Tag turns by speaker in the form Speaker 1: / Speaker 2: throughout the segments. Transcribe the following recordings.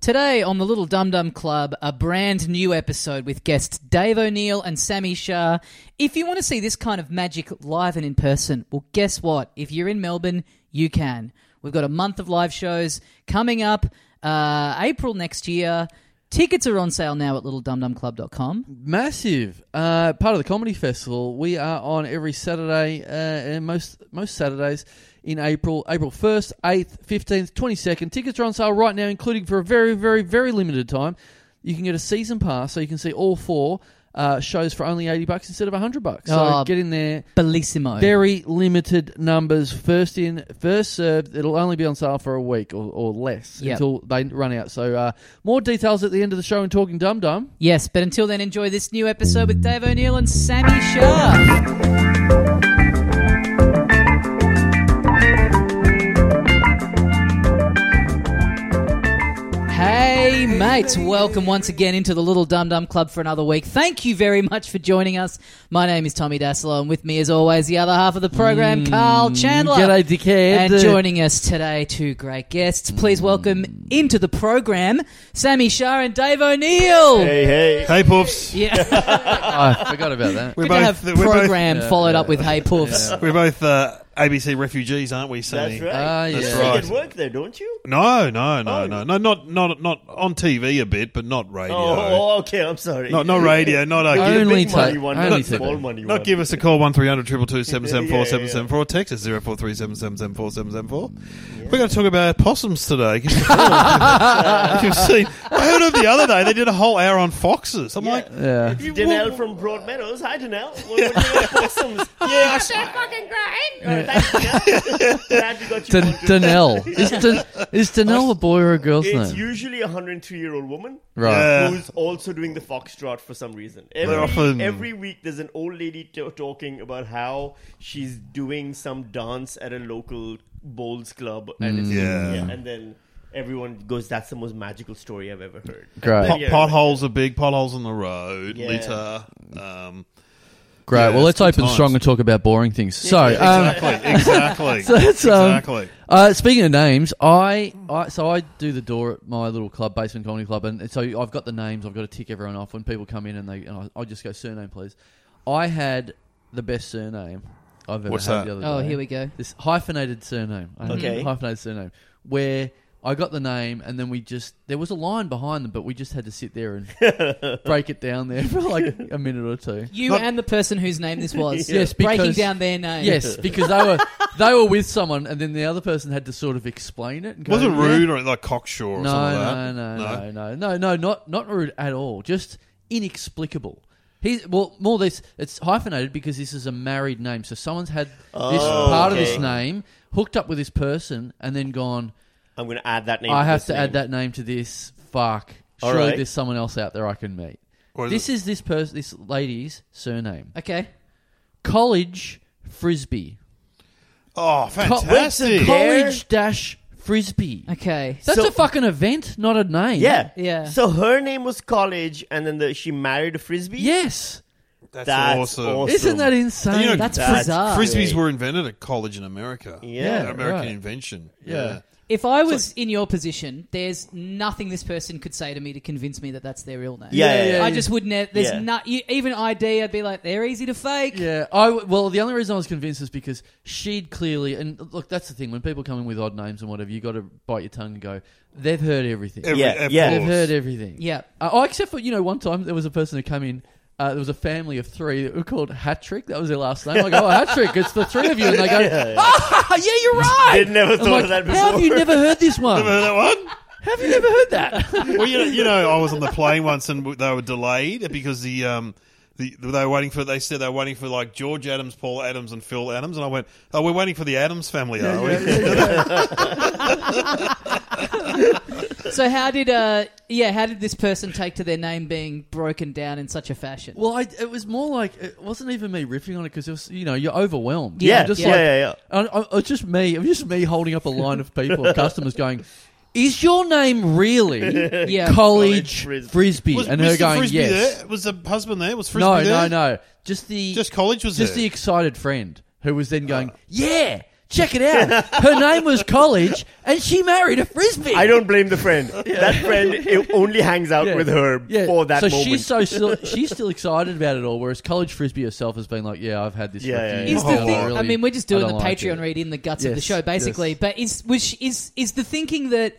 Speaker 1: Today on the Little Dum Dum Club, a brand new episode with guests Dave O'Neill and Sammy Shah. If you want to see this kind of magic live and in person, well, guess what? If you're in Melbourne, you can. We've got a month of live shows coming up uh, April next year. Tickets are on sale now at littledumdumclub.com.
Speaker 2: Massive. Uh, part of the comedy festival. We are on every Saturday uh, and most most Saturdays in April. April first, eighth, fifteenth, twenty second. Tickets are on sale right now, including for a very, very, very limited time. You can get a season pass, so you can see all four uh, shows for only eighty bucks instead of hundred bucks. So
Speaker 1: Oh,
Speaker 2: get in there.
Speaker 1: Bellissimo.
Speaker 2: Very limited numbers. First in, first served. It'll only be on sale for a week or, or less
Speaker 1: Yep.
Speaker 2: until they run out. So uh, more details at the end of the show in Talking Dum Dum.
Speaker 1: Yes, but until then, enjoy this new episode with Dave O'Neill and Sammy Shah. Hey, mates, welcome once again into the Little Dum Dum Club for another week. Thank you very much for joining us. My name is Tommy Dassler, and with me, as always, the other half of the program, Carl Chandler.
Speaker 2: G'day, dickhead.
Speaker 1: And joining us today, two great guests. Please welcome into the program Sammy Shah and Dave O'Neill.
Speaker 3: Hey, hey.
Speaker 4: Hey, Poofs.
Speaker 1: Yeah,
Speaker 2: I forgot about that.
Speaker 4: We're
Speaker 1: good to have
Speaker 4: we're
Speaker 1: program
Speaker 2: Yeah,
Speaker 1: followed up with Hey Poofs.
Speaker 4: Both, we're both uh, ABC refugees, aren't we, Sammy?
Speaker 3: That's right.
Speaker 2: Ah, yeah.
Speaker 3: You
Speaker 2: That's
Speaker 4: right.
Speaker 3: get work there, don't you?
Speaker 4: No, no, no,
Speaker 3: Oh.
Speaker 4: no, no, not not not on TV a bit, but not radio.
Speaker 3: Oh, okay. I'm sorry.
Speaker 4: Not not radio. Not uh,
Speaker 2: Only
Speaker 3: Big
Speaker 4: give,
Speaker 2: ta-
Speaker 3: money one,
Speaker 2: only
Speaker 3: not
Speaker 2: ta-
Speaker 3: small money one.
Speaker 4: not give us a call one 774
Speaker 3: Yeah,
Speaker 4: Text us zero four three seven seven seven four seven seven four. We're going to talk about possums today. If You've seen. I heard of the other day. They did a whole hour on foxes. I'm like,
Speaker 2: Yeah.
Speaker 4: you-
Speaker 3: Danelle from Broadmeadows. Hi, Danelle. What, what do you want for some-
Speaker 4: Yeah, I s-
Speaker 3: fucking great. Oh, thanks, Danelle. Glad we got you
Speaker 2: Dan-
Speaker 3: on to-
Speaker 2: Danelle. Is, Dan- is Danelle a boy or a girl's
Speaker 3: It's
Speaker 2: name?
Speaker 3: usually a 102 year old woman
Speaker 2: Right.
Speaker 4: Yeah.
Speaker 3: who's also doing the foxtrot for some reason.
Speaker 4: They're Uh, often-
Speaker 3: Every, every week, there's an old lady t- talking about how she's doing some dance at a local bowls club, and it's,
Speaker 4: Mm, Yeah.
Speaker 3: and then everyone goes, "That's the most magical story I've ever heard."
Speaker 2: Great.
Speaker 3: But
Speaker 4: pot,
Speaker 3: yeah,
Speaker 4: potholes are big. Potholes on the road.
Speaker 3: Yeah.
Speaker 4: Litter. Um,
Speaker 2: Great.
Speaker 4: Yeah,
Speaker 2: well, let's
Speaker 4: good
Speaker 2: open
Speaker 4: times.
Speaker 2: strong and talk about boring things. So,
Speaker 3: yeah,
Speaker 2: um,
Speaker 4: exactly, exactly,
Speaker 2: So it's, um,
Speaker 4: exactly.
Speaker 2: uh, speaking of names, I, I so I do the door at my little club, basement comedy club, and so I've got the names. I've got to tick everyone off when people come in, and they and I, I just go surname, please. I had the best surname I've ever
Speaker 4: What's
Speaker 2: had.
Speaker 4: that?
Speaker 2: The other
Speaker 1: Oh,
Speaker 2: day.
Speaker 1: here we go.
Speaker 2: this hyphenated surname. I had a
Speaker 3: Okay.
Speaker 2: hyphenated surname where I got the name, and then we just there was a line behind them, but we just had to sit there and break it down there for like a minute or two.
Speaker 1: You
Speaker 4: Not-
Speaker 1: and the person whose name this was.
Speaker 2: Yes,
Speaker 1: breaking
Speaker 2: because-
Speaker 1: down their name.
Speaker 2: Yes, because they were they were with someone, and then the other person had to sort of explain it. and go,
Speaker 4: Was it
Speaker 2: "Yeah."
Speaker 4: rude or like cocksure or
Speaker 2: No,
Speaker 4: something like
Speaker 2: no,
Speaker 4: that?
Speaker 2: no, no, no, no, no, not not rude at all. Just inexplicable. He's well, more this. It's hyphenated because this is a married name. So someone's had this
Speaker 3: Oh,
Speaker 2: part of this
Speaker 3: okay.
Speaker 2: name hooked up with this person, and then gone.
Speaker 3: I'm going to add that name.
Speaker 2: I have
Speaker 3: this
Speaker 2: to
Speaker 3: name.
Speaker 2: add that name to this. Fuck.
Speaker 3: All
Speaker 2: Surely
Speaker 3: right.
Speaker 2: there's someone else out there I can meet.
Speaker 4: Or is
Speaker 2: This
Speaker 4: it-
Speaker 2: is this person, this lady's surname.
Speaker 1: Okay.
Speaker 2: College Frisbee.
Speaker 4: oh,
Speaker 2: Co-
Speaker 4: fantastic!
Speaker 2: College dash Frisbee.
Speaker 1: Okay.
Speaker 2: That's
Speaker 3: So-
Speaker 2: a fucking event, not a name.
Speaker 3: Yeah,
Speaker 1: Yeah.
Speaker 3: So her name was college, and then the, she married a frisbee.
Speaker 2: Yes.
Speaker 4: that's,
Speaker 3: That's
Speaker 4: awesome.
Speaker 3: awesome.
Speaker 2: Isn't that insane?
Speaker 4: Oh, You know,
Speaker 1: That's,
Speaker 3: That's
Speaker 1: bizarre.
Speaker 4: Frisbees
Speaker 3: great.
Speaker 4: were invented at college in America.
Speaker 3: Yeah.
Speaker 4: An American
Speaker 2: right.
Speaker 4: invention.
Speaker 2: Yeah.
Speaker 1: If I was in your position, there's nothing this person could say to me to convince me that that's their real name.
Speaker 3: Yeah, yeah, yeah.
Speaker 1: I just would never. There's
Speaker 3: Yeah.
Speaker 1: not you, even ID. I'd be like, they're easy to fake.
Speaker 2: Yeah, I w- well, the only reason I was convinced is because she'd clearly and look, that's the thing when people come in with odd names and whatever, you got to bite your tongue and go, they've heard everything.
Speaker 4: Every-
Speaker 3: Yeah,
Speaker 4: of
Speaker 3: yeah.
Speaker 2: They've
Speaker 4: course.
Speaker 2: heard everything.
Speaker 1: Yeah.
Speaker 2: Uh, oh, except for you know, one time there was a person who came in. Uh, there was a family of three that were called Hattrick. That was their last name. I go, oh, Hattrick, it's the three of you. And they go, ah, yeah, you're right.
Speaker 3: They'd never
Speaker 2: I'm
Speaker 3: thought
Speaker 2: like,
Speaker 3: of that
Speaker 2: How have you
Speaker 3: before."
Speaker 2: never heard this one?
Speaker 4: Remember that one?
Speaker 2: have you never heard that?
Speaker 4: well, you know, you know, I was on the plane once and w- they were delayed because the um. The, they were waiting for. They said they were waiting for like George Adams, Paul Adams, and Phil Adams. And I went, "Oh, we're waiting for the Adams family, are we?"
Speaker 1: So how did uh yeah how did this person take to their name being broken down in such a fashion?
Speaker 2: well, I, it was more like it wasn't even me riffing on it because it was you know you're overwhelmed.
Speaker 3: Yeah,
Speaker 2: I'm just
Speaker 3: yeah,
Speaker 2: like,
Speaker 3: yeah, yeah.
Speaker 2: And I, it's just me. It was just me holding up a line of people, of customers going, "Is your name really
Speaker 1: Yeah.
Speaker 2: College
Speaker 3: College Frisbee."
Speaker 2: Frisbee?"
Speaker 4: Was
Speaker 2: and
Speaker 4: Mr.
Speaker 2: her going,
Speaker 4: Frisbee
Speaker 2: "Yes."
Speaker 4: there? Was the husband there? Was Frisbee
Speaker 2: No,
Speaker 4: there?
Speaker 2: no, no. Just the
Speaker 4: Just college was
Speaker 2: just
Speaker 4: there?
Speaker 2: the excited friend who was then going, "Yeah." Check it out. Her name was College, and she married a frisbee.
Speaker 3: I don't blame the friend. That friend it only hangs out
Speaker 2: Yeah.
Speaker 3: with her
Speaker 2: Yeah.
Speaker 3: for that
Speaker 2: so
Speaker 3: moment.
Speaker 2: she's so still she's still excited about it all, whereas college frisbee herself has been like, "Yeah, I've had this."
Speaker 3: Yeah,
Speaker 2: for a
Speaker 3: yeah,
Speaker 2: few
Speaker 3: yeah.
Speaker 1: Is
Speaker 2: years
Speaker 1: the
Speaker 2: now,
Speaker 1: thing?
Speaker 2: really,
Speaker 1: I mean, we're just doing
Speaker 2: I
Speaker 1: the
Speaker 2: don't like
Speaker 1: Patreon
Speaker 2: it."
Speaker 1: read in the guts of the
Speaker 2: Yes,
Speaker 1: show, basically.
Speaker 2: yes.
Speaker 1: But is which is is the thinking that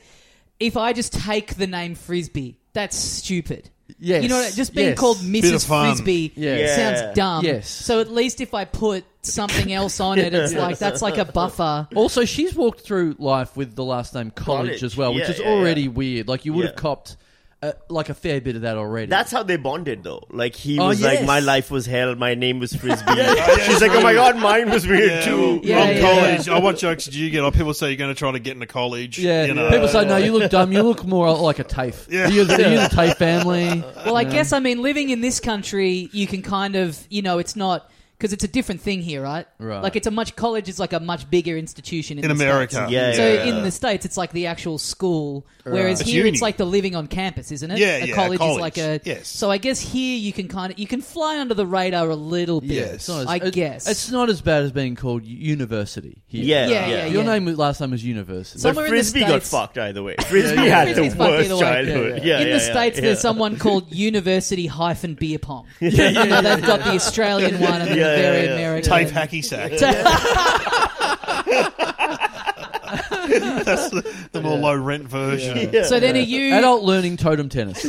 Speaker 1: if I just take the name Frisbee, that's stupid.
Speaker 2: Yes,
Speaker 1: You know, what I- just being
Speaker 2: yes.
Speaker 1: called
Speaker 4: Bit of
Speaker 1: Mrs.
Speaker 4: fun.
Speaker 1: Frisbee
Speaker 2: Yeah.
Speaker 3: Yeah.
Speaker 1: sounds dumb.
Speaker 2: Yes.
Speaker 1: So at least if I put something else on it, it's like that's like a buffer.
Speaker 2: Also, she's walked through life with the last name College,
Speaker 3: College.
Speaker 2: as well, which
Speaker 3: Yeah,
Speaker 2: is
Speaker 3: yeah,
Speaker 2: already
Speaker 3: yeah.
Speaker 2: weird. Like you would
Speaker 3: Yeah.
Speaker 2: have copped uh, like a fair bit of that already.
Speaker 3: That's how they bonded, though. Like he
Speaker 2: Oh,
Speaker 3: was like,
Speaker 2: yes.
Speaker 3: "My life was hell. My name was frisbee."
Speaker 4: yeah,
Speaker 3: She's like, "Oh my god, mine was weird
Speaker 4: Yeah,
Speaker 3: too."
Speaker 4: from
Speaker 1: Yeah, yeah,
Speaker 4: college. I what jokes did you get? Oh, people say you're going to try to get into college.
Speaker 2: yeah.
Speaker 4: you know.
Speaker 2: People say, "No, you look dumb. You look more like a TAFE.
Speaker 4: Yeah.
Speaker 2: You're, the, you're the TAFE family."
Speaker 1: Well, I guess I mean living in this country, you can kind of you know it's not because it's a different thing here, right?
Speaker 2: Right.
Speaker 1: Like it's a much college is like a much bigger institution in,
Speaker 4: in
Speaker 1: the
Speaker 4: America.
Speaker 1: States.
Speaker 3: Yeah,
Speaker 1: So
Speaker 3: yeah, yeah.
Speaker 1: in the states, it's like the actual school, whereas
Speaker 4: It's
Speaker 1: here
Speaker 4: uni.
Speaker 1: it's like the living on campus, isn't it?
Speaker 4: Yeah,
Speaker 1: a
Speaker 4: yeah,
Speaker 1: college,
Speaker 4: college,
Speaker 1: is like a.
Speaker 4: yes.
Speaker 1: So I guess here you can kind of you can fly under the radar a little bit.
Speaker 4: Yes.
Speaker 2: It's not as-
Speaker 1: I
Speaker 2: it-
Speaker 1: guess.
Speaker 2: it's not as bad as being called university. Here.
Speaker 3: Yeah,
Speaker 1: Yeah,
Speaker 3: yeah.
Speaker 1: yeah,
Speaker 2: Your
Speaker 1: yeah.
Speaker 2: name was- last name was university.
Speaker 1: So-
Speaker 3: But
Speaker 1: Somewhere in the
Speaker 3: frisbee got
Speaker 1: States-
Speaker 3: fucked either way. Frisbee had the
Speaker 1: Frisbee's fucked
Speaker 3: worst
Speaker 1: either way.
Speaker 3: childhood. Yeah,
Speaker 1: in
Speaker 3: yeah,
Speaker 1: the
Speaker 3: yeah,
Speaker 1: states,
Speaker 3: yeah.
Speaker 1: there's someone called University hyphen beer pong. yeah, yeah, they've got the Australian one and the
Speaker 3: Yeah, yeah,
Speaker 1: very
Speaker 3: yeah.
Speaker 1: American.
Speaker 4: Tape hacky sack. That's the, the more low rent version.
Speaker 3: Yeah.
Speaker 1: So then are you
Speaker 2: Adult learning totem tennis.
Speaker 1: So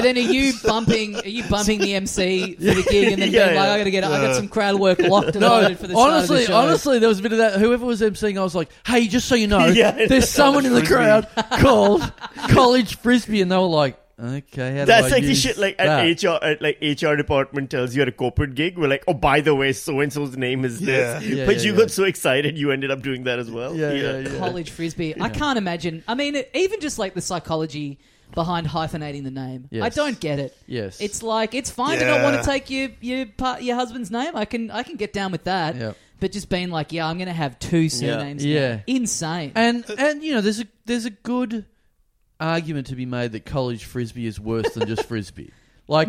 Speaker 1: then, are you bumping? Are you bumping the MC for the gig, and then
Speaker 3: Yeah,
Speaker 1: being like,
Speaker 3: yeah.
Speaker 1: "I got to get, I got some crowd work locked and
Speaker 2: No,
Speaker 1: loaded for the
Speaker 2: honestly,
Speaker 1: start of the show."
Speaker 2: honestly, there was a bit of that. Whoever was emceeing, I was like, "Hey, just so you know,
Speaker 3: Yeah, I know.
Speaker 2: there's someone in the crowd called college frisbee," and they were like, "Okay, how do
Speaker 3: That's
Speaker 2: I
Speaker 3: like the
Speaker 2: use
Speaker 3: shit. Like
Speaker 2: that?"
Speaker 3: an HR, at, like HR department tells you at a corporate gig, we're like, oh, by the way, so and so's name is
Speaker 4: Yeah.
Speaker 3: this.
Speaker 2: Yeah,
Speaker 3: but
Speaker 2: yeah,
Speaker 3: you
Speaker 2: yeah.
Speaker 3: got so excited, you ended up doing that as well.
Speaker 2: Yeah, yeah, yeah.
Speaker 1: college frisbee. I can't imagine. I mean, it, even just like the psychology behind hyphenating the name,
Speaker 2: Yes.
Speaker 1: I don't get it.
Speaker 2: Yes,
Speaker 1: It's like it's fine to
Speaker 4: Yeah.
Speaker 1: not want to take your your part, your husband's name. I can I can get down with that.
Speaker 2: Yep.
Speaker 1: But just being like, yeah, I'm going to have two surnames. now."
Speaker 2: Yeah.
Speaker 1: insane.
Speaker 2: and and you know, there's a there's a good argument to be made that college frisbee is worse than just frisbee. Like,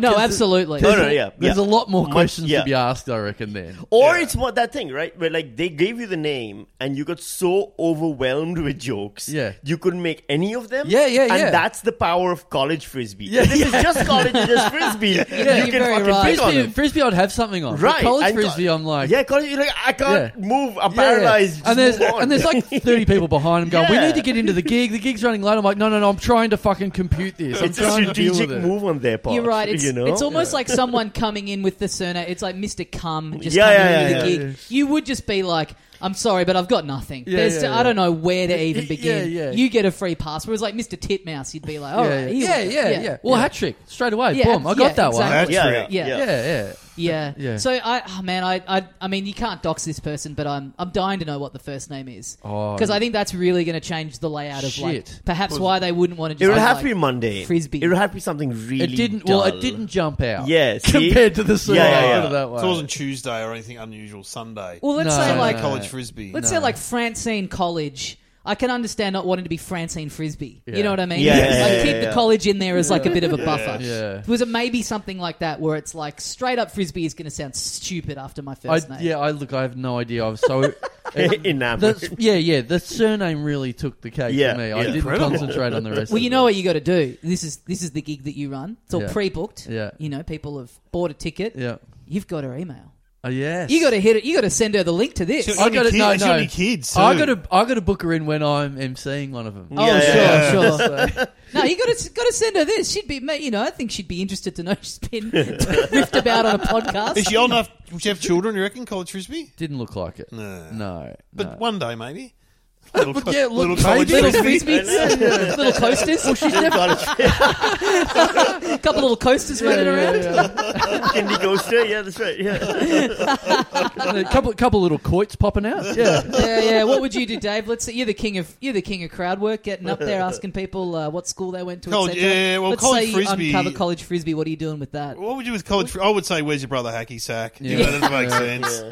Speaker 1: no,
Speaker 2: 'cause
Speaker 1: absolutely.
Speaker 3: No, no, yeah.
Speaker 2: There's
Speaker 3: yeah.
Speaker 2: a lot more questions
Speaker 3: yeah.
Speaker 2: to be asked, I reckon. Then
Speaker 3: Or
Speaker 4: Yeah.
Speaker 3: it's what that thing, right? Where like they gave you the name and you got so overwhelmed with jokes,
Speaker 2: Yeah.
Speaker 3: you couldn't make any of them.
Speaker 2: Yeah, yeah, yeah.
Speaker 3: And that's the power of college frisbee. Yeah, if it's just college, it's just frisbee.
Speaker 1: Yeah,
Speaker 3: you
Speaker 1: you're
Speaker 3: can
Speaker 1: very
Speaker 3: fucking
Speaker 1: right.
Speaker 3: pick on
Speaker 2: frisbee,
Speaker 3: them.
Speaker 2: frisbee, I'd have something on. But
Speaker 3: Right,
Speaker 2: college
Speaker 3: and-
Speaker 2: frisbee, I'm like,
Speaker 3: yeah, college. You're like, I can't
Speaker 2: Yeah.
Speaker 3: move. I'm
Speaker 2: Yeah, yeah.
Speaker 3: paralyzed. Just
Speaker 2: And there's
Speaker 3: move on.
Speaker 2: and there's like 30 people behind him going, "We
Speaker 3: Yeah.
Speaker 2: need to get into the gig. The gig's running late." I'm like, "No, no, no. I'm trying to fucking compute this. I'm
Speaker 3: it's a
Speaker 2: trying to deal
Speaker 3: strategic
Speaker 2: with it."
Speaker 3: move on their part.
Speaker 1: You're right. It's,
Speaker 3: you know?
Speaker 1: it's almost like someone coming in with the surname. It's like Mr. Cum just
Speaker 3: Yeah,
Speaker 1: coming
Speaker 3: yeah,
Speaker 1: into
Speaker 3: yeah,
Speaker 1: the
Speaker 3: yeah,
Speaker 1: gig. You would just be like, I'm sorry, but I've got nothing.
Speaker 2: Yeah,
Speaker 1: There's
Speaker 2: yeah,
Speaker 1: t-
Speaker 2: yeah.
Speaker 1: I don't know where to even
Speaker 2: yeah,
Speaker 1: begin.
Speaker 2: yeah.
Speaker 1: You get a free pass. Whereas like Mr. Titmouse, you'd be like, "Oh, all
Speaker 2: Oh, yeah,
Speaker 1: right, here
Speaker 2: yeah,
Speaker 1: we go."
Speaker 2: yeah, yeah, Well, hat trick straight away.
Speaker 1: Yeah,
Speaker 2: Boom! I
Speaker 1: yeah,
Speaker 2: got that
Speaker 1: exactly.
Speaker 4: That's
Speaker 3: yeah,
Speaker 4: right.
Speaker 1: Yeah.
Speaker 2: one. Yeah, yeah.
Speaker 1: yeah.
Speaker 2: Yeah.
Speaker 1: So I, oh man, I, I, I mean, you can't dox this person, but I'm, I'm dying to know what the first name is
Speaker 2: Oh.
Speaker 1: because I think that's really going to change the layout of
Speaker 2: Shit.
Speaker 1: like perhaps why they wouldn't want to.
Speaker 3: It
Speaker 1: just
Speaker 3: would
Speaker 1: be
Speaker 3: have
Speaker 1: like,
Speaker 3: to be Monday.
Speaker 1: Frisbee.
Speaker 3: It would have to be something really.
Speaker 2: It didn't. Well,
Speaker 3: dull.
Speaker 2: it didn't jump out.
Speaker 3: Yeah, see?
Speaker 2: compared to the survey.
Speaker 3: Yeah, yeah, yeah.
Speaker 2: Put it that way.
Speaker 4: So it wasn't Tuesday or anything unusual. Sunday.
Speaker 1: Well, let's
Speaker 2: No.
Speaker 1: say
Speaker 4: Sunday
Speaker 1: like
Speaker 4: college frisbee.
Speaker 1: Let's
Speaker 2: No.
Speaker 1: say like Francine College. I can understand not wanting to be Francine Frisbee.
Speaker 2: Yeah.
Speaker 1: You know what I mean?
Speaker 3: Yeah,
Speaker 1: like
Speaker 3: yeah, yeah,
Speaker 1: keep
Speaker 3: yeah,
Speaker 1: the
Speaker 3: yeah.
Speaker 1: college in there as like a bit of a buffer.
Speaker 2: Yeah.
Speaker 1: Was it maybe something like that where it's like straight up Frisbee is going to sound stupid after my
Speaker 2: I,
Speaker 1: first name?
Speaker 2: yeah, I look. I have no idea. I was so.
Speaker 3: Enamored.
Speaker 2: That's, yeah, yeah. The surname really took the cake
Speaker 3: Yeah,
Speaker 2: for me.
Speaker 3: yeah.
Speaker 2: I didn't
Speaker 4: Incredible.
Speaker 2: concentrate on the rest.
Speaker 1: Well,
Speaker 2: of
Speaker 1: you
Speaker 2: it.
Speaker 1: know what you got to do. This is this is the gig that you run. It's all
Speaker 2: Yeah.
Speaker 1: pre-booked.
Speaker 2: Yeah.
Speaker 1: You know, people have bought a ticket.
Speaker 2: Yeah.
Speaker 1: You've got her email.
Speaker 2: Oh, yes.
Speaker 1: You got to hit it. You got to send her the link to this.
Speaker 4: She's
Speaker 2: I
Speaker 4: got
Speaker 2: got
Speaker 4: any
Speaker 2: to no,
Speaker 4: kids- she's got
Speaker 2: no.
Speaker 4: any kids,
Speaker 2: I
Speaker 4: too.
Speaker 2: got to I got to book her in when I'm emceeing one of them.
Speaker 1: Oh,
Speaker 3: Yeah, yeah,
Speaker 1: sure, sure.
Speaker 2: So-
Speaker 1: No, you got to got to send her this. She'd be, ma- you know, I think she'd be interested to know she's been riffed about on a podcast.
Speaker 4: Is she old enough? Would she have children? You reckon college frisbee?
Speaker 2: Didn't look like it.
Speaker 4: No.
Speaker 2: No.
Speaker 4: But
Speaker 2: no.
Speaker 4: one day maybe. Little, co-
Speaker 2: yeah, look,
Speaker 4: little college
Speaker 2: maybe.
Speaker 1: little
Speaker 4: frisbee.
Speaker 1: frisbees, little coasters. Well, she's a couple little coasters running around.
Speaker 3: Candy Coaster. Yeah, that's right. Yeah.
Speaker 2: a couple couple little coits popping out. Yeah.
Speaker 4: Um,
Speaker 1: Yeah. yeah, What would you do, Dave? Let's say you're the king of you're the king of crowd work, getting up there asking people uh, what school they went to.
Speaker 4: College-
Speaker 1: etc.
Speaker 4: yeah, well,
Speaker 1: Let's
Speaker 4: college
Speaker 1: say
Speaker 4: frisbee-
Speaker 1: You uncover college frisbee. What are you doing with that?
Speaker 4: What would you do with college? Fr- I would say, "Where's your brother, hacky sack?" You
Speaker 2: Yeah.
Speaker 4: know, that makes sense.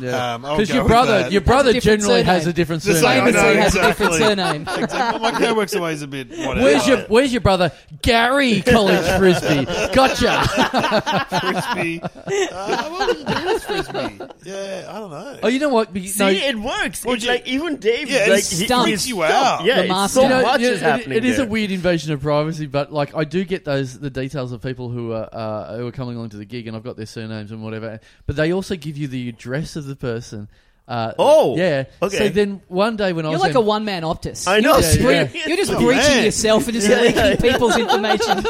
Speaker 2: Yeah.
Speaker 4: Um, I would
Speaker 2: Because
Speaker 4: go
Speaker 2: your
Speaker 4: with
Speaker 2: brother
Speaker 4: that.
Speaker 2: your
Speaker 1: That's a
Speaker 2: brother
Speaker 1: different
Speaker 2: generally
Speaker 1: surname.
Speaker 2: has a different
Speaker 4: The same
Speaker 2: surname.
Speaker 4: I
Speaker 1: Famously
Speaker 4: know,
Speaker 1: has a different
Speaker 4: exactly.
Speaker 1: surname.
Speaker 4: Exactly. My coworker's always a bit. Whatever.
Speaker 2: Where's your Where's your brother Gary College frisbee. Gotcha.
Speaker 4: frisbee. Uh, what would you do with frisbee? Yeah, I don't know.
Speaker 2: oh, you know what? Be-
Speaker 3: See,
Speaker 2: no,
Speaker 3: it works.
Speaker 4: Well,
Speaker 3: it's
Speaker 4: you-
Speaker 3: like even Dave,
Speaker 4: Yeah,
Speaker 3: like
Speaker 4: it's
Speaker 3: he-
Speaker 1: stumped.
Speaker 3: he's
Speaker 4: You
Speaker 3: stumped.
Speaker 4: out.
Speaker 3: Yeah,
Speaker 1: The
Speaker 3: it's
Speaker 1: master.
Speaker 3: so
Speaker 1: You know,
Speaker 3: much
Speaker 2: yeah,
Speaker 3: is
Speaker 2: it-
Speaker 3: happening.
Speaker 2: it is a
Speaker 3: there.
Speaker 2: weird invasion of privacy, but like I do get those the details of people who are uh, who are coming along to the gig, and I've got their surnames and whatever. But they also give you the address of the person. Uh,
Speaker 3: Oh,
Speaker 2: yeah. So
Speaker 3: okay.
Speaker 2: then one day when I
Speaker 1: You're
Speaker 2: was
Speaker 1: like
Speaker 2: in-
Speaker 1: a one man Optus.
Speaker 3: I know.
Speaker 1: You're just,
Speaker 2: Yeah,
Speaker 1: bre-
Speaker 2: yeah.
Speaker 1: you're just
Speaker 4: Oh,
Speaker 1: breaching
Speaker 4: man.
Speaker 1: yourself and just leaking people's information.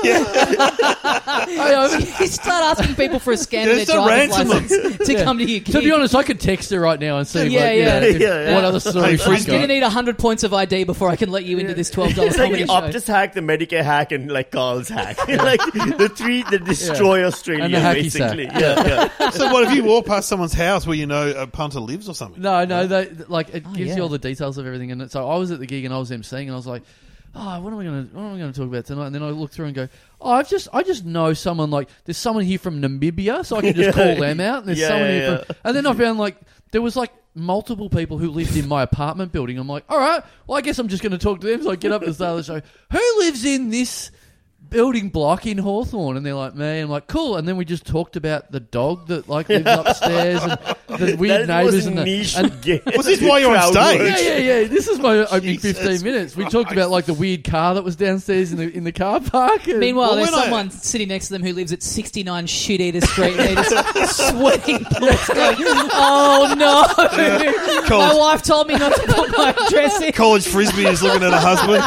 Speaker 1: you start asking people for a scan of
Speaker 4: Just
Speaker 1: their
Speaker 4: to
Speaker 1: driver's
Speaker 4: ransom them.
Speaker 1: license to come to your gig.
Speaker 2: To be honest, I could text her right now and see
Speaker 1: Yeah,
Speaker 2: what, you
Speaker 1: yeah.
Speaker 2: know, if-
Speaker 3: Yeah, yeah.
Speaker 2: what other story
Speaker 4: Hey,
Speaker 2: she's
Speaker 1: I'm going to
Speaker 2: got.
Speaker 1: need 100 points of ID before I can let you into this $12
Speaker 3: It's like
Speaker 1: comedy
Speaker 3: the
Speaker 1: show.
Speaker 3: Optus hack, the Medicare hack, and like Carl's hack. like the three that destroy Australia,
Speaker 2: And the hacky sack.
Speaker 3: basically. Yeah, yeah.
Speaker 4: so what if you walk past someone's house where you know a punter lives or something?
Speaker 2: No, no, they, like it gives
Speaker 1: yeah.
Speaker 2: you all the details of everything. And so I was at the gig and I was emceeing, and I was like, "Oh, what am I going to what am I going to talk about tonight?" And then I look through and go, "Oh, I've just I just know someone like there's someone here from Namibia, so I can just
Speaker 3: Yeah.
Speaker 2: call them out." And there's
Speaker 3: Yeah,
Speaker 2: someone
Speaker 3: yeah,
Speaker 2: here from, and then I found like there was like multiple people who lived in my apartment building. I'm like, "All right, well, I guess I'm just going to talk to them." So I get up at the start of the show. Who lives in this? Building block in Hawthorne, and they're like, "Me," I'm like, "Cool." And then we just talked about the dog that like lives upstairs and the weird
Speaker 3: that
Speaker 2: neighbors
Speaker 3: was
Speaker 2: and the
Speaker 3: niche.
Speaker 2: and
Speaker 3: gay
Speaker 4: Was this why you're on
Speaker 3: crowd
Speaker 4: stage?
Speaker 3: work.
Speaker 2: yeah, yeah, yeah. This is my opening
Speaker 4: Jesus
Speaker 2: fifteen minutes. We talked about like the weird car that was downstairs in the in the car park. and-
Speaker 1: Meanwhile,
Speaker 4: Well,
Speaker 1: there's
Speaker 4: when I-
Speaker 1: someone sitting next to them who lives at 69 Shit Eater Street and they're just sweating bullets going, oh no! My
Speaker 4: College,
Speaker 1: wife told me not to put my dress in.
Speaker 4: college frisbee is looking at her husband.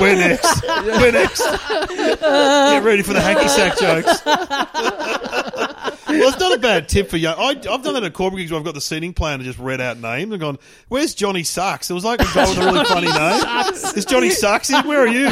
Speaker 4: We're next. We're next. Get ready for the hacky sack jokes. well, it's not a bad tip for young. I, I've done that at corporate gigs where I've got the seating plan and just read out names and gone, "Where's Johnny Sucks?" It was like a guy with a really funny name. Is Johnny Sucks in? Where are you?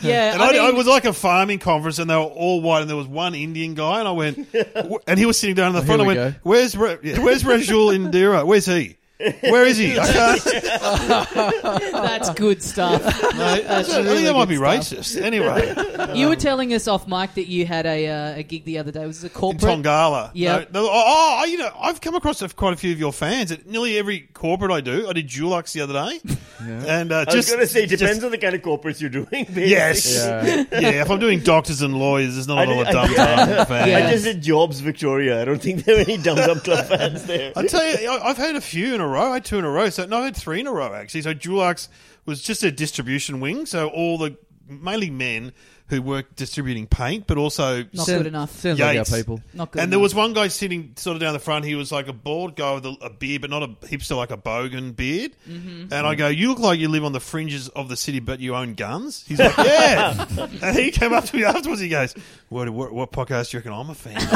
Speaker 1: Yeah,
Speaker 4: And I,
Speaker 1: I,
Speaker 4: I
Speaker 1: mean,
Speaker 4: was like a farming conference, and they were all white, and there was one Indian guy, and I went, w- and he was sitting down in the front. I
Speaker 2: here
Speaker 4: went,
Speaker 2: we go.
Speaker 4: "Where's Ra- yeah, where's Rajul Indira? Where's he? Where is he? I can't.
Speaker 1: that's good stuff.
Speaker 4: mate. I think
Speaker 1: really
Speaker 4: that might be
Speaker 1: good
Speaker 4: racist. Anyway,
Speaker 1: you were telling us off mic that you had a, uh, a gig the other day. Was it a
Speaker 4: in
Speaker 1: corporate?
Speaker 4: Tongala.
Speaker 1: Yep.
Speaker 4: No, no, oh, oh, you know, I've come across a- quite a few of your fans at nearly every corporate I do. I did Dulux the other day, and uh,
Speaker 3: I was
Speaker 4: just
Speaker 3: going to say, it
Speaker 4: just-
Speaker 3: depends on the kind of corporates you're doing. basically.
Speaker 4: Yes.
Speaker 2: Yeah.
Speaker 4: Yeah. If I'm doing doctors and lawyers, there's not
Speaker 3: I
Speaker 4: a lot
Speaker 3: did-
Speaker 4: of
Speaker 3: I
Speaker 4: dumb
Speaker 3: did-
Speaker 4: dumb fans.
Speaker 1: Yeah.
Speaker 3: I just did Jobs Victoria. I don't think there are any Dum Dum Club fans there.
Speaker 4: I tell you, I- I've had a few in a row. I had two in a row. So no, I had three in a row actually. So Dulux was just a distribution wing. So all the mainly men who work distributing paint, but also
Speaker 1: Not
Speaker 2: Sound-
Speaker 1: good enough.
Speaker 2: Sounds like
Speaker 4: Yates.
Speaker 2: our people.
Speaker 1: Not good
Speaker 4: And there
Speaker 1: enough.
Speaker 4: was one guy sitting sort of down the front. He was like a bald guy with a, a beard, but not a hipster, like a bogan beard. And I go, "You look like you live on the fringes of the city, but you own guns." He's like, "Yeah." and he came up to me afterwards. He goes, "What, what, what podcast do you reckon I'm a fan?" of?"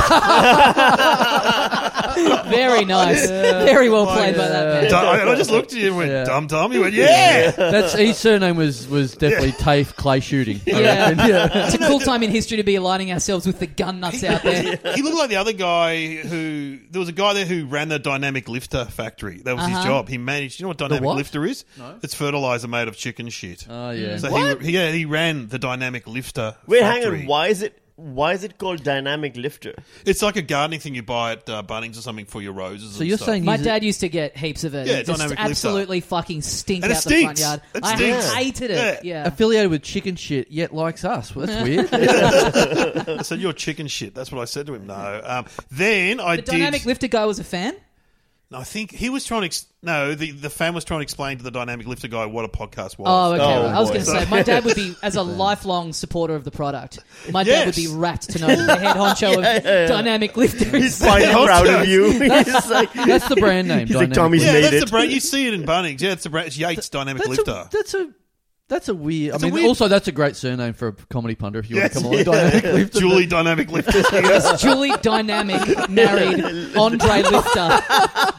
Speaker 1: Very nice. Very well
Speaker 4: Like,
Speaker 1: played by that man.
Speaker 4: Dum- and I just looked at him and went,
Speaker 2: Yeah.
Speaker 4: "Dumb, dumb." He went, "Yeah."
Speaker 2: That's his surname was was definitely TAFE Clay Shooting. I
Speaker 1: Yeah.
Speaker 2: reckon. yeah.
Speaker 1: It's a cool time in history to be aligning ourselves with the gun nuts out there.
Speaker 4: he looked like the other guy who there was a guy there who ran the dynamic lifter factory. That was his
Speaker 1: Uh-huh.
Speaker 4: job. He managed. You know what dynamic
Speaker 2: what?
Speaker 4: lifter is? No. It's fertilizer made of chicken shit.
Speaker 2: Oh yeah.
Speaker 4: So He, yeah, he ran the dynamic lifter.
Speaker 3: Wait, hang
Speaker 4: factory.
Speaker 3: on. Why is it? Why is it called dynamic lifter?
Speaker 4: It's like a gardening thing you buy at uh, Bunnings or something for your roses.
Speaker 2: So
Speaker 4: and
Speaker 2: you're
Speaker 4: stuff.
Speaker 2: saying
Speaker 1: My
Speaker 2: he's a-
Speaker 1: dad used to get heaps of it.
Speaker 4: Yeah,
Speaker 1: It just
Speaker 4: dynamic lifter.
Speaker 1: absolutely fucking stink
Speaker 4: And it
Speaker 1: out the front
Speaker 4: stinks.
Speaker 1: yard.
Speaker 4: It
Speaker 1: I
Speaker 4: stinks.
Speaker 1: hated it.
Speaker 4: Yeah.
Speaker 1: Yeah.
Speaker 2: affiliated with chicken shit, yet likes us. Well, that's weird.
Speaker 4: I said you're chicken shit. That's what I said to him. No. Um, then I
Speaker 1: The
Speaker 4: did.
Speaker 1: dynamic lifter guy was a fan.
Speaker 4: I think he was trying to. Ex- no, the the fan was trying to explain to the dynamic lifter guy what a podcast was.
Speaker 1: Oh, okay.
Speaker 3: Oh,
Speaker 1: I was
Speaker 3: boy.
Speaker 1: going to say, my dad would be, as a lifelong supporter of the product, my dad would be
Speaker 4: Yes.
Speaker 1: rapt to know that the head honcho of dynamic lifter
Speaker 3: He's
Speaker 1: is.
Speaker 3: quite
Speaker 4: Yeah.
Speaker 3: proud of you. He's like,
Speaker 2: That's the brand name.
Speaker 3: he's like
Speaker 2: Dynamic
Speaker 3: Tommy's
Speaker 4: yeah,
Speaker 3: made
Speaker 4: that's
Speaker 3: it.
Speaker 4: the brand. You see it in Bunnings. Yeah, that's the brand. It's Yates Dynamic
Speaker 2: That's
Speaker 4: Lifter.
Speaker 2: a, that's a that's a weird.
Speaker 4: It's
Speaker 2: I
Speaker 4: a
Speaker 2: mean,
Speaker 4: weird-
Speaker 2: also that's a great surname for a comedy punter. If you
Speaker 4: Yes,
Speaker 2: want to come along,
Speaker 4: yeah.
Speaker 2: Dynamic Lifter.
Speaker 4: Julie Dynamic Lifter.
Speaker 1: Julie Dynamic married Andre Lifter.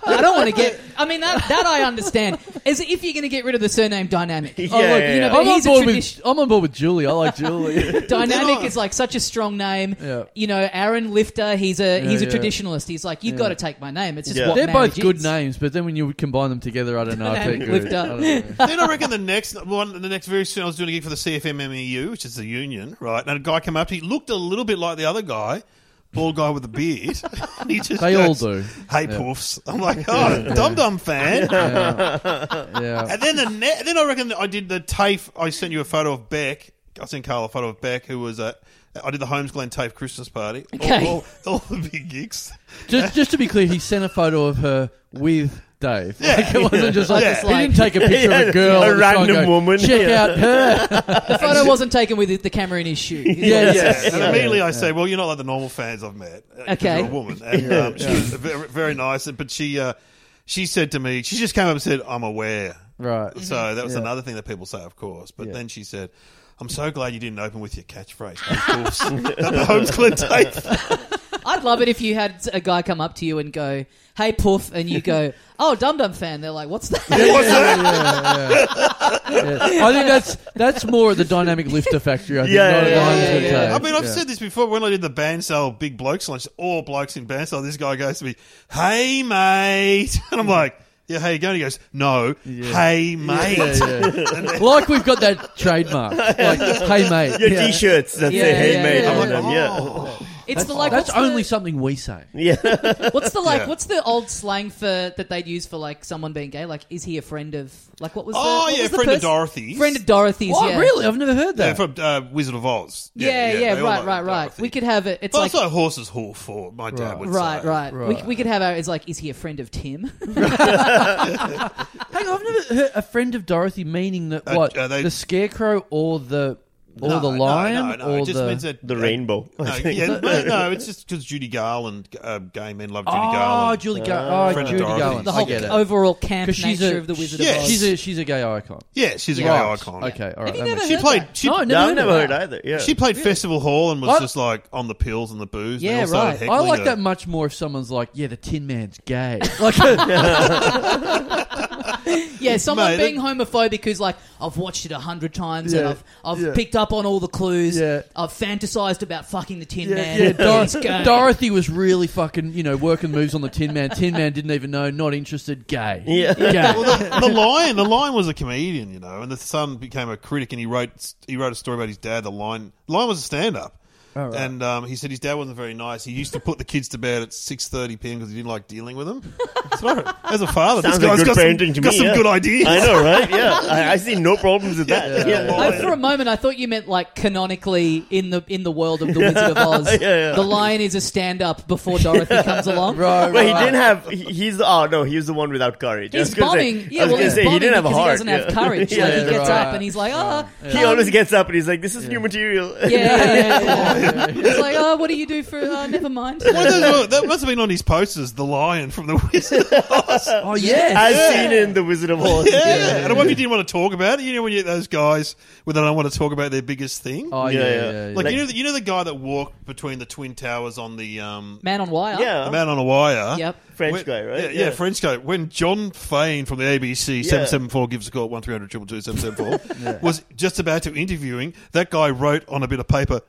Speaker 1: I don't want to get. I mean, that that I understand. Is if you're going to get rid of the surname Dynamic.
Speaker 3: Yeah,
Speaker 2: Oh, look,
Speaker 3: yeah,
Speaker 2: you know,
Speaker 3: yeah.
Speaker 1: but
Speaker 2: I'm on
Speaker 1: he's a
Speaker 2: board
Speaker 1: tradition-
Speaker 2: with I'm on board with Julie. I like Julie.
Speaker 1: Dynamic is like such a strong name.
Speaker 2: Yeah.
Speaker 1: You know, Aaron Lifter. He's a he's a
Speaker 2: yeah.
Speaker 1: traditionalist. He's like, you've
Speaker 2: Yeah.
Speaker 1: got to take my name. It's just
Speaker 3: Yeah.
Speaker 1: what
Speaker 2: They're both
Speaker 1: marriage
Speaker 2: good
Speaker 1: is.
Speaker 2: names, but then when you combine them together, I don't know. I
Speaker 1: Dynamic
Speaker 2: think good.
Speaker 1: lifter.
Speaker 2: I don't know.
Speaker 4: then I reckon the next one, the next very soon, I was doing a gig for the CFMMEU, E which is the union, right? And a guy came up. He looked a little bit like the other guy, bald guy with a beard. And he just
Speaker 2: They all
Speaker 4: goes,
Speaker 2: do.
Speaker 4: Hey,
Speaker 2: Yeah.
Speaker 4: poofs! I'm like, oh, dum dum fan.
Speaker 2: Yeah.
Speaker 4: And then the ne- then I reckon I did the TAFE. I sent you a photo of Beck I sent Carl a photo of Beck, who was at. I did the Holmes Glen TAFE Christmas party. All-
Speaker 1: Okay.
Speaker 4: All, all, the big gigs.
Speaker 2: Just, just to be clear, he sent a photo of her with Dave.
Speaker 4: Yeah.
Speaker 2: Like, it wasn't just like,
Speaker 4: Yeah.
Speaker 2: he didn't take a picture of
Speaker 3: Yeah,
Speaker 2: a girl,
Speaker 3: a
Speaker 2: and try and
Speaker 3: random
Speaker 2: go,
Speaker 3: woman.
Speaker 2: Check
Speaker 3: Yeah.
Speaker 2: out her.
Speaker 1: The photo wasn't taken with the camera in his shoe.
Speaker 2: Yeah,
Speaker 4: Yeah,
Speaker 2: Yes.
Speaker 4: and
Speaker 2: Yeah.
Speaker 4: immediately I
Speaker 2: Yeah.
Speaker 4: say, "Well, you're not like the normal fans I've met." uh, 'cause
Speaker 1: Okay.
Speaker 4: you're a woman, and um, she was very, very nice. And but she, uh, she said to me, she just came up and said, "I'm aware."
Speaker 2: Right.
Speaker 1: Mm-hmm.
Speaker 4: So that was
Speaker 2: Yeah.
Speaker 4: another thing that people say, of course. But
Speaker 2: Yeah.
Speaker 4: then she said, "I'm so glad you didn't open with your catchphrase." Of course, at the Holmes Glen TAFE.
Speaker 1: I'd love it if you had a guy come up to you and go, "Hey, Poof," and you go, "Oh, Dum Dum fan." They're like, "What's that?"
Speaker 4: What's that?
Speaker 2: Yeah. I think that's that's more at the dynamic lifter factory. I think,
Speaker 3: Yeah,
Speaker 2: not at the
Speaker 3: yeah,
Speaker 2: Holmes
Speaker 1: yeah,
Speaker 2: and
Speaker 1: yeah.
Speaker 2: Tate.
Speaker 4: I mean, I've
Speaker 2: Yeah.
Speaker 4: said this before. When I did the Bansal Big Blokes lunch, all blokes in Bansal, this guy goes to me, "Hey, mate," and I'm like, "Yeah, how you going?" He goes, "No, hey, mate."
Speaker 2: Yeah, yeah. like we've got that trademark. Like, hey mate.
Speaker 3: Your
Speaker 2: Yeah.
Speaker 3: t-shirts that
Speaker 1: Yeah,
Speaker 3: say "Hey
Speaker 1: yeah,
Speaker 3: mate"
Speaker 1: yeah,
Speaker 3: on
Speaker 1: yeah.
Speaker 3: them. Yeah.
Speaker 4: Oh.
Speaker 1: It's the like.
Speaker 2: Oh, That's
Speaker 1: what's
Speaker 2: only
Speaker 1: The,
Speaker 2: something we say.
Speaker 3: Yeah.
Speaker 1: what's the like?
Speaker 4: Yeah.
Speaker 1: What's the old slang for that they'd use for like someone being gay? Like, is he a friend of? Like, what was? the-
Speaker 4: Oh
Speaker 1: what
Speaker 4: yeah,
Speaker 1: was the
Speaker 4: friend of
Speaker 1: person-
Speaker 4: Dorothy's.
Speaker 1: Friend of Dorothy's.
Speaker 2: What?
Speaker 1: yeah.
Speaker 2: Really? I've never heard that.
Speaker 4: yeah, from uh, Wizard of Oz.
Speaker 1: Yeah, yeah,
Speaker 4: they all
Speaker 1: right, right,
Speaker 4: know
Speaker 1: right.
Speaker 4: Dorothy. Oh,
Speaker 1: We could have it. It's
Speaker 4: But
Speaker 1: like
Speaker 4: it's like horse's hoof, or my dad
Speaker 2: Right.
Speaker 4: would
Speaker 1: right,
Speaker 4: say.
Speaker 1: right.
Speaker 2: Right.
Speaker 1: We, we could have our. It's like, is he a friend of Tim?
Speaker 2: Hang on, I've never heard a friend of Dorothy meaning that
Speaker 4: Uh,
Speaker 2: what
Speaker 4: uh, they-
Speaker 2: the scarecrow or the or
Speaker 4: No,
Speaker 2: the lion
Speaker 4: no, no, no.
Speaker 2: or
Speaker 4: it just
Speaker 2: the
Speaker 4: means that
Speaker 3: The
Speaker 4: uh,
Speaker 3: rainbow.
Speaker 4: No,
Speaker 3: I think.
Speaker 4: yeah, no, no, it's just because Judy Garland, uh, gay men love Judy
Speaker 2: oh
Speaker 4: Garland. Uh,
Speaker 2: Julie Gar- oh
Speaker 4: Friend of
Speaker 2: Judy
Speaker 4: Dorothy's.
Speaker 2: Garland.
Speaker 1: the
Speaker 2: I
Speaker 1: whole
Speaker 2: get it.
Speaker 1: overall camp
Speaker 2: Because she's
Speaker 1: nature
Speaker 2: a-
Speaker 1: of the Wizard
Speaker 4: yeah,
Speaker 1: of Oz.
Speaker 2: she's a she's a gay icon.
Speaker 4: yeah, she's a gay
Speaker 2: Right.
Speaker 4: icon.
Speaker 2: Okay, all right.
Speaker 1: Have you
Speaker 2: that
Speaker 1: never
Speaker 2: makes
Speaker 4: She
Speaker 1: heard
Speaker 4: played.
Speaker 1: that?
Speaker 4: She,
Speaker 2: No, I
Speaker 3: No,
Speaker 2: never
Speaker 3: I've
Speaker 2: heard
Speaker 3: never
Speaker 2: of
Speaker 3: heard
Speaker 2: that.
Speaker 3: either. Yeah.
Speaker 4: she played Festival Hall and was
Speaker 2: What?
Speaker 4: just like on the pills and the booze.
Speaker 1: Yeah,
Speaker 4: and they all started
Speaker 1: right. I
Speaker 2: I
Speaker 4: heckling
Speaker 2: like
Speaker 4: her.
Speaker 2: that much more if someone's like, "Yeah, the Tin Man's gay." Like, yeah,
Speaker 1: Yeah, someone
Speaker 4: Mate,
Speaker 1: being homophobic who's like, I've watched it a hundred times and
Speaker 2: Yeah,
Speaker 1: I've I've
Speaker 2: yeah.
Speaker 1: picked up on all the clues.
Speaker 2: Yeah.
Speaker 1: I've fantasized about fucking the Tin Man.
Speaker 2: yeah Dor-
Speaker 1: He's gay.
Speaker 2: Dorothy was really fucking, you know, working moves on the Tin Man. Tin Man didn't even know, not interested, gay.
Speaker 3: Yeah.
Speaker 2: Gay.
Speaker 4: Well, the, the lion, the lion was a comedian, you know, and the son became a critic, and he wrote he wrote a story about his dad. The lion, the lion was a stand up,
Speaker 2: Oh, right.
Speaker 4: and um, he said his dad wasn't very nice. He used to put the kids to bed at six thirty p.m. because he didn't like dealing with them. So, as a father,
Speaker 3: Sounds
Speaker 4: this
Speaker 3: like
Speaker 4: guy's
Speaker 3: good
Speaker 4: got some,
Speaker 3: parenting to
Speaker 4: got
Speaker 3: me,
Speaker 4: some
Speaker 3: yeah.
Speaker 4: good ideas.
Speaker 3: I know, right? Yeah. I, I see no problems with that. Yeah.
Speaker 1: I, for a moment, I thought you meant like canonically in the in the world of the Wizard of Oz.
Speaker 3: yeah.
Speaker 1: The lion is a stand up before Dorothy comes along.
Speaker 2: Right,
Speaker 3: But he
Speaker 2: right.
Speaker 3: didn't have. he- He's the. Oh no, he was the one without courage. I
Speaker 1: He's
Speaker 3: was gonna say-
Speaker 1: bombing.
Speaker 3: I
Speaker 1: yeah, well,
Speaker 3: was gonna
Speaker 1: he's
Speaker 3: say he
Speaker 1: bombing
Speaker 3: didn't have a
Speaker 1: because
Speaker 3: heart.
Speaker 1: he doesn't have
Speaker 3: yeah.
Speaker 1: courage. Like he
Speaker 2: Yeah,
Speaker 1: gets
Speaker 2: right.
Speaker 1: up and he's like, ah. Oh,
Speaker 3: He always gets up and he's like, "This is new material."
Speaker 1: Yeah, yeah, yeah. He's like, oh, what do you do for? Uh, never mind.
Speaker 4: Well, those were- that must have been on his posters, the lion from the wizard.
Speaker 2: Oh yeah.
Speaker 3: As seen in The Wizard of Oz.
Speaker 4: Yeah. And I wonder if you didn't want to talk about it. You know when you get those guys where they don't want to talk about their biggest thing?
Speaker 2: Oh yeah.
Speaker 3: Yeah,
Speaker 2: yeah,
Speaker 3: yeah.
Speaker 2: yeah.
Speaker 4: like,
Speaker 3: Like-
Speaker 4: you know, the, you know the guy that walked between the twin towers on the um,
Speaker 1: Man on wire.
Speaker 3: Yeah.
Speaker 4: the man on a wire.
Speaker 1: Yep.
Speaker 3: French
Speaker 4: When-
Speaker 3: guy, right?
Speaker 4: Yeah, yeah, French guy. When John Fain from the ABC
Speaker 3: Yeah.
Speaker 4: 774 gives a call at 1300 774 was just about to interviewing, that guy wrote on a bit of paper,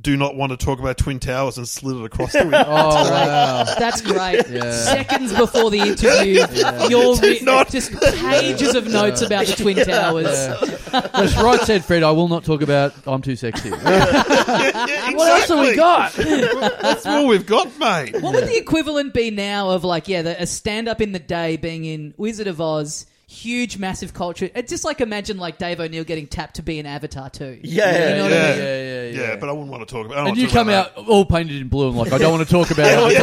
Speaker 4: do not want to talk about Twin Towers and slid it across the window.
Speaker 2: oh
Speaker 1: Like,
Speaker 2: wow.
Speaker 1: That's great.
Speaker 2: Yeah.
Speaker 1: Seconds before the interview, you're re- just pages of notes about the Twin Towers.
Speaker 2: Yeah. That's right, said Fred. I will not talk about. I'm too sexy. what else have we got?
Speaker 4: That's all we've got, mate.
Speaker 1: What would the equivalent be now of like, yeah, the, a stand up in the day being in Wizard of Oz, huge, massive culture? It's just like imagine like Dave O'Neill getting tapped to be an Avatar too.
Speaker 3: Yeah, yeah,
Speaker 1: you know
Speaker 4: yeah.
Speaker 1: what I
Speaker 2: yeah,
Speaker 1: mean.
Speaker 2: yeah, yeah.
Speaker 4: Yeah, but I wouldn't want to talk about it. I don't
Speaker 2: and
Speaker 4: wanna
Speaker 2: you
Speaker 4: talk
Speaker 2: come
Speaker 4: about
Speaker 2: out all painted in blue and like, I don't want to talk about it.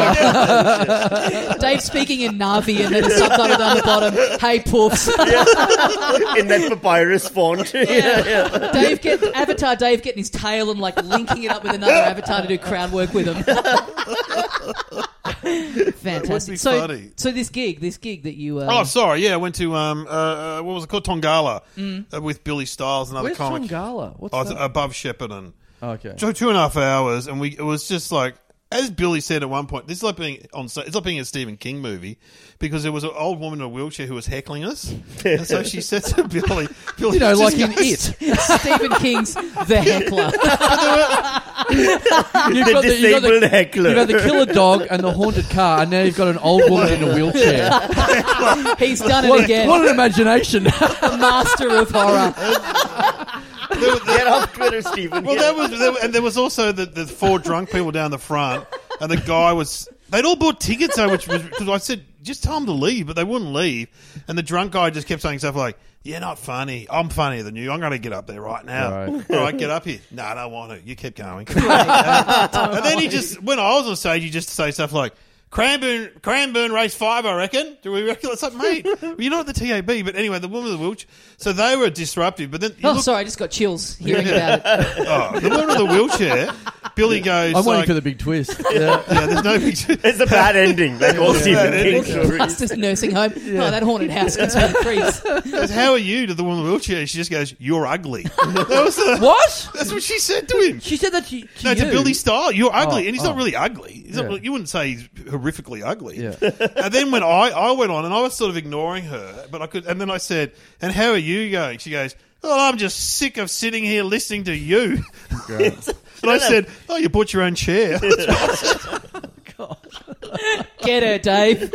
Speaker 1: Dave speaking in Navi and then a subtitle down the bottom. Hey, poofs.
Speaker 3: in that papyrus font. yeah, yeah.
Speaker 1: Dave get Avatar Dave getting his tail and like linking it up with another Avatar to do crowd work with him. Fantastic.
Speaker 4: It would be
Speaker 1: so,
Speaker 4: funny.
Speaker 1: so this gig, this gig that you, uh,
Speaker 2: um,
Speaker 4: Oh, sorry. Yeah, I went to um, uh, uh, what was it called? Tongala uh, with Billy Stiles, another
Speaker 2: Mm. Where's
Speaker 4: comic.
Speaker 2: Tongala? What's
Speaker 4: Oh, it's
Speaker 2: that?
Speaker 4: above Shepparton.
Speaker 2: uh, okay.
Speaker 4: So two and a half hours, and we it was just like as Billy said at one point, this is like being on. sta- It's like being a Stephen King movie because there was an old woman in a wheelchair who was heckling us, and so she said to Billy, "Billy,
Speaker 2: You know,
Speaker 4: just
Speaker 2: like in
Speaker 4: goes-
Speaker 2: it.
Speaker 1: Stephen King's The Heckler.
Speaker 2: You've
Speaker 3: The
Speaker 2: got the, you've got
Speaker 3: disabled
Speaker 2: the,
Speaker 3: heckler.
Speaker 2: you've got the killer dog and the haunted car, and now you've got an old woman in a wheelchair.
Speaker 1: He's done it
Speaker 2: What,
Speaker 1: again.
Speaker 2: what an imagination!
Speaker 1: The master of horror.
Speaker 3: Get off Twitter, Stephen.
Speaker 4: Well,
Speaker 3: yeah.
Speaker 4: that was, there, and there was also the, the four drunk people down the front, and the guy was. They'd all bought tickets, though, which was because I said just tell them to leave, but they wouldn't leave. And the drunk guy just kept saying stuff like, "You're not funny. I'm funnier than you. I'm going to get up there right now.
Speaker 2: Right.
Speaker 4: All right, get up here. No, I don't want to. You keep going." Uh, and then he just, when I was on stage, he just say stuff like. Cranbourne, Cranbourne race five, I reckon. Do we reckon that's like, mate? You're not at the TAB, but anyway, the woman with the wheelchair. So they were disruptive, but then you
Speaker 1: Oh,
Speaker 4: look-
Speaker 1: sorry, I just got chills hearing about it.
Speaker 4: oh, the woman with the wheelchair. Billy goes.
Speaker 2: I'm waiting
Speaker 4: like,
Speaker 2: for the big twist. Yeah.
Speaker 4: Yeah, there's no picture.
Speaker 3: It's a bad ending, like all Stephen
Speaker 4: bad
Speaker 3: King stories.
Speaker 1: Buster's nursing home. Oh, that haunted house gives me the creeps.
Speaker 4: But how are you to the woman in the wheelchair? She just goes, "You're ugly." That was the,
Speaker 2: what?
Speaker 4: that's what she said to him.
Speaker 2: She said that to, to
Speaker 4: No,
Speaker 2: you.
Speaker 4: to Billy Starr, you're ugly,
Speaker 2: Oh,
Speaker 4: and he's
Speaker 2: oh.
Speaker 4: not really ugly. He's not
Speaker 2: Yeah.
Speaker 4: really- you wouldn't say he's horrifically ugly.
Speaker 2: Yeah.
Speaker 4: and then when I, I went on, and I was sort of ignoring her, but I could. And then I said, "And how are you going?" She goes, "Oh, I'm just sick of sitting here listening to you."
Speaker 2: Great.
Speaker 4: And I said, "Oh, you bought your own chair."
Speaker 1: Get her, Dave.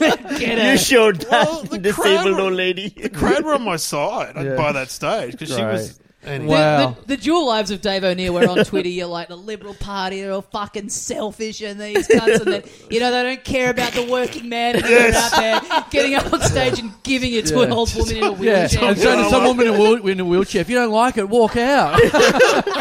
Speaker 1: Get her.
Speaker 3: You showed that
Speaker 4: Well, the
Speaker 3: disabled
Speaker 4: crowd-
Speaker 3: old lady.
Speaker 4: the crowd were on my side
Speaker 2: Yeah.
Speaker 4: by that stage because she was.
Speaker 1: The-
Speaker 4: Anyway.
Speaker 2: Wow.
Speaker 1: The, the, dual lives of Dave O'Neill were on Twitter. You're like the Liberal Party, they're all fucking selfish and these cunts, and then you know they don't care about the working man. And they're out there getting up on stage and giving it to an
Speaker 2: Yeah.
Speaker 1: old woman in a
Speaker 2: Yeah,
Speaker 1: wheelchair.
Speaker 2: and so does some woman in a, wheel, in a wheelchair. If you don't like it, walk out.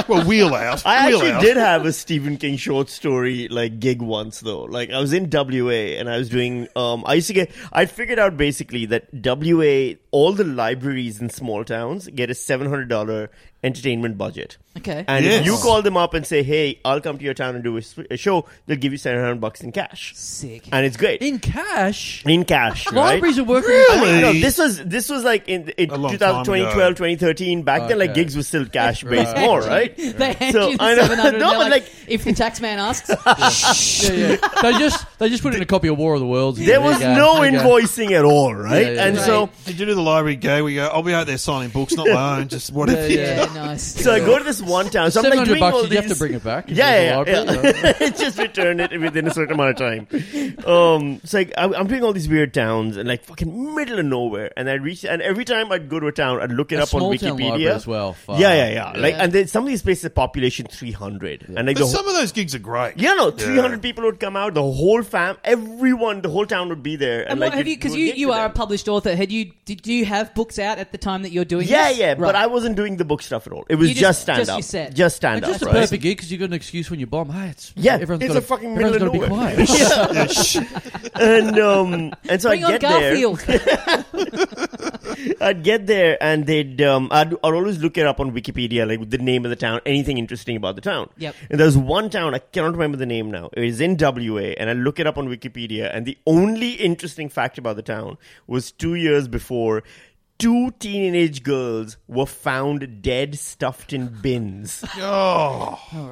Speaker 4: Well, wheel out.
Speaker 3: I
Speaker 4: wheel
Speaker 3: actually
Speaker 4: out.
Speaker 3: did have a Stephen King short story like gig once though. Like I was in WA and I was doing um I used to get I figured out basically that WA all the libraries in small towns get a seven hundred dollar entertainment budget.
Speaker 1: Okay.
Speaker 3: And if
Speaker 4: Yes.
Speaker 3: you call them up and say, "Hey, I'll come to your town and do a, s- a show," they'll give you seven hundred bucks in cash,
Speaker 1: Sick.
Speaker 3: and it's great in,
Speaker 2: In cash,
Speaker 3: cash. right?
Speaker 2: libraries are working.
Speaker 4: Really?
Speaker 3: No, this was this was like in, in
Speaker 4: A long
Speaker 3: 2012,
Speaker 4: time ago.
Speaker 3: 2013. Back then, like
Speaker 2: Okay.
Speaker 3: gigs were still cash based more, right?
Speaker 1: They hand
Speaker 3: So,
Speaker 1: you the
Speaker 3: I know-
Speaker 1: seven hundred.
Speaker 3: No,
Speaker 1: No,
Speaker 3: but
Speaker 1: like,
Speaker 3: like-
Speaker 1: if the tax man asks,
Speaker 2: Yeah, yeah. They just they just put in a copy of War of the Worlds.
Speaker 3: There was
Speaker 2: you go.
Speaker 3: no
Speaker 2: There you go.
Speaker 3: invoicing at all, right?
Speaker 2: Yeah, yeah,
Speaker 3: and
Speaker 2: yeah.
Speaker 3: so,
Speaker 4: Did you do the library gay? We go, I'll be out there signing books, not my own, just
Speaker 2: Yeah,
Speaker 4: whatever.
Speaker 2: yeah.
Speaker 1: yeah, nice.
Speaker 3: so I go to this one town. So I'm
Speaker 2: Seven
Speaker 3: like
Speaker 2: hundred
Speaker 3: doing
Speaker 2: bucks.
Speaker 3: all
Speaker 2: Did you have to
Speaker 3: these-
Speaker 2: bring it back? if it
Speaker 3: Yeah,
Speaker 2: was a
Speaker 3: yeah,
Speaker 2: library?
Speaker 3: yeah. just return it within a certain amount of time. Um, so like, I'm, I'm doing all these weird towns and like fucking middle of nowhere. And I reach, and every time I'd go to a town, I'd look it
Speaker 2: A
Speaker 3: up on
Speaker 2: small town library
Speaker 3: Wikipedia
Speaker 2: as well. Fuck.
Speaker 3: Yeah, yeah, yeah. Like,
Speaker 1: Yeah.
Speaker 3: and then some of these places, are population 300, and like
Speaker 4: But
Speaker 3: the whole,
Speaker 4: some of those gigs are great.
Speaker 3: you know, 300 people would come out. The whole fam, everyone, the whole town would be there. And,
Speaker 1: And
Speaker 3: like,
Speaker 1: what have you?
Speaker 3: you'd
Speaker 1: Because
Speaker 3: do a
Speaker 1: you,
Speaker 3: gig
Speaker 1: you
Speaker 3: with
Speaker 1: are a
Speaker 3: them.
Speaker 1: published author. Had you? Did you have books out at the time that you're doing?
Speaker 3: yeah,
Speaker 1: this?
Speaker 3: yeah,
Speaker 1: Right.
Speaker 3: but I wasn't doing the book stuff at all. It was
Speaker 1: You
Speaker 3: just,
Speaker 1: just-
Speaker 3: stand
Speaker 1: just
Speaker 3: up,
Speaker 1: your set.
Speaker 3: just stand
Speaker 2: And
Speaker 3: up.
Speaker 2: just a
Speaker 3: right?
Speaker 2: perfect gig because you got an excuse when you bomb. Hey, it's
Speaker 3: Yeah,
Speaker 2: everyone's
Speaker 3: it's
Speaker 2: gotta-
Speaker 3: a fucking middle
Speaker 2: everyone's
Speaker 3: of
Speaker 2: gotta be
Speaker 3: nowhere.
Speaker 2: quiet.
Speaker 3: and um, and so
Speaker 1: Bring
Speaker 3: I
Speaker 1: on
Speaker 3: get there.
Speaker 1: Garfield.
Speaker 3: I'd get there, and they'd um, I'd, I'd always look it up on Wikipedia, like the name of the town, anything interesting about the town.
Speaker 1: Yep.
Speaker 3: And there's one town I cannot remember the name now. It was in WA, and I look it up on Wikipedia, and the only interesting fact about the town was two years before. Two teenage girls were found dead, stuffed in bins.
Speaker 4: Oh,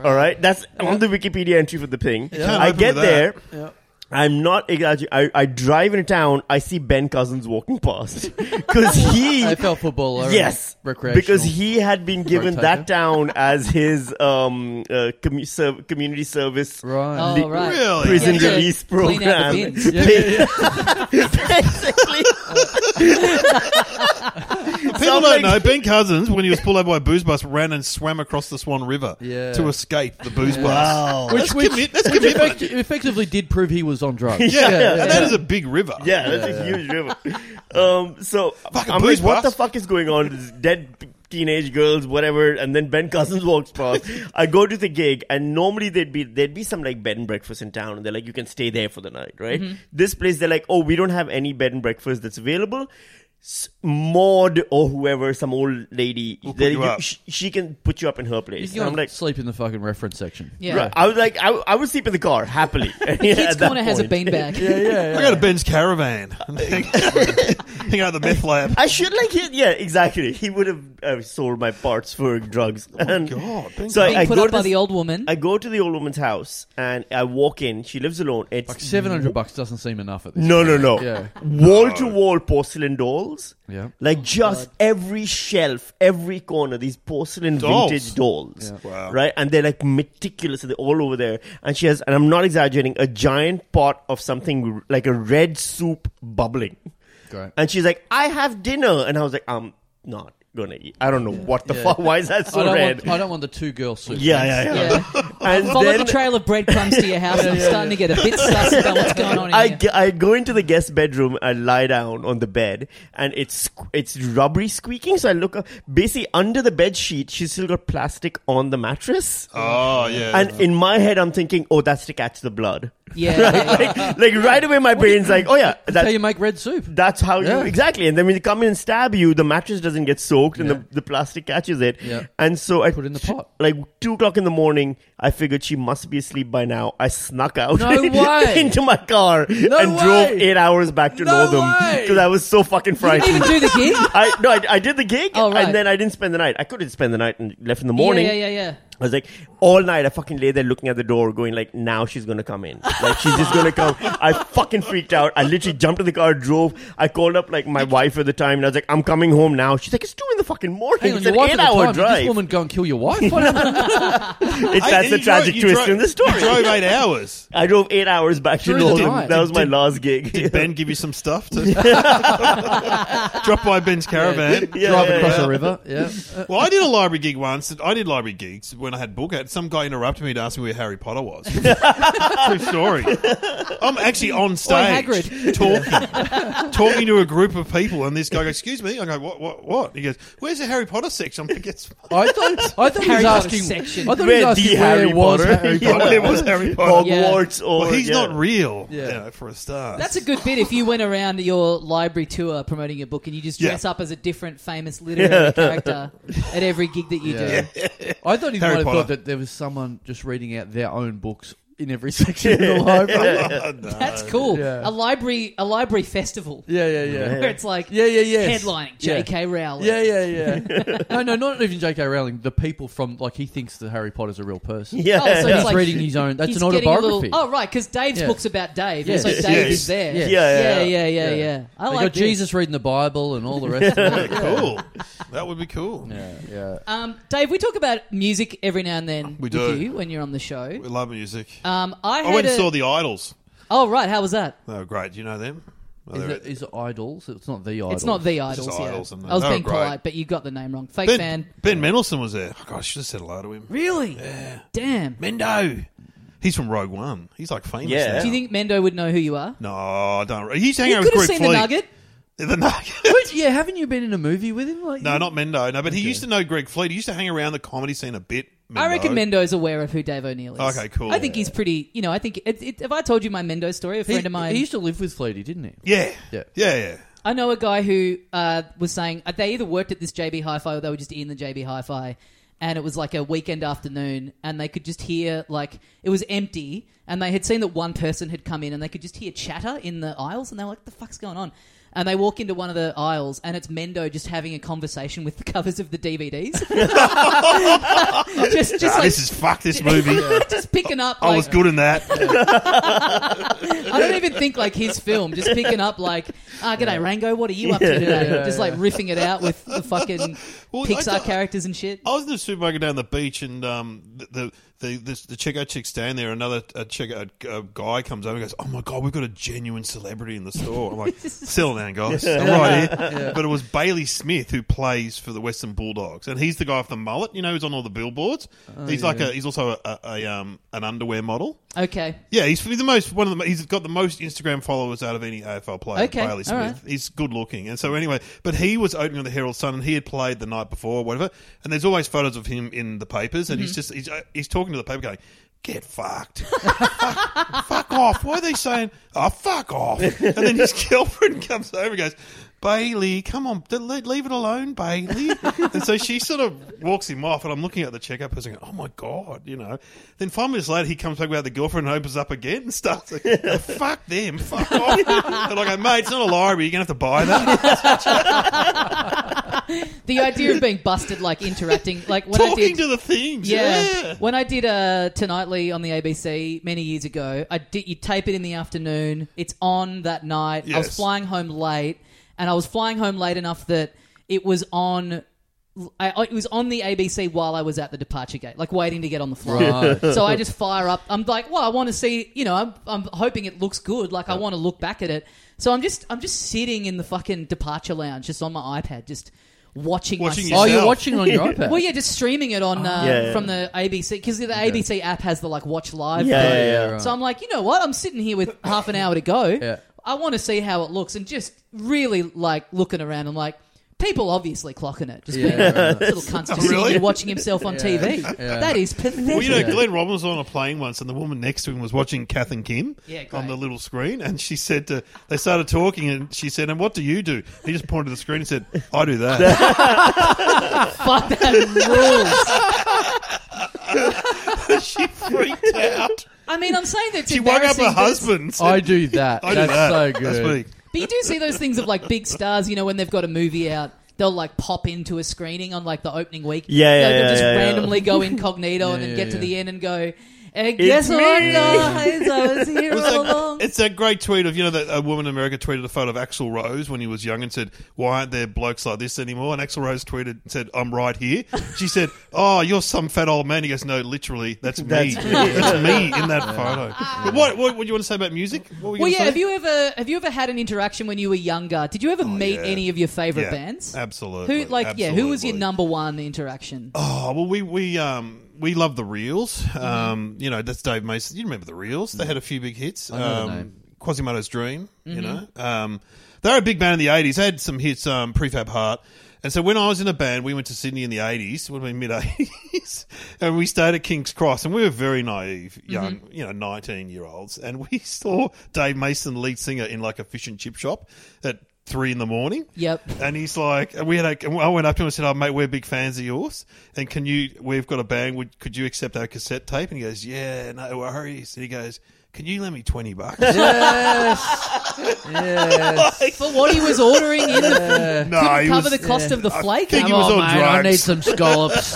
Speaker 3: All right, that's on the Wikipedia entry for the thing.
Speaker 4: can't
Speaker 3: I
Speaker 4: open
Speaker 3: get
Speaker 4: with that.
Speaker 3: there. I'm not exaggerating. I, I drive into town. I see Ben Cousins walking past because he
Speaker 2: AFL footballer.
Speaker 3: yes
Speaker 2: recreational.
Speaker 3: because he had been given
Speaker 2: Rotator.
Speaker 3: that town as his um uh, commu- serv- community service
Speaker 2: right.
Speaker 1: oh right.
Speaker 4: Really?
Speaker 3: prison
Speaker 1: Yeah, to
Speaker 3: release
Speaker 1: clean out the bins.
Speaker 3: program.
Speaker 2: Yeah, yeah, yeah.
Speaker 3: Basically,
Speaker 4: people don't
Speaker 3: like-
Speaker 4: know. Ben Cousins, when he was pulled over by a booze bus, ran and swam across the Swan River
Speaker 2: Yeah.
Speaker 4: to escape the booze bus.
Speaker 2: Which-
Speaker 4: that's
Speaker 2: which-
Speaker 4: commit, that's
Speaker 2: Which
Speaker 4: commitment.
Speaker 2: effect- effectively did prove he was on drugs.
Speaker 4: yeah,
Speaker 2: yeah,
Speaker 4: and that is a big river.
Speaker 3: yeah, that's a huge river. Um, so
Speaker 4: Fucking
Speaker 3: I'm
Speaker 4: booze
Speaker 3: like, what the
Speaker 4: bust.
Speaker 3: fuck is going on? This dead p- teenage girls, whatever. And then Ben Cousins walks past. I go to the gig, and normally there'd be there'd be some like bed and breakfast in town, and they're like, you can stay there for the night, right?
Speaker 1: Mm-hmm.
Speaker 3: This place, they're like, oh, we don't have any bed and breakfast that's available. S- Maud or whoever, some old lady,
Speaker 4: We'll put
Speaker 3: they're
Speaker 4: you
Speaker 3: like,
Speaker 4: up.
Speaker 3: sh- she can put you up in her
Speaker 2: You
Speaker 3: place.
Speaker 2: can
Speaker 3: And I'm like,
Speaker 2: sleep in the fucking reference section.
Speaker 1: Yeah.
Speaker 3: Right. I was like, I, I would sleep in the car happily.
Speaker 1: Kids Corner has a beanbag.
Speaker 2: Yeah, yeah,
Speaker 4: I go to Ben's caravan. Hang out at the meth lab.
Speaker 3: I should like hit. Yeah, exactly. He would have uh, sold my parts for drugs.
Speaker 2: Oh
Speaker 3: and
Speaker 4: God, Ben
Speaker 3: so I, I
Speaker 1: Being put
Speaker 3: go
Speaker 1: up
Speaker 3: to
Speaker 1: by
Speaker 3: this,
Speaker 1: the old woman.
Speaker 3: I go to the old woman's house and I walk in. She lives alone. It's
Speaker 2: Like seven hundred bucks doesn't seem enough at this.
Speaker 3: No, no, no.
Speaker 2: Yeah.
Speaker 3: Wall to wall porcelain dolls.
Speaker 2: Yeah.
Speaker 3: Like just every shelf, every corner, these porcelain
Speaker 4: Dolls.
Speaker 3: vintage dolls.
Speaker 2: Yeah.
Speaker 4: Wow.
Speaker 3: Right? And they're like meticulous and they're all over there. And she has, and I'm not exaggerating, a giant pot of something like a red soup bubbling.
Speaker 2: Great.
Speaker 3: And she's like, I have dinner. And I was like, I'm not. gonna eat. I don't know what the
Speaker 2: Yeah.
Speaker 3: fuck. Why is that so
Speaker 2: I, don't
Speaker 3: red?
Speaker 2: want, I don't want the two girl soup.
Speaker 3: yeah, yeah, yeah.
Speaker 1: Yeah.
Speaker 3: And
Speaker 1: Follow
Speaker 3: then
Speaker 1: the trail of breadcrumbs to your house. and I'm starting to get a bit sus about what's going on in
Speaker 3: I,
Speaker 1: here.
Speaker 3: g- I go into the guest bedroom. I lie down on the bed, and it's squ- it's rubbery squeaking. So I look up. Basically, under the bed sheet, she's still got plastic on the mattress.
Speaker 4: Oh yeah.
Speaker 3: And in my head, I'm thinking, oh, that's to catch the blood.
Speaker 1: yeah, yeah.
Speaker 3: like, like right away, my brain's like, oh yeah,
Speaker 2: That's how
Speaker 3: that's
Speaker 2: you make red soup.
Speaker 3: that's how you
Speaker 2: Yeah.
Speaker 3: exactly. And then when they come in and stab you, the mattress doesn't get soaked, and the, the plastic catches it.
Speaker 2: Yeah.
Speaker 3: And so I
Speaker 2: Put it in the pot.
Speaker 3: Like two o'clock in the morning, I figured she must be asleep by now. I snuck out
Speaker 2: No way.
Speaker 3: into my car and
Speaker 2: way.
Speaker 3: drove eight hours back to
Speaker 2: No
Speaker 3: Northam
Speaker 2: way.
Speaker 3: because I was so fucking
Speaker 1: Didn't
Speaker 3: frightened.
Speaker 1: even do the gig.
Speaker 3: I no, I, I did the gig,
Speaker 1: Oh, right.
Speaker 3: and then I didn't spend the night. I couldn't spend the night and left in the morning.
Speaker 1: Yeah, yeah, yeah.
Speaker 3: I was like, all night I fucking lay there looking at the door, going like, now she's gonna come in. Like she's just gonna come. I fucking freaked out. I literally jumped in the car, drove. I called up like my wife at the time, and I was like, I'm coming home now. She's like, it's two in the fucking morning.
Speaker 2: Hang on,
Speaker 3: it's
Speaker 2: your
Speaker 3: an
Speaker 2: wife at the
Speaker 3: eight-hour
Speaker 2: time, did
Speaker 3: drive.
Speaker 2: This woman go and kill your wife. What happened?
Speaker 3: It's,
Speaker 4: Hey,
Speaker 3: that's
Speaker 4: you
Speaker 3: the tragic
Speaker 4: drove- you
Speaker 3: twist
Speaker 4: drove-
Speaker 3: in the
Speaker 4: You
Speaker 3: story.
Speaker 4: drove eight hours.
Speaker 3: I drove eight hours back to
Speaker 2: During the
Speaker 3: Northam.
Speaker 2: night.
Speaker 3: That was my last gig.
Speaker 4: Did Ben give you some stuff to drop by Ben's caravan?
Speaker 3: Yeah,
Speaker 2: Drive
Speaker 3: yeah,
Speaker 2: across
Speaker 3: yeah.
Speaker 2: a river. Yeah. Uh,
Speaker 4: Well, I did a library gig once. I did library gigs when I had book out. Some guy interrupted me to ask me where Harry Potter was. True story. I'm actually on stage
Speaker 1: Hagrid.
Speaker 4: talking, talking to a group of people, and this guy goes, "Excuse me." I go, "What? What? What?" He goes, "Where's the Harry Potter section?" I'm like, "It's
Speaker 2: I thought, I thought he
Speaker 1: Harry
Speaker 2: was
Speaker 1: Potter
Speaker 2: asking.
Speaker 1: section.
Speaker 2: I thought
Speaker 3: Where
Speaker 2: he was
Speaker 3: the
Speaker 2: asking
Speaker 3: Harry
Speaker 2: where was
Speaker 3: Potter?
Speaker 2: Harry
Speaker 3: Yeah.
Speaker 2: Potter.
Speaker 4: it was Harry Potter."
Speaker 3: Hogwarts or
Speaker 4: Well, he's
Speaker 3: yeah.
Speaker 4: not real,
Speaker 2: Yeah.
Speaker 4: you know, for a start.
Speaker 1: That's a good bit if you went around your library tour promoting your book and you just
Speaker 4: Yeah.
Speaker 1: dress up as a different famous literary character at every gig that you do.
Speaker 2: Yeah. I thought he
Speaker 4: Harry
Speaker 2: might have
Speaker 4: Potter.
Speaker 2: thought that there was someone just reading out their own books in every section of the library.
Speaker 4: Oh, no.
Speaker 1: That's cool.
Speaker 2: Yeah.
Speaker 1: A library a library festival
Speaker 2: Yeah, yeah, yeah.
Speaker 1: where it's like
Speaker 2: Yeah, yeah, yeah.
Speaker 1: headlining
Speaker 2: Yeah.
Speaker 1: J.K. Rowling.
Speaker 2: Yeah, yeah, yeah. no, no, not even J.K. Rowling. The people from like he thinks that Harry Potter's a real person.
Speaker 3: Yeah,
Speaker 1: Oh, so
Speaker 3: yeah.
Speaker 2: he's
Speaker 1: like-
Speaker 2: reading his own. That's
Speaker 1: He's
Speaker 2: an
Speaker 1: getting a little-
Speaker 2: autobiography.
Speaker 1: oh right, because Dave's
Speaker 2: Yeah.
Speaker 1: book's about Dave,
Speaker 2: Yes.
Speaker 1: so Dave
Speaker 4: Yes.
Speaker 1: is there.
Speaker 2: Yes.
Speaker 1: yeah,
Speaker 3: Yeah,
Speaker 1: yeah, yeah,
Speaker 2: Yeah.
Speaker 1: yeah. I
Speaker 2: they
Speaker 1: like
Speaker 2: got
Speaker 1: this.
Speaker 2: Jesus reading the Bible and all the rest. of it.
Speaker 4: cool. That would be cool.
Speaker 2: Yeah, yeah.
Speaker 1: Um, Dave, we talk about music every now and then
Speaker 4: We
Speaker 1: with
Speaker 4: do.
Speaker 1: you when you're on the show.
Speaker 4: We love music.
Speaker 1: Um, I had
Speaker 4: I went
Speaker 1: a,
Speaker 4: and saw the Idols.
Speaker 1: oh right, how was that?
Speaker 4: They were great. Do you know them?
Speaker 2: Is
Speaker 4: They're-
Speaker 2: it, is it idols? It's not the idols.
Speaker 1: It's not the idols.
Speaker 4: just
Speaker 1: yeah.
Speaker 4: Idols and
Speaker 1: I was
Speaker 4: they were
Speaker 1: being
Speaker 4: great.
Speaker 1: polite, but you got the name wrong. Fake
Speaker 4: ben,
Speaker 1: fan.
Speaker 4: Ben Mendelsohn was there. Oh, God, I should have said hello to him.
Speaker 1: Really? Damn.
Speaker 4: Mendo. He's from Rogue One. He's like famous.
Speaker 3: Yeah.
Speaker 4: now.
Speaker 1: Do you think Mendo would know who you are?
Speaker 4: No, I don't. re- He's hanging
Speaker 1: You
Speaker 4: out
Speaker 1: could
Speaker 4: with
Speaker 1: have
Speaker 4: Greg
Speaker 1: seen
Speaker 4: Fleet.
Speaker 1: the Nugget.
Speaker 4: The Nugget.
Speaker 2: But yeah, haven't you been in a movie with him? Like,
Speaker 4: no, not Mendo. No, but he used to know Greg Fleet. He used to hang around the comedy scene a bit. Mendo.
Speaker 1: I reckon Mendo's aware of who Dave O'Neill is.
Speaker 4: Okay, cool.
Speaker 1: I think he's pretty. You know, I think it, it, if I told you my Mendo story, a
Speaker 2: He,
Speaker 1: friend of mine,
Speaker 2: he used to live with Fleety, didn't he?
Speaker 4: Yeah.
Speaker 2: Yeah.
Speaker 4: Yeah. Yeah. yeah.
Speaker 1: I know a guy who uh, was saying uh, they either worked at this JB Hi-Fi or they were just in the JB Hi-Fi, and it was like a weekend afternoon, and they could just hear like it was empty, and they had seen that one person had come in, and they could just hear chatter in the aisles, and they were like, "The fuck's going on?" And they walk into one of the aisles, and it's Mendo just having a conversation with the covers of the DVDs. just, just
Speaker 4: Ah,
Speaker 1: like
Speaker 4: this is fuck this movie.
Speaker 1: just picking up.
Speaker 4: I
Speaker 1: like,
Speaker 4: was good in that.
Speaker 1: I don't even think like his film, just picking up like, ah, g'day Rango, what are you up to
Speaker 3: Yeah,
Speaker 1: today?
Speaker 2: yeah,
Speaker 1: just like riffing it out with the fucking
Speaker 4: Well, I
Speaker 1: Pixar
Speaker 4: don't-
Speaker 1: characters and shit.
Speaker 4: I was in the supermarket down the beach, and um, the the the, the, the checkout chick stand there. Another a checkout a guy comes over and goes, "Oh my god, we've got a genuine celebrity in the store." I'm like, "Settle down, guys. I'm right here." But it was Bailey Smith who plays for the Western Bulldogs, and he's the guy with the mullet. You know, who's on all the billboards. he's like a he's also a, a um an underwear model.
Speaker 1: Okay,
Speaker 4: Yeah, he's, he's the most one of the he's got the most Instagram followers out of any AFL player.
Speaker 1: Okay, all
Speaker 4: Bailey Smith.
Speaker 1: right.
Speaker 4: He's good looking, and so anyway, but he was opening on the Herald Sun, and he had played the night before, whatever. And there's always photos of him in the papers, and he's just he's, uh, he's talking to the paper, going, "Get fucked, fuck, fuck off." Why are they saying, "Oh, fuck off"? And then his girlfriend comes over and goes. Bailey, come on, d- le- leave it alone, Bailey. and so she sort of walks him off, and I'm looking at the checkout person, going, "Oh my god," you know. Then five minutes later, he comes back without the girlfriend and opens up again and starts like, "Oh, "Fuck them, fuck off." and I go, "Mate, it's not a library. You're gonna have to buy that."
Speaker 1: the idea of being busted, like interacting, like when I
Speaker 4: Talking
Speaker 1: did.
Speaker 4: to the things,
Speaker 1: yeah.
Speaker 4: yeah.
Speaker 1: when I did uh, Tonightly on the ABC many years ago, I did. You tape it in the afternoon. It's on that night. I was
Speaker 4: Yes.
Speaker 1: flying home late, and I was flying home late enough that it was on. I, I- it was on the ABC while I was at the departure gate, like waiting to get on the flight.
Speaker 2: Right.
Speaker 1: so I just fire up. I'm like, well, I want to see. You know, I'm, I'm hoping it looks good. Like I want to look back at it. So I'm just, I'm just sitting in the fucking departure lounge, just on my iPad, just watching,
Speaker 4: Watching
Speaker 1: myself.
Speaker 2: Oh, you're
Speaker 4: Yourself.
Speaker 2: watching it on your iPad.
Speaker 1: Well, yeah, just streaming it on
Speaker 2: Ah.
Speaker 1: uh,
Speaker 3: Yeah, yeah.
Speaker 1: from the ABC because the ABC app has the like watch live.
Speaker 3: Yeah,
Speaker 1: thing.
Speaker 3: yeah, yeah,
Speaker 2: Oh, right.
Speaker 1: So I'm like, you know what? I'm sitting here with half an hour to go.
Speaker 2: Yeah.
Speaker 1: I want to see how it looks and just really like looking around. I'm like, people obviously clocking it. Just
Speaker 2: Yeah,
Speaker 1: being
Speaker 2: right.
Speaker 1: little cunts just
Speaker 4: Oh,
Speaker 1: sitting
Speaker 4: really?
Speaker 1: here watching himself on TV.
Speaker 2: yeah.
Speaker 1: That is pathetic.
Speaker 4: Well, you know,
Speaker 2: Yeah.
Speaker 4: Glenn Robbins was on a plane once, and the woman next to him was watching Kath and Kim
Speaker 1: Yeah, great.
Speaker 4: on the little screen, and she said to, they started talking, and she said, "And what do you do?" He just pointed to the screen and said, "I do that."
Speaker 1: Fuck that rules.
Speaker 4: she freaked out.
Speaker 1: I mean, I'm saying that
Speaker 4: She woke up her husband. and said,
Speaker 2: I do that.
Speaker 4: I do
Speaker 2: That's
Speaker 4: that.
Speaker 2: so good.
Speaker 4: That's me.
Speaker 1: But you do see those things of like big stars, you know, when they've got a movie out, they'll like pop into a screening on like the opening week.
Speaker 3: Yeah,
Speaker 1: You know,
Speaker 3: yeah,
Speaker 1: They'll
Speaker 3: yeah,
Speaker 1: just
Speaker 3: yeah, yeah.
Speaker 1: randomly go incognito and
Speaker 2: Yeah,
Speaker 1: then
Speaker 2: yeah,
Speaker 1: get to
Speaker 2: yeah.
Speaker 1: the end and go, "Eh, "Guess what,
Speaker 3: me!"
Speaker 1: guys? I was here
Speaker 4: It was
Speaker 1: all
Speaker 4: that-
Speaker 1: along."
Speaker 4: it's that great tweet of you know that a woman in America tweeted a photo of Axl Rose when he was young and said, "Why aren't there blokes like this anymore?" And Axl Rose tweeted and said, "I'm right here." She said, "Oh, you're some fat old man." He goes, "No, literally, that's me.
Speaker 3: That's
Speaker 4: That's
Speaker 3: me."
Speaker 4: me, in that photo." But what, what what do you want to say about music? What were you
Speaker 1: Well, yeah.
Speaker 4: gonna
Speaker 1: Have
Speaker 4: say?
Speaker 1: you ever have you ever had an interaction when you were younger? Did you ever meet
Speaker 4: Oh, yeah.
Speaker 1: any of your favorite
Speaker 4: Yeah,
Speaker 1: bands?
Speaker 4: Absolutely.
Speaker 1: Who like yeah? Who was your
Speaker 4: absolutely.
Speaker 1: number one interaction?
Speaker 4: Oh well, we we um we love the reels.
Speaker 2: Mm-hmm.
Speaker 4: Um, you know that's Dave Mason. You remember the reels? They had a few big hits.
Speaker 2: Mm. know the
Speaker 4: um,
Speaker 2: name. Mm-hmm.
Speaker 4: Quasimodo's Dream. You know, um, they were a big band in the eighties. They had some hits. Um, Prefab Heart. And so when I was in a band, we went to Sydney in the eighties. Would have been mid eighties, and we stayed at King's Cross, and we were very naive,
Speaker 2: Mm-hmm.
Speaker 4: young, you know, nineteen year olds, and we saw Dave Mason, the lead singer, in like a fish and chip shop at three in the morning.
Speaker 1: Yep.
Speaker 4: And he's like, and we had a, and I went up to him and said, "Oh, mate, we're big fans of yours, and can you? We've got a band. Would could you accept our cassette tape?" And he goes, "Yeah, no worries." And he goes, "Can you lend me twenty bucks?"
Speaker 2: Yes. yes.
Speaker 1: For what he was ordering in the
Speaker 4: no,
Speaker 1: couldn't
Speaker 4: he
Speaker 1: cover
Speaker 4: was-
Speaker 1: the cost of the flake.
Speaker 4: think
Speaker 2: Come
Speaker 4: he was
Speaker 2: on,
Speaker 4: on
Speaker 2: mate. I
Speaker 4: drugs.
Speaker 2: need some scallops.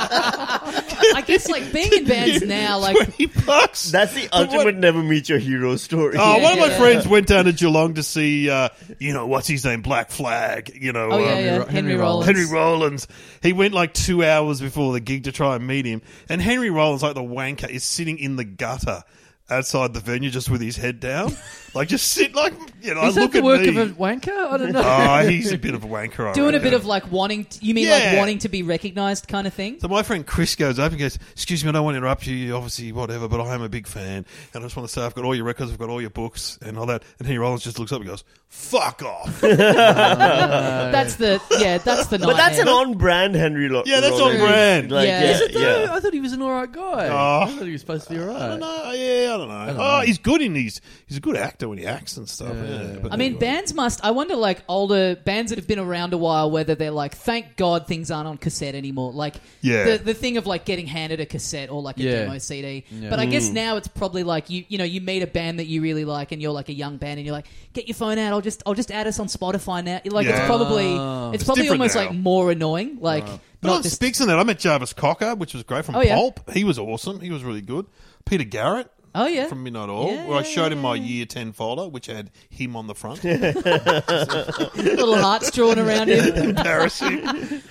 Speaker 1: I guess like being in bands now, like
Speaker 4: twenty bucks.
Speaker 3: That's the
Speaker 4: But
Speaker 3: ultimate
Speaker 4: what-
Speaker 3: never meet your hero story.
Speaker 4: Oh,
Speaker 1: Yeah,
Speaker 4: one of my
Speaker 1: yeah.
Speaker 4: friends went down to Geelong to see, uh, you know, what's his name, Black Flag. You know,
Speaker 1: oh yeah,
Speaker 4: um,
Speaker 1: yeah, Henry,
Speaker 2: Henry
Speaker 1: Rollins.
Speaker 2: Rollins.
Speaker 4: Henry Rollins. He went like two hours before the gig to try and meet him. And Henry Rollins, like the wanker, is sitting in the gutter outside the venue just with his head down. like, just sit, like, you know,
Speaker 2: Is that
Speaker 4: I look
Speaker 2: the
Speaker 4: at
Speaker 2: work
Speaker 4: me.
Speaker 2: of a wanker? I don't know.
Speaker 4: Ah, he's a bit of a wanker. I
Speaker 1: doing a
Speaker 4: reckon.
Speaker 1: bit of like wanting t you mean like
Speaker 4: Yeah.
Speaker 1: wanting to be recognized kind of thing
Speaker 4: So my friend Chris goes up and goes, "Excuse me, I don't want to interrupt you. you Obviously, whatever, but I am a big fan, and I just want to say I've got all your records, I've got all your books, and all that." And Henry Rollins just looks up and goes, "Fuck off."
Speaker 1: that's the yeah that's the
Speaker 3: but that's an
Speaker 1: nightmare.
Speaker 3: on-brand Henry Lo-
Speaker 4: Yeah, that's
Speaker 3: Rollins.
Speaker 4: on brand.
Speaker 3: Like,
Speaker 1: Yeah.
Speaker 3: yeah,
Speaker 1: Is
Speaker 2: No,
Speaker 3: yeah.
Speaker 2: I thought he was an alright guy.
Speaker 4: Oh.
Speaker 2: I thought he was supposed to be alright.
Speaker 4: I don't know. Yeah, I don't know.
Speaker 2: know.
Speaker 4: Oh, he's good in his. He's a good actor when he acts and stuff. Yeah. but
Speaker 1: I mean,
Speaker 4: anyway.
Speaker 1: bands must. I wonder, like older bands that have been around a while, whether they're like, "Thank God things aren't on cassette anymore." Like,
Speaker 4: Yeah.
Speaker 1: the, the thing of like getting handed a cassette or like a
Speaker 2: Yeah.
Speaker 1: demo CD. But I guess now it's probably like you, you know, you meet a band that you really like, and you're like a young band, and you're like, "Get your phone out. I'll just, I'll just add us on Spotify now." Like, it's
Speaker 4: Yeah.
Speaker 1: probably,
Speaker 2: Ah.
Speaker 1: it's, probably
Speaker 4: different
Speaker 1: almost
Speaker 4: now.
Speaker 1: like more annoying. Like,
Speaker 4: But
Speaker 1: not
Speaker 4: on
Speaker 1: just
Speaker 4: Spicks and that, I met Jarvis Cocker, which was great from
Speaker 1: Oh, yeah.
Speaker 4: Pulp. He was awesome. He was really good. Peter Garrett.
Speaker 1: Oh, yeah.
Speaker 4: From Midnight Oil,
Speaker 1: Yeah,
Speaker 4: where I
Speaker 1: yeah,
Speaker 4: showed him
Speaker 1: yeah,
Speaker 4: my
Speaker 1: yeah.
Speaker 4: Year Ten folder, which had him on the front.
Speaker 1: little hearts drawn around him.
Speaker 4: embarrassing.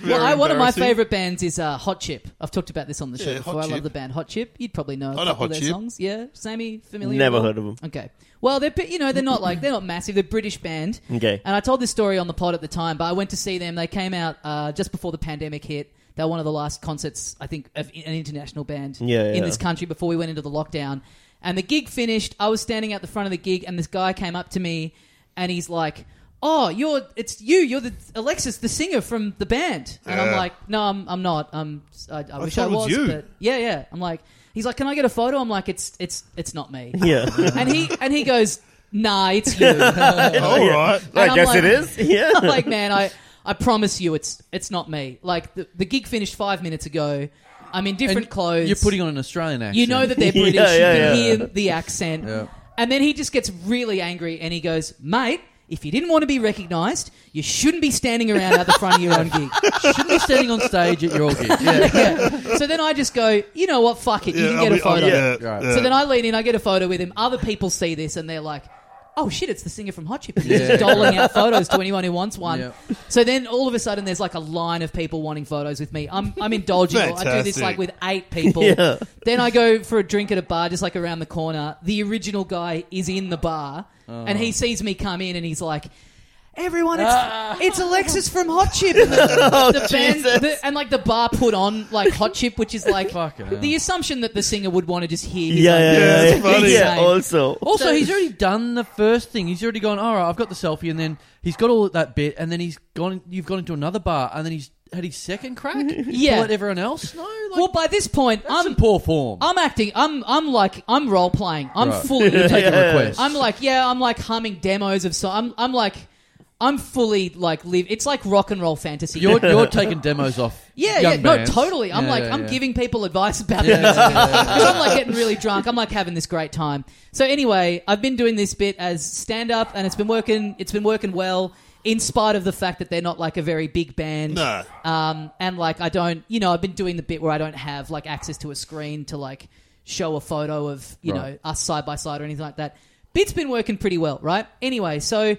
Speaker 1: Well, I, one of my
Speaker 4: favorite.
Speaker 1: favorite bands is uh, Hot Chip. I've talked about this on the show
Speaker 4: Yeah, Hot
Speaker 1: before. I love
Speaker 4: Chip.
Speaker 1: the band Hot Chip. You'd probably know a
Speaker 4: know
Speaker 1: couple of
Speaker 4: Hot
Speaker 1: their
Speaker 4: Chip.
Speaker 1: songs. Yeah, Sammy, familiar?
Speaker 3: Never
Speaker 1: at all?
Speaker 3: heard of 'em.
Speaker 1: Okay. Well, they're bit- you know they're not like they're not massive. They're a British band.
Speaker 3: Okay.
Speaker 1: And I told this story on the pod at the time, but I went to see them. They came out uh, just before the pandemic hit. They were one of the last concerts I think of an international band
Speaker 3: Yeah,
Speaker 1: in
Speaker 3: yeah.
Speaker 1: this country before we went into the lockdown. And the gig finished. I was standing at the front of the gig, and this guy came up to me, and he's like, "Oh, you're it's you. You're the Alexis, the singer from the band." And I'm
Speaker 4: Yeah.
Speaker 1: like, "No, I'm, I'm not. I'm, I, I wish
Speaker 4: thought
Speaker 1: I
Speaker 4: it was
Speaker 1: was."
Speaker 4: you.
Speaker 1: But yeah, yeah. I'm like, he's like, "Can I get a photo?" I'm like, "It's it's it's not me."
Speaker 3: Yeah.
Speaker 1: and he and he goes, "Nah, it's you."
Speaker 4: All right.
Speaker 1: And
Speaker 3: I
Speaker 1: I'm
Speaker 3: guess
Speaker 1: like-
Speaker 3: it is. Yeah.
Speaker 1: I'm like, man, I, I promise you, it's it's not me. Like the, the gig finished five minutes ago. I'm in different
Speaker 2: And
Speaker 1: clothes.
Speaker 2: You're putting on an Australian accent.
Speaker 1: You know that they're
Speaker 3: Yeah,
Speaker 1: British.
Speaker 3: yeah,
Speaker 1: you can hear
Speaker 3: yeah.
Speaker 1: the accent.
Speaker 2: Yeah.
Speaker 1: And then he just gets really angry and he goes, mate. If you didn't want to be recognised, you shouldn't be standing around out the front of your own gig.
Speaker 2: shouldn't be standing on stage at your old gig. Yeah.
Speaker 1: Yeah. So then I just go, you know what? Fuck it. You can get a photo.
Speaker 4: Yeah,
Speaker 2: Right.
Speaker 4: yeah.
Speaker 1: So then I lean in, I get a photo with him. Other people see this and they're like, oh shit, it's the singer from Hot Chip. He's
Speaker 2: Yeah.
Speaker 1: just doling out photos to anyone who wants one.
Speaker 2: Yep.
Speaker 1: So then all of a sudden there's like a line of people wanting photos with me. I'm, I'm indulging. I do this
Speaker 4: Fantastic.
Speaker 1: like with eight people.
Speaker 3: Yeah.
Speaker 1: Then I go for a drink at a bar just like around the
Speaker 2: Oh.
Speaker 1: corner. The original guy is in the bar and he sees me come in and he's like, Everyone, it's,
Speaker 2: Ah.
Speaker 1: it's Alexis from Hot Chip. And the,
Speaker 2: Oh,
Speaker 1: the band, the, and like the bar put on like Hot Chip, which is like
Speaker 2: Fucking hell.
Speaker 1: the assumption that the singer would want to just hear. his
Speaker 3: Yeah,
Speaker 1: own
Speaker 3: yeah,
Speaker 1: voice.
Speaker 3: yeah. yeah.
Speaker 4: that's funny.
Speaker 3: Yeah,
Speaker 1: Insane.
Speaker 3: also.
Speaker 2: Also,
Speaker 1: So-
Speaker 2: he's already done the first thing. He's already gone. All right, I've got the selfie, and then he's got all that bit, and then he's gone. You've gone into another bar, and then he's had his second crack.
Speaker 1: Yeah.
Speaker 2: to let everyone else know. Like,
Speaker 1: Well, by this point,
Speaker 2: that's
Speaker 1: I'm
Speaker 2: some poor form.
Speaker 1: I'm acting. I'm I'm like I'm role playing. I'm
Speaker 2: Right.
Speaker 1: fully.
Speaker 2: You take a request.
Speaker 1: I'm like yeah. I'm like humming demos of so. I'm I'm like I'm fully like live. It's like rock and roll fantasy.
Speaker 2: you're you're taking demos off.
Speaker 1: yeah, yeah,
Speaker 2: young
Speaker 1: no,
Speaker 2: bands.
Speaker 1: totally. I'm
Speaker 2: Yeah,
Speaker 1: like,
Speaker 2: yeah,
Speaker 1: I'm
Speaker 2: yeah.
Speaker 1: giving people advice about the music. Because I'm like getting really drunk. I'm like having this great time. So anyway, I've been doing this bit as stand up, and it's been working. It's been working well, in spite of the fact that they're not like a very big band.
Speaker 4: No.
Speaker 1: Um, and like I don't, you know, I've been doing the bit where I don't have like access to a screen to like show a photo of you
Speaker 2: Right.
Speaker 1: know us side by side or anything like that. Bit's been working pretty well, right? Anyway, so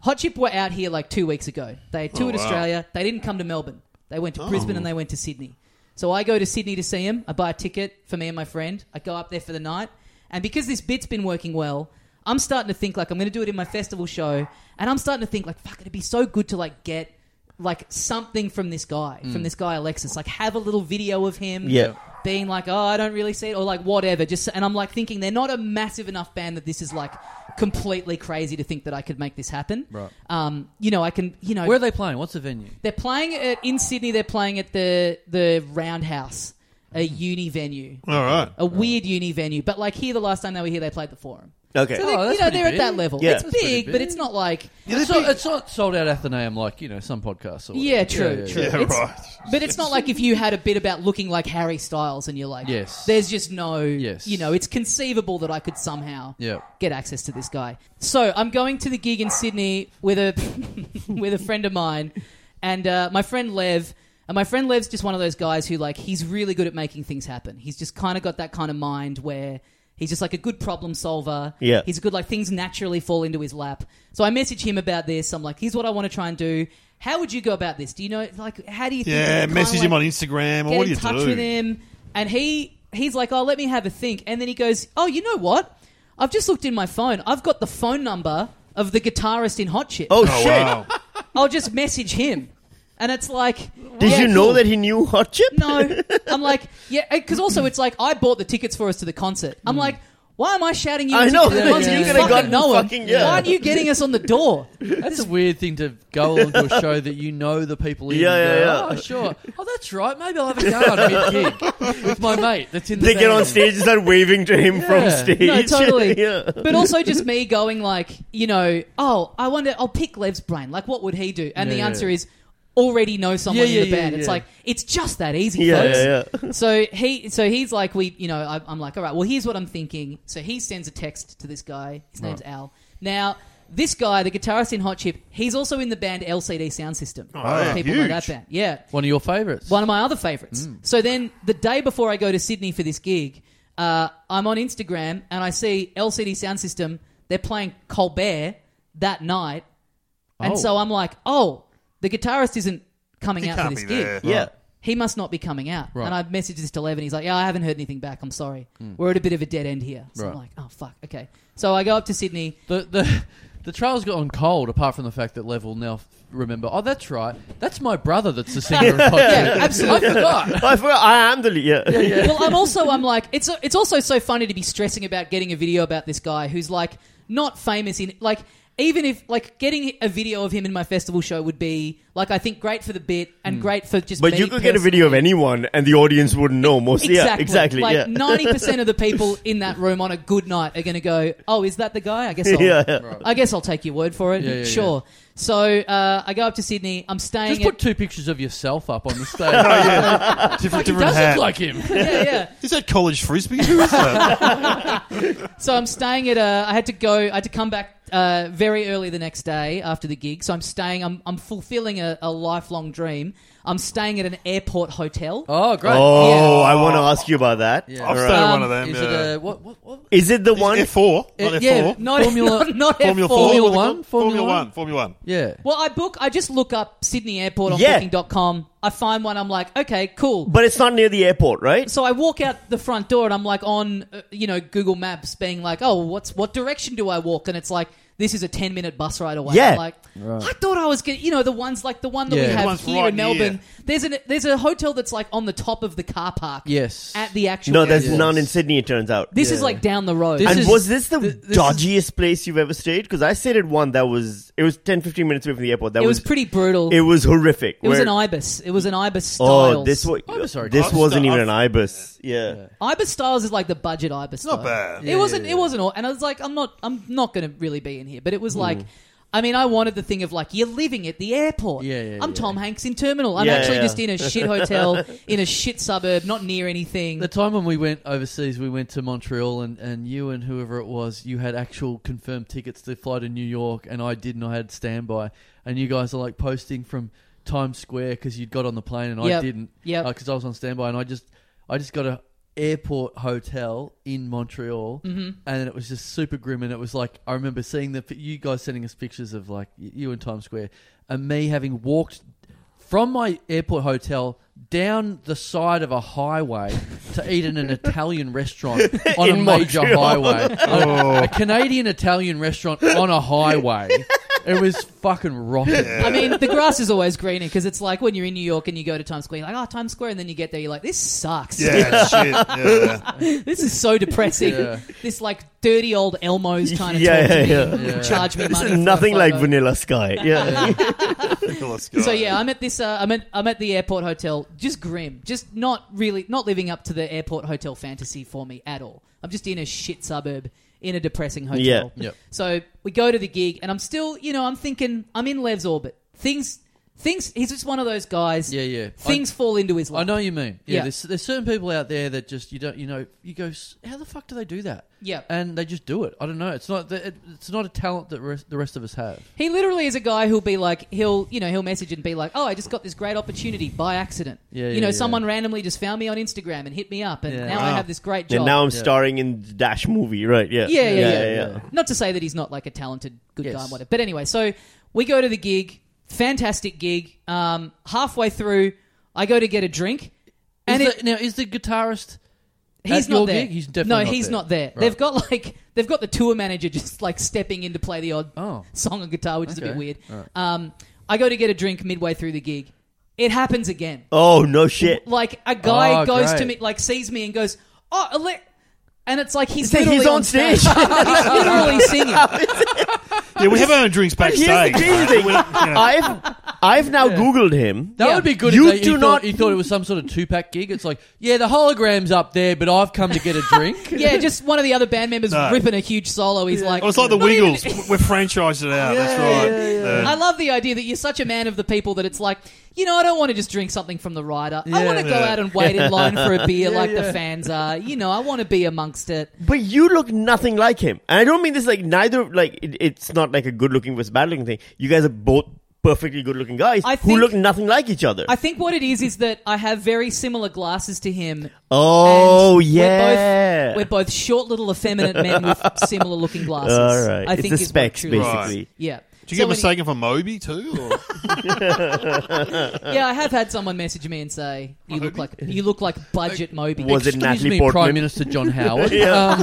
Speaker 1: Hot Chip were out here like two weeks ago. They toured
Speaker 4: wow.
Speaker 1: Australia. They didn't come to Melbourne. They went to Brisbane and they went to Sydney. So I go to Sydney to see them. I buy a ticket for me and my friend. I go up there for the night, and because this bit's been working well. I'm starting to think like I'm going to do it in my festival show, and I'm starting to think like fuck, it'd be so good to like get like something from this guy,
Speaker 2: Mm.
Speaker 1: from this guy Alexis. Like have a little video of him.
Speaker 3: Yeah.
Speaker 1: Being like, oh, I don't really see it, or like whatever. Just and I'm like thinking they're not a massive enough band that this is like completely crazy to think that I could make this happen.
Speaker 2: Right.
Speaker 1: Um, you know, I can. You know,
Speaker 2: Where are they playing? What's the venue?
Speaker 1: they're playing at in Sydney. They're playing at the the Roundhouse, a
Speaker 2: Mm.
Speaker 1: uni venue,
Speaker 4: All right.
Speaker 1: a weird uni venue. But like here, the last time they were here, they played the Forum.
Speaker 3: Okay.
Speaker 1: So
Speaker 2: Oh,
Speaker 1: they you
Speaker 2: that's
Speaker 1: know
Speaker 2: pretty
Speaker 1: they're at that
Speaker 2: big.
Speaker 1: level.
Speaker 3: Yeah.
Speaker 1: It's
Speaker 3: That's
Speaker 1: big,
Speaker 2: pretty
Speaker 1: but
Speaker 2: big.
Speaker 1: it's not like
Speaker 2: it's, not, it's not sold out Athenaeum like you know some podcasts. Or whatever.
Speaker 1: yeah, true,
Speaker 2: yeah,
Speaker 1: true.
Speaker 2: yeah.
Speaker 4: Yeah,
Speaker 1: It's-
Speaker 4: right.
Speaker 1: But it's not like if you had a bit about looking like Harry Styles and you're like,
Speaker 2: Yes.
Speaker 1: there's just no,
Speaker 2: Yes.
Speaker 1: you know, it's conceivable that I could somehow
Speaker 2: Yeah.
Speaker 1: get access to this guy. So I'm going to the gig in Sydney with a with a friend of mine, and uh, my friend Lev. And my friend Lev's just one of those guys who like he's really good at making things happen. He's just kind of got that kind of mind where he's just like a good problem solver.
Speaker 3: Yeah.
Speaker 1: he's good like things naturally fall into his lap. So I message him about this. I'm like, here's what I want to try and do. How would you go about this? Do you know like how do you? Think
Speaker 4: Yeah,
Speaker 1: kinda,
Speaker 4: message him
Speaker 1: like,
Speaker 4: on Instagram.
Speaker 1: get
Speaker 4: Or what do
Speaker 1: in
Speaker 4: you
Speaker 1: touch
Speaker 4: do?
Speaker 1: with him, and he he's like, "Oh, let me have a think," and then he goes, "Oh, you know what? I've just looked in my phone. I've got the phone number of the guitarist in Hot Chip.
Speaker 3: oh,
Speaker 4: Oh
Speaker 3: shit.
Speaker 4: wow!
Speaker 1: I'll just message him." And it's like,
Speaker 3: Did
Speaker 1: yeah,
Speaker 3: you know
Speaker 1: cool.
Speaker 3: that he knew Hot Chip?
Speaker 1: No, I'm like, yeah, because also it's like I bought the tickets for us to the concert. I'm like. Why am I shouting you?
Speaker 3: Hmm. I
Speaker 1: into
Speaker 3: know,
Speaker 1: the
Speaker 3: yeah,
Speaker 1: concert?
Speaker 2: you
Speaker 1: You
Speaker 2: coulda
Speaker 1: fucking
Speaker 3: gotten
Speaker 1: know him.
Speaker 3: fucking- yeah.
Speaker 1: Why aren't you getting us on the door?
Speaker 2: That's a weird thing to go on to a show that you know the people in.
Speaker 3: Yeah,
Speaker 2: and go,
Speaker 3: yeah, yeah.
Speaker 2: Oh, sure. Oh, that's right. Maybe I'll have a go at a gig with my mate. That's in. The
Speaker 3: They get
Speaker 2: band.
Speaker 3: on stage and start waving to him from
Speaker 2: Yeah.
Speaker 3: stage.
Speaker 1: No, totally.
Speaker 3: yeah.
Speaker 1: But also just me going like, you know, oh, I wonder. I'll pick Lev's brain. Like, what would he do? And
Speaker 2: Yeah,
Speaker 1: the
Speaker 2: yeah.
Speaker 1: answer is already know someone
Speaker 2: Yeah, yeah,
Speaker 1: in the
Speaker 2: yeah,
Speaker 1: band. It's
Speaker 2: yeah.
Speaker 1: like it's just that easy,
Speaker 3: Yeah,
Speaker 1: folks.
Speaker 3: yeah, yeah.
Speaker 1: So he, so he's like, we, you know, I, I'm like, all right, well, here's what I'm thinking. So he sends a text to this guy. His name's Al. Now. This guy, the guitarist in Hot Chip, he's also in the band LCD Sound System.
Speaker 2: Oh,
Speaker 4: yeah,
Speaker 1: People know
Speaker 4: huge.
Speaker 1: that band. Yeah.
Speaker 2: One of your favorites.
Speaker 1: One of my other favorites.
Speaker 4: Mm.
Speaker 1: So then the day before I go to Sydney for this gig, uh, I'm on Instagram and I see LCD Sound System. They're playing Colbert that night, and
Speaker 2: Oh.
Speaker 1: so I'm like, oh, the guitarist isn't coming
Speaker 4: He
Speaker 1: out for
Speaker 4: can't
Speaker 1: this
Speaker 4: be
Speaker 1: gig.
Speaker 4: there.
Speaker 3: Yeah.
Speaker 1: He must not be coming out.
Speaker 2: Right.
Speaker 1: And I messaged this to Lev and he's like, yeah, I haven't heard anything back. I'm sorry.
Speaker 4: Mm.
Speaker 1: We're at a bit of a dead end here. So I'm
Speaker 2: Right.
Speaker 1: like, oh fuck, okay. So I go up to Sydney.
Speaker 2: The the the trail's got on cold. Apart from the fact that Lev will now f- remember. Oh, that's right. That's my brother. That's the singer. of
Speaker 1: Yeah,
Speaker 2: yeah,
Speaker 1: absolutely.
Speaker 2: I forgot.
Speaker 3: Oh, I forgot. I am the lead. Yeah.
Speaker 1: well, I'm also I'm like it's it's also so funny to be stressing about getting a video about this guy who's like not famous in like even if like getting a video of him in my festival show would be like I think great for the bit and great for just
Speaker 3: Hmm. But
Speaker 1: me
Speaker 3: you could get a
Speaker 1: personally.
Speaker 3: video of anyone and the audience wouldn't know most. Yeah, exactly.
Speaker 1: Like
Speaker 3: yeah.
Speaker 1: ninety percent of the people in that room on a good night are going to go, "Oh, is that the guy?" I guess. I'll,
Speaker 3: Yeah, yeah.
Speaker 1: I guess I'll take your word for it.
Speaker 2: Yeah, yeah,
Speaker 1: sure. So uh, I go up to Sydney. I'm staying.
Speaker 2: Just
Speaker 1: at-
Speaker 2: put two pictures of yourself up on the stage.
Speaker 1: Oh,
Speaker 2: It
Speaker 4: Different, different
Speaker 2: does
Speaker 4: hat.
Speaker 2: look like him.
Speaker 1: yeah, yeah.
Speaker 4: is that college frisbee? Who is that?
Speaker 1: So I'm staying at a. I had to go. I had to come back uh, very early the next day after the gig. So I'm staying. I'm, I'm fulfilling a, a lifelong dream. I'm staying at an airport hotel.
Speaker 2: Oh, great.
Speaker 3: Oh,
Speaker 1: Yeah.
Speaker 3: I want to ask you about that.
Speaker 2: Yeah.
Speaker 3: All
Speaker 4: I've stayed
Speaker 3: right.
Speaker 4: one of them.
Speaker 2: Is
Speaker 4: yeah.
Speaker 2: it a what? What? what?
Speaker 3: Is it the one?
Speaker 4: F four, not F
Speaker 2: Yeah,
Speaker 4: four.
Speaker 1: Not
Speaker 2: Formula-
Speaker 1: not, not F4.
Speaker 4: Formula four,
Speaker 2: Formula
Speaker 4: what they call-
Speaker 2: One? Formula
Speaker 4: Formula
Speaker 2: One?
Speaker 4: one, Formula one.
Speaker 2: Yeah.
Speaker 1: Well, I book. I just look up Sydney Airport on
Speaker 3: Yeah.
Speaker 1: Booking.com. I find one. I'm like, okay, cool.
Speaker 3: But it's not near the airport, right?
Speaker 1: so I walk out the front door and I'm like on uh, you know Google Maps, being like, oh, what's what direction do I walk? And it's like this is a ten minute bus ride away.
Speaker 3: Yeah.
Speaker 1: Like I thought I was gonna you know, the ones like the one that
Speaker 2: Yeah.
Speaker 1: we
Speaker 2: The
Speaker 1: have
Speaker 4: ones
Speaker 1: here
Speaker 4: right
Speaker 1: in
Speaker 4: near.
Speaker 1: Melbourne. There's an there's a hotel that's like on the top of the car park.
Speaker 2: Yes.
Speaker 1: At the actual
Speaker 3: No, there's
Speaker 1: airport.
Speaker 3: none in Sydney. It turns out.
Speaker 1: This
Speaker 2: Yeah.
Speaker 1: is like down the road.
Speaker 2: This
Speaker 3: and
Speaker 2: is-
Speaker 3: was this the
Speaker 2: th- this
Speaker 3: dodgiest place you've ever stayed? Because I stayed at one that was it was 10, 15 minutes away from the airport. That
Speaker 1: it was
Speaker 3: was,
Speaker 1: pretty brutal.
Speaker 3: it was horrific.
Speaker 1: It was
Speaker 3: Where-
Speaker 1: an ibis. It was an ibis styles.
Speaker 3: Oh, this was
Speaker 2: I'm sorry,
Speaker 3: this
Speaker 4: I've
Speaker 3: wasn't
Speaker 4: sta-
Speaker 3: even
Speaker 4: I've-
Speaker 3: an ibis. Yeah.
Speaker 1: ibis styles is like the budget ibis.
Speaker 4: not
Speaker 1: though.
Speaker 4: bad.
Speaker 1: It
Speaker 2: Yeah,
Speaker 1: wasn't.
Speaker 2: yeah,
Speaker 1: It wasn't all. And I was like, I'm not. I'm not going to really be in here. But it was
Speaker 2: Hmm.
Speaker 1: like. I mean, I wanted the thing of like you're living at the airport.
Speaker 2: Yeah, yeah,
Speaker 1: I'm
Speaker 2: yeah.
Speaker 1: Tom Hanks in Terminal. I'm
Speaker 3: Yeah,
Speaker 1: actually
Speaker 3: yeah.
Speaker 1: just in a shit hotel in a shit suburb, not near anything.
Speaker 2: The time when we went overseas, we went to Montreal, and, and you and whoever it was, you had actual confirmed tickets to fly to New York, and I didn't. I had standby, and you guys are like posting from Times Square because you'd got on the plane and
Speaker 1: Yep.
Speaker 2: I didn't.
Speaker 1: Yep.
Speaker 2: because Uh, I was on standby, and I just I just got a airport hotel in Montreal,
Speaker 3: Mm-hmm.
Speaker 2: and it was just super grim. And it was like I remember seeing the you guys sending us pictures of like y- you in Times Square, and me having walked from my airport hotel down the side of a highway to eat in an Italian restaurant on a
Speaker 3: In
Speaker 2: major
Speaker 3: Montreal.
Speaker 2: highway. A, a Canadian Italian restaurant on a highway. It was fucking rotten.
Speaker 1: I mean, the grass is always greener because it's like when you're in New York and you go to Times Square, you're like, oh, Times Square, and then you get there, you're like, this sucks.
Speaker 4: Yeah, shit. Yeah.
Speaker 1: This is so depressing.
Speaker 2: Yeah.
Speaker 1: This like dirty old Elmo's trying to
Speaker 3: Yeah,
Speaker 1: talk to
Speaker 3: yeah,
Speaker 1: me
Speaker 3: yeah.
Speaker 1: and
Speaker 2: Yeah.
Speaker 1: charge me
Speaker 3: This
Speaker 1: money.
Speaker 3: is
Speaker 1: for a
Speaker 3: nothing like
Speaker 1: photo.
Speaker 3: Vanilla Sky. Yeah.
Speaker 4: Let's go.
Speaker 1: So yeah, I'm at this. Uh, I'm at I'm at the airport hotel. Just grim. Just not really not living up to the airport hotel fantasy for me at all. I'm just in a shit suburb in a depressing hotel.
Speaker 2: Yeah. Yep.
Speaker 1: So we go to the gig, and I'm still, you know, I'm thinking I'm in Lev's orbit. Things, things. He's just one of those guys.
Speaker 2: Yeah, yeah.
Speaker 1: Things fall into his
Speaker 2: I
Speaker 1: lap.
Speaker 2: know what you mean. Yeah,
Speaker 1: Yeah.
Speaker 2: There's, there's certain people out there that just you don't you know you go "S- how the fuck do they do that?
Speaker 1: Yeah.
Speaker 2: and they just do it. I don't know. It's not it, it's not a talent that res- the rest of us have.
Speaker 1: He literally is a guy who'll be like, he'll, you know, he'll message and be like, oh, I just got this great opportunity by accident.
Speaker 2: Yeah,
Speaker 1: you
Speaker 2: yeah,
Speaker 1: know,
Speaker 2: yeah.
Speaker 1: someone randomly just found me on Instagram and hit me up, and
Speaker 2: Yeah.
Speaker 1: now I
Speaker 4: Wow.
Speaker 1: have this great job.
Speaker 3: and now I'm
Speaker 2: Yeah.
Speaker 3: starring in the Dash movie, right? Yeah.
Speaker 1: yeah, yeah, yeah,
Speaker 2: yeah.
Speaker 1: Not to say that he's not like a talented, good guy,
Speaker 2: Yes.
Speaker 1: and whatever. But anyway, so we go to the gig, fantastic gig. Um, halfway through, I go to get a drink, and
Speaker 2: Is
Speaker 1: it,
Speaker 2: the- now is the guitarist?
Speaker 1: he's
Speaker 2: at
Speaker 1: not
Speaker 2: your
Speaker 1: there.
Speaker 2: gig? He's definitely
Speaker 1: no,
Speaker 2: not
Speaker 1: he's
Speaker 2: there.
Speaker 1: not there.
Speaker 2: Right.
Speaker 1: They've got like they've got the tour manager just like stepping in to play the odd
Speaker 2: Oh.
Speaker 1: song on guitar, which is a bit
Speaker 2: Okay.
Speaker 1: weird.
Speaker 2: All right.
Speaker 1: Um, I go to get a drink midway through the gig. It happens again.
Speaker 3: Oh no shit.
Speaker 1: Like a guy
Speaker 2: Oh,
Speaker 1: goes to me,
Speaker 2: great.
Speaker 1: like sees me and goes, "Oh, Ale-" and it's like he's
Speaker 3: It's like
Speaker 1: literally
Speaker 3: he's on stage.
Speaker 1: he's literally singing.
Speaker 4: yeah, we have our own drinks
Speaker 3: Here's
Speaker 4: backstage.
Speaker 3: the crazy thing. I've I've now Googled him.
Speaker 2: That
Speaker 1: Yeah.
Speaker 2: would be good.
Speaker 3: You
Speaker 2: if they, he
Speaker 3: do
Speaker 2: thought,
Speaker 3: not-
Speaker 2: He thought it was some sort of two pack gig. It's like, yeah, the hologram's up there, but I've come to get a drink.
Speaker 1: Yeah, just one of the other band members
Speaker 4: No.
Speaker 1: ripping a huge solo. He's like,
Speaker 4: Oh, it's like the
Speaker 1: Not even-
Speaker 4: Wiggles. We're franchised it out. That's right.
Speaker 1: I love the idea that you're such a man of the people that it's like, you know, I don't want to just drink something from the rider. I
Speaker 2: Yeah.
Speaker 1: want to go
Speaker 4: Yeah.
Speaker 1: out and wait in line for a beer like the
Speaker 2: yeah.
Speaker 1: fans are. You know, I want to be amongst it.
Speaker 3: But you look nothing like him. And I don't mean this like neither like it, it's not like a good looking versus bad looking thing. You guys are both perfectly good looking guys
Speaker 1: I
Speaker 3: who
Speaker 1: think-
Speaker 3: look nothing like each other.
Speaker 1: I think what it is is that I have very similar glasses to him.
Speaker 3: oh
Speaker 1: and
Speaker 3: yeah.
Speaker 1: We're both, we're both short little effeminate men with similar looking glasses.
Speaker 3: All right.
Speaker 1: I
Speaker 3: it's
Speaker 1: think
Speaker 3: the
Speaker 1: is what
Speaker 3: specs
Speaker 1: truly-
Speaker 4: Right.
Speaker 3: basically.
Speaker 1: Yeah. So
Speaker 4: Do you get
Speaker 1: when-
Speaker 4: mistaken for Moby too? Or?
Speaker 1: yeah, I have had someone message me and say, "You look like you look like budget Moby."
Speaker 3: Was it
Speaker 2: Excuse
Speaker 3: Natalie
Speaker 2: me,
Speaker 3: Portman?
Speaker 2: Prime Minister John Howard.
Speaker 3: Yeah.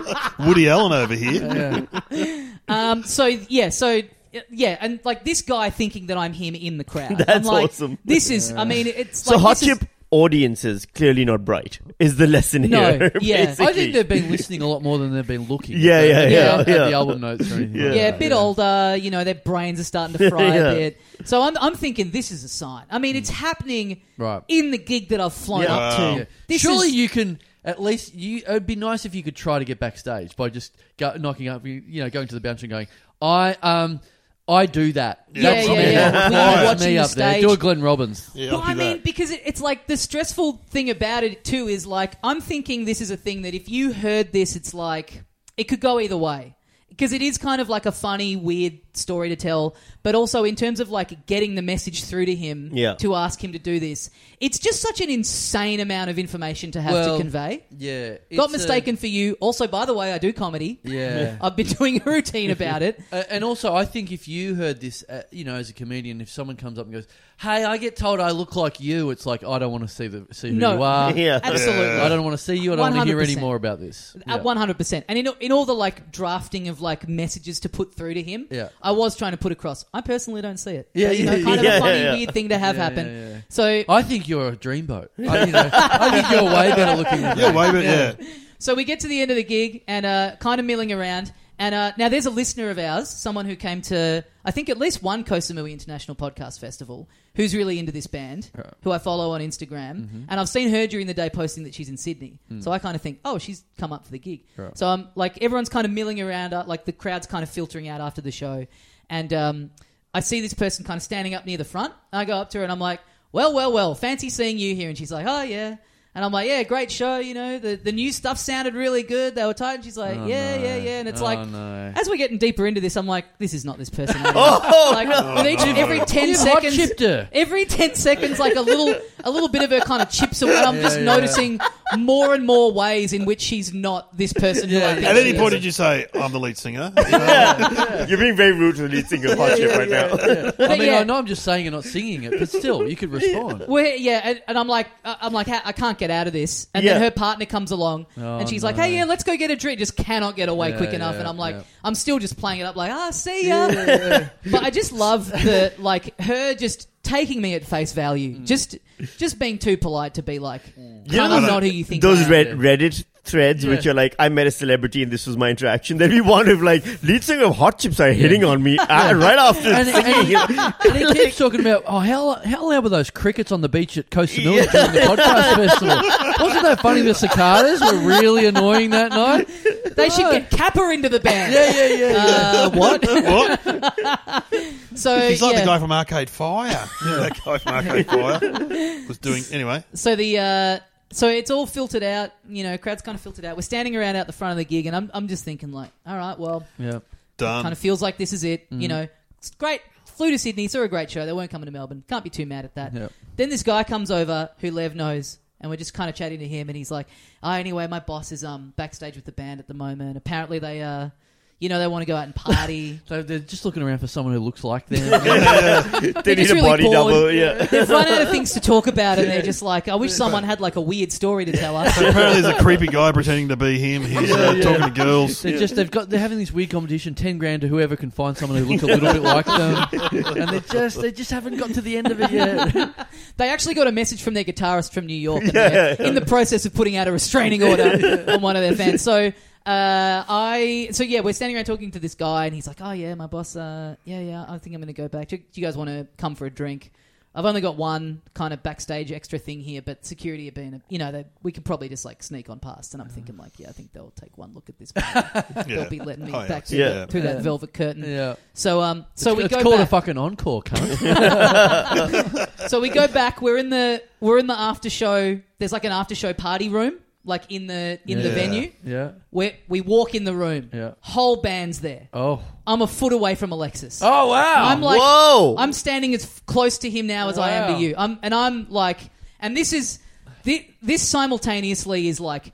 Speaker 2: um,
Speaker 4: Woody Allen over here.
Speaker 2: yeah.
Speaker 1: Um, so yeah, so uh, yeah, and like this guy thinking that I'm him in the crowd. I'm
Speaker 3: That's
Speaker 1: like,
Speaker 3: awesome.
Speaker 1: This is, I mean, it's
Speaker 3: So
Speaker 1: like,
Speaker 3: hot
Speaker 1: this is-
Speaker 3: chip audiences clearly not bright is the lesson
Speaker 1: No,
Speaker 3: here.
Speaker 1: yeah. I
Speaker 2: I
Speaker 3: basically.
Speaker 2: think they've been listening a lot more than they've been looking.
Speaker 3: Yeah, yeah,
Speaker 2: They
Speaker 1: yeah,
Speaker 2: don't have
Speaker 3: yeah.
Speaker 2: The album notes or anything.
Speaker 1: yeah,
Speaker 2: like
Speaker 1: a
Speaker 2: that.
Speaker 1: bit older. You know, their brains are starting to fry
Speaker 3: Yeah.
Speaker 1: a bit. So I'm, I'm thinking this is a sign. I mean, it's happening
Speaker 2: Right.
Speaker 1: in the gig that I've flown
Speaker 3: Yeah.
Speaker 1: up
Speaker 4: Wow.
Speaker 1: to.
Speaker 2: Yeah.
Speaker 1: This
Speaker 2: Surely
Speaker 1: is,
Speaker 2: you can at least you. It'd be nice if you could try to get backstage by just go, knocking up, you know, going to the bouncer and going, "I um, I do that."
Speaker 1: Yeah,
Speaker 2: That's
Speaker 1: yeah,
Speaker 2: me.
Speaker 1: yeah.
Speaker 2: That's
Speaker 1: We were
Speaker 2: me
Speaker 1: watching
Speaker 2: up
Speaker 1: the
Speaker 2: there.
Speaker 1: stage.
Speaker 2: Do a Glenn Robbins.
Speaker 4: Yeah,
Speaker 1: well,
Speaker 4: I'll do
Speaker 1: I mean,
Speaker 4: that.
Speaker 1: because it, it's like the stressful thing about it too is like I'm thinking this is a thing that if you heard this, it's like it could go either way because it is kind of like a funny, weird story to tell, but also in terms of like getting the message through to him
Speaker 3: Yeah.
Speaker 1: to ask him to do this. It's just such an insane amount of information to have
Speaker 2: Well,
Speaker 1: to convey.
Speaker 2: Yeah,
Speaker 1: Got
Speaker 2: it's a-
Speaker 1: mistaken for you. Also, by the way, I do comedy.
Speaker 2: yeah,
Speaker 1: I've been doing a routine about it.
Speaker 2: Uh, and also, I think if you heard this, uh, you know, as a comedian, if someone comes up and goes, "Hey, I get told I look like you," it's like I don't want to see the see who
Speaker 1: No.
Speaker 2: you are.
Speaker 3: Yeah.
Speaker 1: Absolutely.
Speaker 2: I don't want to see you. I don't want to hear any
Speaker 1: 100%.
Speaker 2: more about this. Yeah.
Speaker 1: At one hundred percent, and in, in all the like drafting of like messages to put through to him,
Speaker 2: Yeah.
Speaker 1: I was trying to put across. I personally don't see it.
Speaker 2: Yeah,
Speaker 1: But, you
Speaker 2: yeah,
Speaker 1: know, kind of
Speaker 3: yeah,
Speaker 1: a funny,
Speaker 3: yeah.
Speaker 1: weird thing to have
Speaker 2: Yeah,
Speaker 1: happen.
Speaker 2: yeah, yeah.
Speaker 1: So,
Speaker 2: I think you're a dreamboat. I, you know, I think you're way better looking. Than
Speaker 4: Yeah,
Speaker 2: me.
Speaker 4: wait a minute. Yeah.
Speaker 1: so we get to the end of the gig and uh, kind of milling around. And uh, now there's a listener of ours, someone who came to I think at least one Kosamui International Podcast Festival, who's really into this band, who I follow on Instagram,
Speaker 2: Mm-hmm.
Speaker 1: and I've seen her during the day posting that she's in Sydney. So I kind of think, oh, she's come up for the gig.
Speaker 2: Hmm. Right.
Speaker 1: So I'm like, everyone's kind of milling around, uh, like the crowd's kind of filtering out after the show, and um, I see this person kind of standing up near the front. And I go up to her and I'm like, well, well, well, fancy seeing you here. And she's like, oh yeah. And I'm like, yeah, great show. You know, the, the new stuff sounded really good. They were tight. And she's like,
Speaker 2: Oh,
Speaker 1: yeah,
Speaker 2: no.
Speaker 1: yeah, yeah. And it's
Speaker 2: Oh,
Speaker 1: like,
Speaker 2: no.
Speaker 1: as we're getting deeper into this, I'm like, this is not this person. at all.
Speaker 3: Oh,
Speaker 1: like with each, every ten
Speaker 2: You've hot
Speaker 1: seconds,
Speaker 2: chipped her.
Speaker 1: every ten seconds, like a little, a little bit of her kind of chips away. And I'm just
Speaker 2: yeah.
Speaker 1: noticing more and more ways in which she's not this person. who I
Speaker 2: Yeah.
Speaker 1: think
Speaker 4: At
Speaker 1: she
Speaker 4: any
Speaker 1: is.
Speaker 4: point, did you say, I'm the lead singer?
Speaker 3: You're being very rude to the lead singer of Hardship right now.
Speaker 2: I mean,
Speaker 1: yeah.
Speaker 2: I know I'm just saying you're not singing it, but still, you could respond.
Speaker 1: Well, yeah, and, and I'm like, I- I'm like, "Ha- I can't get out of this. And then
Speaker 3: Yeah.
Speaker 1: her partner comes along,
Speaker 2: Oh,
Speaker 1: and she's like,
Speaker 2: no.
Speaker 1: Hey, yeah, let's go get a drink. Just cannot get away
Speaker 2: Yeah,
Speaker 1: quick enough.
Speaker 2: yeah,
Speaker 1: and I'm like,
Speaker 2: yeah.
Speaker 1: I'm still just playing it up, like, Ah, see ya. but I just love the like her just taking me at face value, just just being too polite to be like,
Speaker 3: You
Speaker 1: kind
Speaker 3: know
Speaker 1: of
Speaker 3: the-
Speaker 1: not who you think. I
Speaker 3: Those
Speaker 1: am.
Speaker 3: red, Reddit threads,
Speaker 2: Yeah.
Speaker 3: which are like, I met a celebrity and this was my interaction. Then we wonder if like lead singer of Hot Chips are hitting on me uh, right after
Speaker 2: And, and,
Speaker 3: singing.
Speaker 2: he, and he keeps talking about, oh, how, how loud were those crickets on the beach at Koh Samui during the podcast festival? Wasn't that funny? The cicadas were really annoying that night.
Speaker 1: They should get Kappa into the band.
Speaker 2: Yeah, yeah, yeah.
Speaker 1: Uh, what?
Speaker 4: what?
Speaker 1: So
Speaker 4: He's like
Speaker 1: yeah.
Speaker 4: the guy from Arcade Fire. that guy from Arcade Fire was doing anyway.
Speaker 1: so the uh, so it's all filtered out. You know, crowd's kind of filtered out. We're standing around out the front of the gig, and I'm I'm just thinking like, all right, well,
Speaker 2: yeah.
Speaker 4: Done.
Speaker 1: kind of feels like this is it. You know, it's great. Flew to Sydney, saw a great show. They weren't coming to Melbourne. Can't be too mad at that.
Speaker 2: Yep.
Speaker 1: Then this guy comes over who Lev knows, and we're just kind of chatting to him, and he's like, "Oh, anyway, my boss is um backstage with the band at the moment. Apparently they uh, you know, they want to go out and party."
Speaker 2: So they're just looking around for someone who looks like them.
Speaker 1: They're
Speaker 3: they need
Speaker 1: just
Speaker 3: a
Speaker 1: really
Speaker 3: body
Speaker 1: bored.
Speaker 3: double. Yeah.
Speaker 1: They've run out of things to talk about, and they're just like, "I wish someone had like a weird story to tell us."
Speaker 4: Apparently, there's a creepy guy pretending to be him. He's uh, talking to girls.
Speaker 2: They're just they've got they're having this weird competition, ten grand to whoever can find someone who looks a little bit like them, and they just they just haven't got to the end of it yet.
Speaker 1: They actually got a message from their guitarist from New York and they're in the process of putting out a restraining order on one of their fans. So uh, I, so yeah, we're standing around talking to this guy, and he's like, "Oh yeah, my boss. Uh, yeah, yeah, I think I'm going to go back. Do do you guys want to come for a drink? I've only got one kind of backstage extra thing here, but security have been, you know, they, we could probably just like sneak on past." And I'm thinking, like, yeah, I think they'll take one look at this. They'll
Speaker 4: Yeah.
Speaker 1: be letting me
Speaker 4: Oh, yeah.
Speaker 1: back through,
Speaker 3: Yeah.
Speaker 1: that, through that
Speaker 2: Yeah.
Speaker 1: velvet curtain.
Speaker 2: Yeah.
Speaker 1: So um, so we
Speaker 2: it's
Speaker 1: go
Speaker 2: called
Speaker 1: back.
Speaker 2: a fucking encore, cunt.
Speaker 1: So we go back. We're in the we're in the after show. There's like an after show party room, like in the in the
Speaker 2: Yeah.
Speaker 1: venue.
Speaker 2: yeah.
Speaker 1: Where we walk in the room,
Speaker 2: Yeah.
Speaker 1: whole band's there.
Speaker 2: Oh.
Speaker 1: I'm a foot away from Alexis.
Speaker 2: Oh wow.
Speaker 1: I'm like
Speaker 3: Whoa.
Speaker 1: I'm standing as f- close to him now as I am
Speaker 2: Wow.
Speaker 1: to you. I'm and I'm like, and this is this, this simultaneously is like,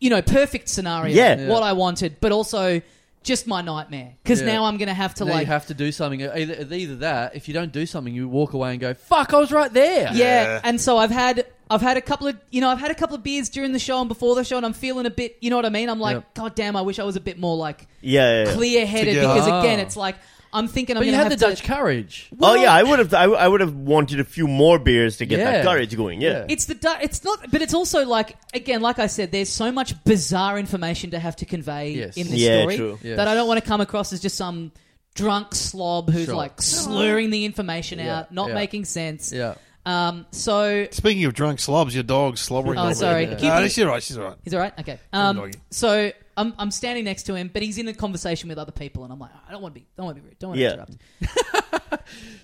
Speaker 1: you know, perfect scenario.
Speaker 3: Yeah. Yeah.
Speaker 1: what I wanted, but also just my nightmare because
Speaker 2: Yeah.
Speaker 1: now I'm gonna have to
Speaker 2: Now
Speaker 1: like
Speaker 2: you have to do something. Uh, Either, either that, if you don't do something, you walk away and go, "Fuck, I was right there."
Speaker 1: Yeah.
Speaker 4: Yeah.
Speaker 3: Uh.
Speaker 1: and so I've had I've had a couple of you know I've had a couple of beers during the show and before the show, and I'm feeling a bit. You know what I mean? I'm like,
Speaker 2: Yep.
Speaker 1: god damn, I wish I was a bit more like
Speaker 3: yeah, yeah, yeah.
Speaker 1: clear headed
Speaker 4: To get-
Speaker 1: because
Speaker 2: Ah.
Speaker 1: again, it's like I'm thinking I'm
Speaker 2: but you
Speaker 1: gonna
Speaker 2: had
Speaker 1: have
Speaker 2: the
Speaker 1: to.
Speaker 2: Dutch courage.
Speaker 3: oh yeah, I would have. I, would have wanted a few more beers to get
Speaker 2: Yeah.
Speaker 3: that courage going. Yeah.
Speaker 1: It's the du- it's not, but it's also like again, like I said, there's so much bizarre information to have to convey
Speaker 2: Yes.
Speaker 1: in this
Speaker 3: Yeah,
Speaker 1: story
Speaker 3: true.
Speaker 2: Yes.
Speaker 1: that I don't want to come across as just some drunk slob who's
Speaker 2: Sure.
Speaker 1: like slurring the information
Speaker 2: Yeah,
Speaker 1: out, not
Speaker 2: yeah.
Speaker 1: making sense.
Speaker 2: Yeah.
Speaker 1: Um. So
Speaker 4: Speaking of drunk slobs, your dog's slobbering.
Speaker 1: Oh,
Speaker 4: all over
Speaker 1: sorry.
Speaker 4: the-
Speaker 1: Keep
Speaker 4: No,
Speaker 1: it-
Speaker 4: she's all right. She's all right.
Speaker 1: He's all right. Okay. Um,
Speaker 4: doggy.
Speaker 1: so I'm, I'm standing next to him, but he's in a conversation with other people, and I'm like, I don't want to be, don't want to be rude, don't want to
Speaker 3: Yeah.
Speaker 1: interrupt.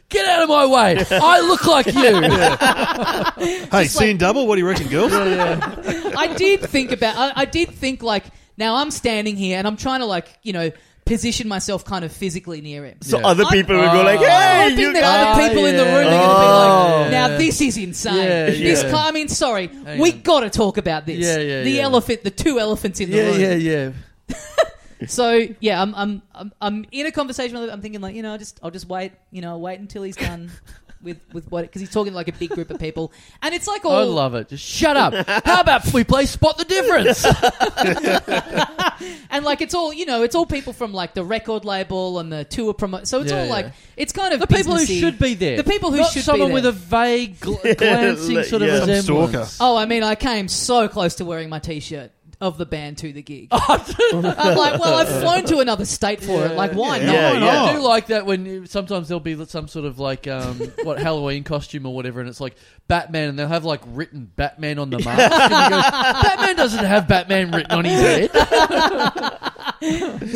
Speaker 2: Get out of my way! I look like you.
Speaker 4: Hey, seeing double? What do you reckon, girls?
Speaker 1: I did think about, I, I did think like, now I'm standing here, and I'm trying to like, you know, position myself kind of physically near him.
Speaker 3: So
Speaker 2: Yeah.
Speaker 3: other people will go
Speaker 2: Oh.
Speaker 3: like,
Speaker 2: I'm
Speaker 1: I'm
Speaker 3: "Hey,
Speaker 1: hoping
Speaker 3: you
Speaker 1: that
Speaker 3: guys."
Speaker 1: other people in the
Speaker 2: yeah.
Speaker 1: room are going to
Speaker 2: Oh.
Speaker 1: be like, now
Speaker 2: Ah, Yeah.
Speaker 1: this is insane.
Speaker 2: Yeah,
Speaker 1: this
Speaker 2: yeah.
Speaker 1: car, I mean, sorry,
Speaker 2: Hang
Speaker 1: we
Speaker 2: on.
Speaker 1: got to talk about this.
Speaker 2: Yeah, yeah,
Speaker 1: the
Speaker 2: yeah.
Speaker 1: elephant, the two elephants in the
Speaker 2: Yeah,
Speaker 1: room.
Speaker 2: yeah, yeah.
Speaker 1: So yeah, I'm, I'm I'm I'm in a conversation with him. I'm thinking like, you know, I'll just I'll just wait, you know, I'll wait until he's done with with what because he's talking to like a big group of people, and it's like all
Speaker 2: I love it. Just shut up. How about we play Spot the Difference?
Speaker 1: and like it's all you know, it's all people from like the record label and the tour promo. So it's
Speaker 2: Yeah,
Speaker 1: all
Speaker 2: yeah.
Speaker 1: like it's kind of
Speaker 2: the people who
Speaker 1: businessy.
Speaker 2: should be there.
Speaker 1: The people who
Speaker 2: Not
Speaker 1: should be
Speaker 2: someone
Speaker 1: there.
Speaker 2: with a vague, gl- glancing
Speaker 3: like,
Speaker 2: sort
Speaker 3: yeah.
Speaker 2: of
Speaker 3: Some
Speaker 2: resemblance.
Speaker 4: stalker.
Speaker 1: Oh, I mean, I came so close to wearing my t-shirt of the band to the gig. I'm like, well, I've flown to another state for it. Like, why
Speaker 3: Yeah,
Speaker 1: not?
Speaker 3: yeah.
Speaker 2: I do like that when you- sometimes there'll be some sort of like um, what Halloween costume or whatever, and it's like Batman, and they'll have like written Batman on the mask. and you go, Batman doesn't have Batman written on his head.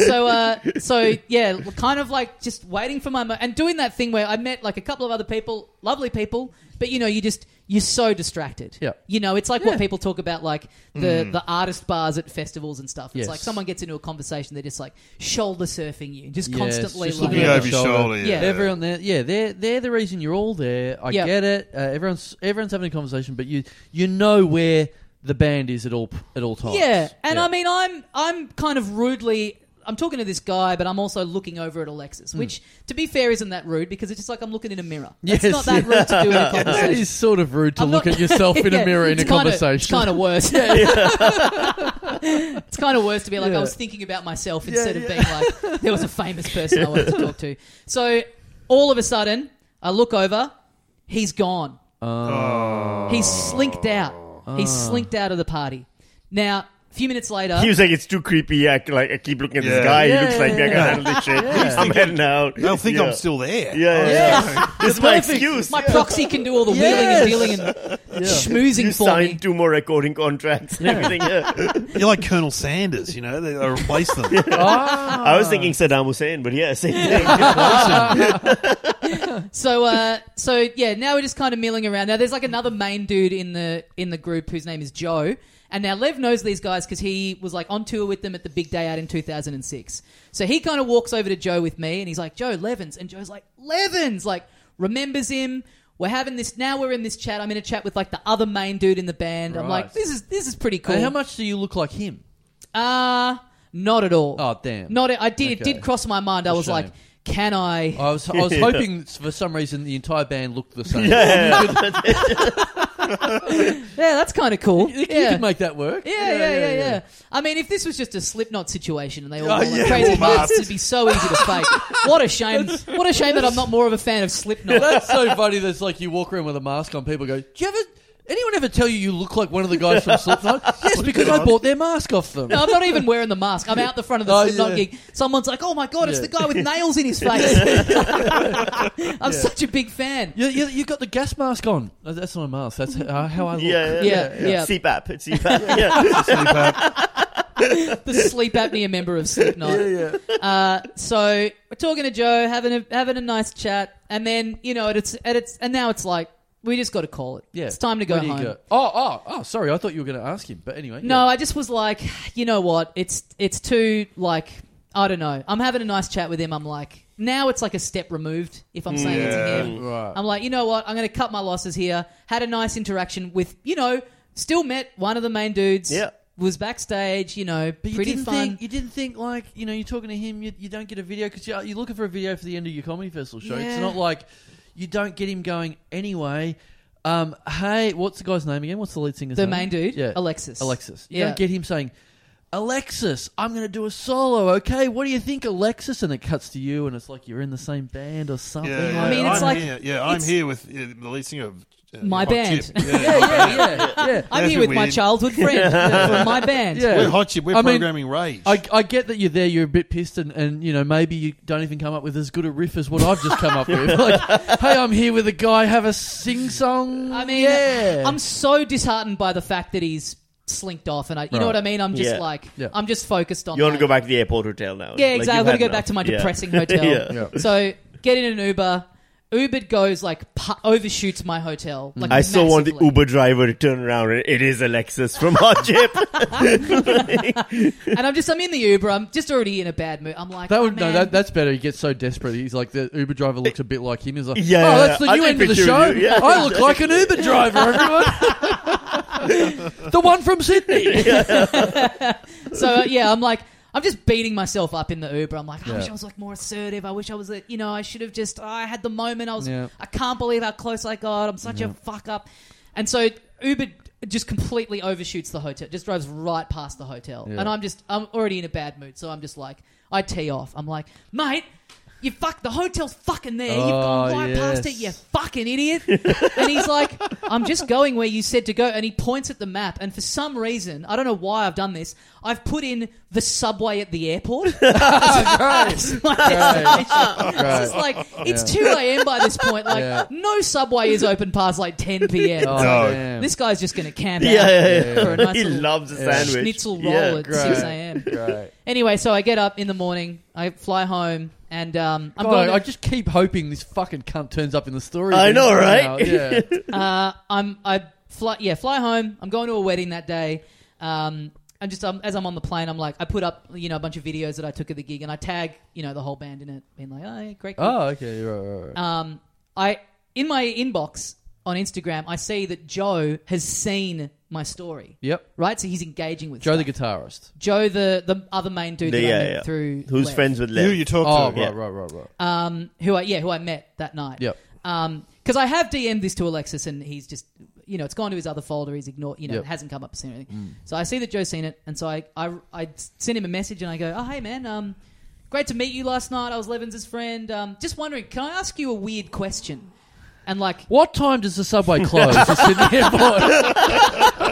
Speaker 1: so uh, so yeah, kind of like just waiting for my mo- and doing that thing where I met like a couple of other people, lovely people, but you know you just you're so distracted.
Speaker 2: Yeah.
Speaker 1: you know it's like
Speaker 2: Yeah. Mm.
Speaker 1: what people talk about like the the artist bars at festivals and stuff. It's
Speaker 2: Yes.
Speaker 1: like someone gets into a conversation, they're just like shoulder surfing you, just
Speaker 2: Yes,
Speaker 1: constantly
Speaker 2: just
Speaker 1: like,
Speaker 4: Looking over your
Speaker 2: Shoulder.
Speaker 4: shoulder.
Speaker 1: Yeah.
Speaker 4: Yeah.
Speaker 2: Everyone there, yeah, they're they're the reason you're all there. I
Speaker 1: Yeah.
Speaker 2: get it. Uh, everyone's everyone's having a conversation, but you you know where the band is at all at all times.
Speaker 1: Yeah, and I mean, I'm I'm kind of rudely. I'm talking to this guy, but I'm also looking over at
Speaker 2: Hmm.
Speaker 1: Alexis, which, to be fair, isn't that rude because it's just like I'm looking in a mirror.
Speaker 2: Yes.
Speaker 1: It's not that rude to do in a
Speaker 2: that
Speaker 1: conversation.
Speaker 2: is sort of rude to
Speaker 1: I'm
Speaker 2: look
Speaker 1: not-
Speaker 2: at yourself in
Speaker 1: Yeah,
Speaker 2: a mirror in
Speaker 1: it's
Speaker 2: a
Speaker 1: kinda- It's
Speaker 2: conversation.
Speaker 1: kind of worse. it's kind of worse to be like
Speaker 2: Yeah.
Speaker 1: I was thinking about myself
Speaker 2: Yeah,
Speaker 1: instead of
Speaker 2: yeah.
Speaker 1: being like there was a famous person I wanted to talk to. So all of a sudden, I look over, he's gone.
Speaker 2: Oh.
Speaker 1: He's slinked out.
Speaker 2: Ah.
Speaker 1: He's slinked out of the party. Now, a few minutes later,
Speaker 3: He was like, "It's too creepy. I, c- like, I keep looking at
Speaker 4: Yeah.
Speaker 3: this guy.
Speaker 2: Yeah,
Speaker 3: he looks like
Speaker 2: yeah,
Speaker 3: I can
Speaker 2: yeah.
Speaker 3: handle this shit. I'm heading out.
Speaker 4: They'll think
Speaker 3: yeah.
Speaker 4: I'm still there.
Speaker 3: Yeah, yeah. yeah. this is my excuse.
Speaker 1: my proxy can do all the
Speaker 2: Yes.
Speaker 1: wheeling and dealing and schmoozing
Speaker 3: you
Speaker 1: for
Speaker 3: signed
Speaker 1: me.
Speaker 3: two more recording contracts and everything. yeah.
Speaker 4: You're like Colonel Sanders, you know? They I replace them.
Speaker 2: Ah.
Speaker 3: I was thinking Saddam Hussein, but yeah, same thing.
Speaker 1: So, uh, so yeah, now we're just kind of milling around. Now there's like another main dude in the in the group whose name is Joe, and now Lev knows these guys because he was like on tour with them at the big day out in 2006. So he kind of walks over to Joe with me, and he's like, "Joe Levens," and Joe's like, "Levens," like remembers him. We're having this now. We're in this chat. I'm in a chat with like the other main dude in the band. I'm
Speaker 2: Right.
Speaker 1: like, "This is this is pretty cool."
Speaker 2: And how much do you look like him?
Speaker 1: Uh not at all.
Speaker 2: Oh, damn.
Speaker 1: Not. I did. It
Speaker 2: Okay.
Speaker 1: did cross my mind. I
Speaker 2: a
Speaker 1: was
Speaker 2: shame. Oh.
Speaker 1: like, can I?
Speaker 2: I was I was
Speaker 3: Yeah.
Speaker 2: hoping for some reason the entire band looked the same.
Speaker 3: yeah.
Speaker 1: yeah, that's kind of cool.
Speaker 2: You, you
Speaker 1: yeah.
Speaker 2: could make that work.
Speaker 1: yeah, yeah, yeah, yeah, I mean, if this was just a Slipknot situation and they all
Speaker 2: Oh,
Speaker 1: wore like
Speaker 2: yeah,
Speaker 1: crazy
Speaker 4: all
Speaker 1: masks,
Speaker 4: masks.
Speaker 1: it'd be so easy to fake. what a shame! What a shame that I'm not more of a fan of Slipknot.
Speaker 2: That's so funny. That's like you walk around with a mask on. People go, "Do you ever? Anyone ever tell you you look like one of the guys from Slipknot?"
Speaker 3: Oh
Speaker 2: yes, because I bought their mask off them.
Speaker 1: No, I'm not even wearing the mask. I'm out the front of the
Speaker 2: Oh,
Speaker 1: Slipknot
Speaker 2: yeah.
Speaker 1: gig. Someone's like, "Oh my god, it's
Speaker 2: Yeah.
Speaker 1: the guy with nails in his face." I'm such a big fan.
Speaker 2: You, you, you got the gas mask on. No, That's not a mask. That's how, how I look.
Speaker 3: Yeah, yeah,
Speaker 1: Yeah, yeah.
Speaker 3: CPAP. It's CPAP. Yeah.
Speaker 1: the sleep apnea member of Slipknot. Uh, so we're talking to Joe, having a having a nice chat, and then you know, it's and it's and now it's like we just got to call it.
Speaker 2: Yeah.
Speaker 1: it's time to go
Speaker 2: Where do you
Speaker 1: home.
Speaker 2: Oh, oh, oh, sorry. I thought you were going to ask him. But anyway.
Speaker 1: No, I just was like, you know what? It's it's too like I don't know. I'm having a nice chat with him. I'm like, now it's like a step removed. If I'm saying it
Speaker 4: Yeah.
Speaker 1: to him,
Speaker 2: Right.
Speaker 1: I'm like, you know what? I'm going to cut my losses here. Had a nice interaction with you know, still met one of the main dudes.
Speaker 3: Yeah.
Speaker 1: was backstage. You know,
Speaker 2: But you
Speaker 1: pretty
Speaker 2: didn't
Speaker 1: fun.
Speaker 2: think you didn't think like you know you're talking to him you, you don't get a video because you're, you're looking for a video for the end of your comedy festival show.
Speaker 1: Yeah.
Speaker 2: It's not like you don't get him going anyway. Um, hey, what's the guy's name again? What's the lead singer's
Speaker 1: The
Speaker 2: name?
Speaker 1: main dude?
Speaker 2: yeah,
Speaker 1: Alexis.
Speaker 2: Alexis. You
Speaker 1: Yeah.
Speaker 2: don't get him saying, Alexis, I'm going to do a solo. Okay, what do you think, Alexis? And it cuts to you, and it's like you're in the same band or something.
Speaker 4: Yeah,
Speaker 2: like
Speaker 4: yeah.
Speaker 1: I mean, it's
Speaker 4: I'm
Speaker 1: like-
Speaker 4: Here. Yeah, I'm
Speaker 1: it's-
Speaker 4: here with uh, the lead singer of. uh,
Speaker 1: My
Speaker 4: Hot
Speaker 1: band.
Speaker 4: Chip. Yeah,
Speaker 2: yeah, yeah, yeah.
Speaker 1: I'm
Speaker 4: That's
Speaker 1: here
Speaker 4: a
Speaker 1: with my
Speaker 4: weird-
Speaker 1: childhood friend from my band.
Speaker 2: Yeah.
Speaker 4: We're Hot Chip. We're
Speaker 2: I mean,
Speaker 4: programming Rage.
Speaker 2: I, I get that you're there, you're a bit pissed, and, and you know maybe you don't even come up with as good a riff as what I've just come up with. Like, hey, I'm here with a guy, have a sing song.
Speaker 1: I mean,
Speaker 2: yeah.
Speaker 1: I'm so disheartened by the fact that he's slinked off, and I, you know
Speaker 2: Right.
Speaker 1: what I mean. I'm just
Speaker 3: Yeah.
Speaker 1: like,
Speaker 2: Yeah.
Speaker 1: I'm just focused on.
Speaker 3: You want to
Speaker 1: like-
Speaker 3: go back to the airport hotel now?
Speaker 1: Yeah,
Speaker 3: Like,
Speaker 1: exactly.
Speaker 3: you've
Speaker 1: I want
Speaker 3: had
Speaker 1: to go
Speaker 3: enough.
Speaker 1: back to my
Speaker 3: Yeah.
Speaker 1: depressing hotel.
Speaker 3: yeah.
Speaker 2: Yeah.
Speaker 1: So get in an Uber. Uber goes like pu- overshoots my hotel. Like
Speaker 3: I still want the
Speaker 1: massively.
Speaker 3: Uber driver to turn around. and It is Alexis from our chip.
Speaker 1: and I'm just I'm in the Uber. I'm just already in a bad mood. I'm like
Speaker 2: That would
Speaker 1: "Oh,
Speaker 2: no.
Speaker 1: man."
Speaker 2: That, that's better. He gets so desperate. He's like the Uber driver looks a bit like him. He's like,
Speaker 3: Yeah,
Speaker 2: oh,
Speaker 3: yeah,
Speaker 2: that's the
Speaker 3: yeah. I
Speaker 2: new
Speaker 3: can
Speaker 2: end of the
Speaker 3: picture
Speaker 2: show.
Speaker 3: you, yeah.
Speaker 2: I look like an Uber driver. Everyone, the one from Sydney.
Speaker 1: So uh, yeah, I'm like I'm just beating myself up in the Uber. I'm like I wish
Speaker 2: Yeah.
Speaker 1: I was like more assertive. I wish I was a, you know I should have just I had the moment. I was
Speaker 2: Yeah.
Speaker 1: I can't believe how close I got. I'm such a fuck up. And so Uber just completely overshoots the hotel. Just drives right past the hotel.
Speaker 2: Yeah.
Speaker 1: And I'm just I'm already in a bad mood. So I'm just like I tee off. I'm like mate. You fuck the hotel's fucking there. You've gone
Speaker 2: Oh,
Speaker 1: right past it,
Speaker 2: yes.
Speaker 1: you fucking idiot. and he's like, I'm just going where you said to go. And he points at the map. And for some reason, I don't know why I've done this, I've put in the subway at the airport. It's my destination. It's just like, it's 2 a.m. by this point. Like,
Speaker 2: Yeah.
Speaker 1: no subway is open past like 10 p.m.
Speaker 2: Oh,
Speaker 1: It's like,
Speaker 4: No.
Speaker 2: damn.
Speaker 1: this guy's just going to camp
Speaker 3: yeah,
Speaker 1: out
Speaker 3: yeah,
Speaker 1: for a
Speaker 3: yeah.
Speaker 1: nice
Speaker 3: He
Speaker 1: little
Speaker 3: loves a
Speaker 2: Yeah.
Speaker 3: sandwich.
Speaker 1: schnitzel roll
Speaker 3: Yeah,
Speaker 1: at
Speaker 3: great.
Speaker 1: 6 a.m.
Speaker 2: Great.
Speaker 1: Anyway, so I get up in the morning, I fly home, and um, I'm
Speaker 2: God,
Speaker 1: going.
Speaker 2: I just keep hoping this fucking cunt turns up in the story.
Speaker 3: I
Speaker 2: again
Speaker 3: know,
Speaker 2: somehow.
Speaker 3: right?
Speaker 2: Yeah.
Speaker 1: uh, I'm I fly yeah fly home. I'm going to a wedding that day. Um, and just um, as I'm on the plane, I'm like I put up you know a bunch of videos that I took at the gig, and I tag you know the whole band in it, being like, oh yeah, great. gig."
Speaker 2: Oh, okay. Right, right, right.
Speaker 1: Um, I in my inbox on Instagram, I see that Joe has seen my story.
Speaker 2: yep.
Speaker 1: Right, so he's engaging with
Speaker 2: Joe the
Speaker 1: stuff.
Speaker 2: guitarist.
Speaker 1: Joe the the other main dude
Speaker 3: The-
Speaker 1: that I
Speaker 3: yeah,
Speaker 1: met
Speaker 3: yeah.
Speaker 1: through
Speaker 3: Who's
Speaker 1: Lev,
Speaker 3: friends with
Speaker 4: Who
Speaker 3: Lev?
Speaker 4: you talk
Speaker 2: Oh,
Speaker 4: to?
Speaker 2: right,
Speaker 3: yeah.
Speaker 2: right, right, right.
Speaker 1: um, who I yeah who I met that night.
Speaker 2: Yep.
Speaker 1: Um, because I have DM'd this to Alexis, and he's just, you know, it's gone to his other folder. He's ignored, you know,
Speaker 2: Yep. Mm.
Speaker 1: it hasn't come up seen anything. So I see that Joe's seen it, and so I, I, I send him a message, and I go, "Oh, hey man, um, great to meet you last night. I was Levins' friend. Um, just wondering, can I ask you a weird question?" And like,
Speaker 2: What time does the subway close to Sydney Airport?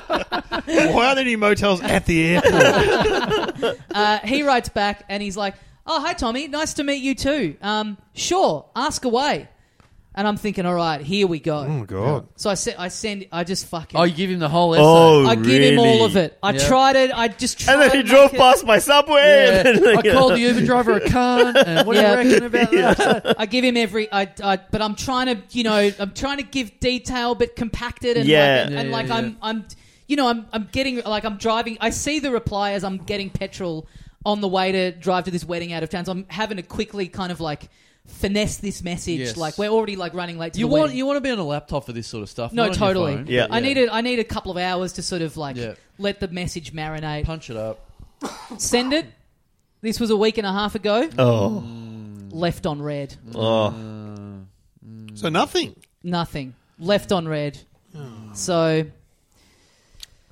Speaker 4: Why are there any motels at the airport?
Speaker 1: uh, he writes back, and he's like, "Oh, hi Tommy, nice to meet you too. Um, sure, ask away." And I'm thinking, all right, here we go.
Speaker 2: Mm.
Speaker 4: oh, God.
Speaker 1: So I se- I send, I just fucking.
Speaker 2: oh, you give him the whole essay.
Speaker 3: Oh,
Speaker 1: I give him all of
Speaker 3: really?
Speaker 1: it. I
Speaker 2: Yeah.
Speaker 1: tried it. I just tried
Speaker 3: And then
Speaker 1: to
Speaker 3: he
Speaker 1: make
Speaker 3: drove
Speaker 1: it-
Speaker 3: past my subway.
Speaker 2: Yeah.
Speaker 3: And then, like,
Speaker 2: I called the Uber driver a cunt. And what
Speaker 1: Yeah.
Speaker 2: do you reckon about that?
Speaker 1: I give him every. I, I. But I'm trying to, you know, I'm trying to give detail, but compacted and
Speaker 3: Yeah.
Speaker 1: like,
Speaker 2: Yeah,
Speaker 1: and
Speaker 2: yeah,
Speaker 1: like
Speaker 2: yeah.
Speaker 1: I'm, I'm, you know, I'm, I'm getting like I'm driving. I see the reply as I'm getting petrol on the way to drive to this wedding out of town. So I'm having to quickly kind of like finesse this message.
Speaker 2: Yes.
Speaker 1: Like we're already like running late. To
Speaker 2: You
Speaker 1: the
Speaker 2: want
Speaker 1: wedding.
Speaker 2: you want to be on a laptop for this sort of stuff.
Speaker 1: No,
Speaker 2: not on your
Speaker 1: totally.
Speaker 2: phone.
Speaker 3: Yeah.
Speaker 1: I need a, I need a couple of hours to sort of like
Speaker 2: Yeah.
Speaker 1: let the message marinate.
Speaker 2: punch it up.
Speaker 1: Send it. This was a week and a half ago.
Speaker 3: oh,
Speaker 1: Left on red.
Speaker 3: oh.
Speaker 4: So nothing.
Speaker 1: Nothing. Left on red. So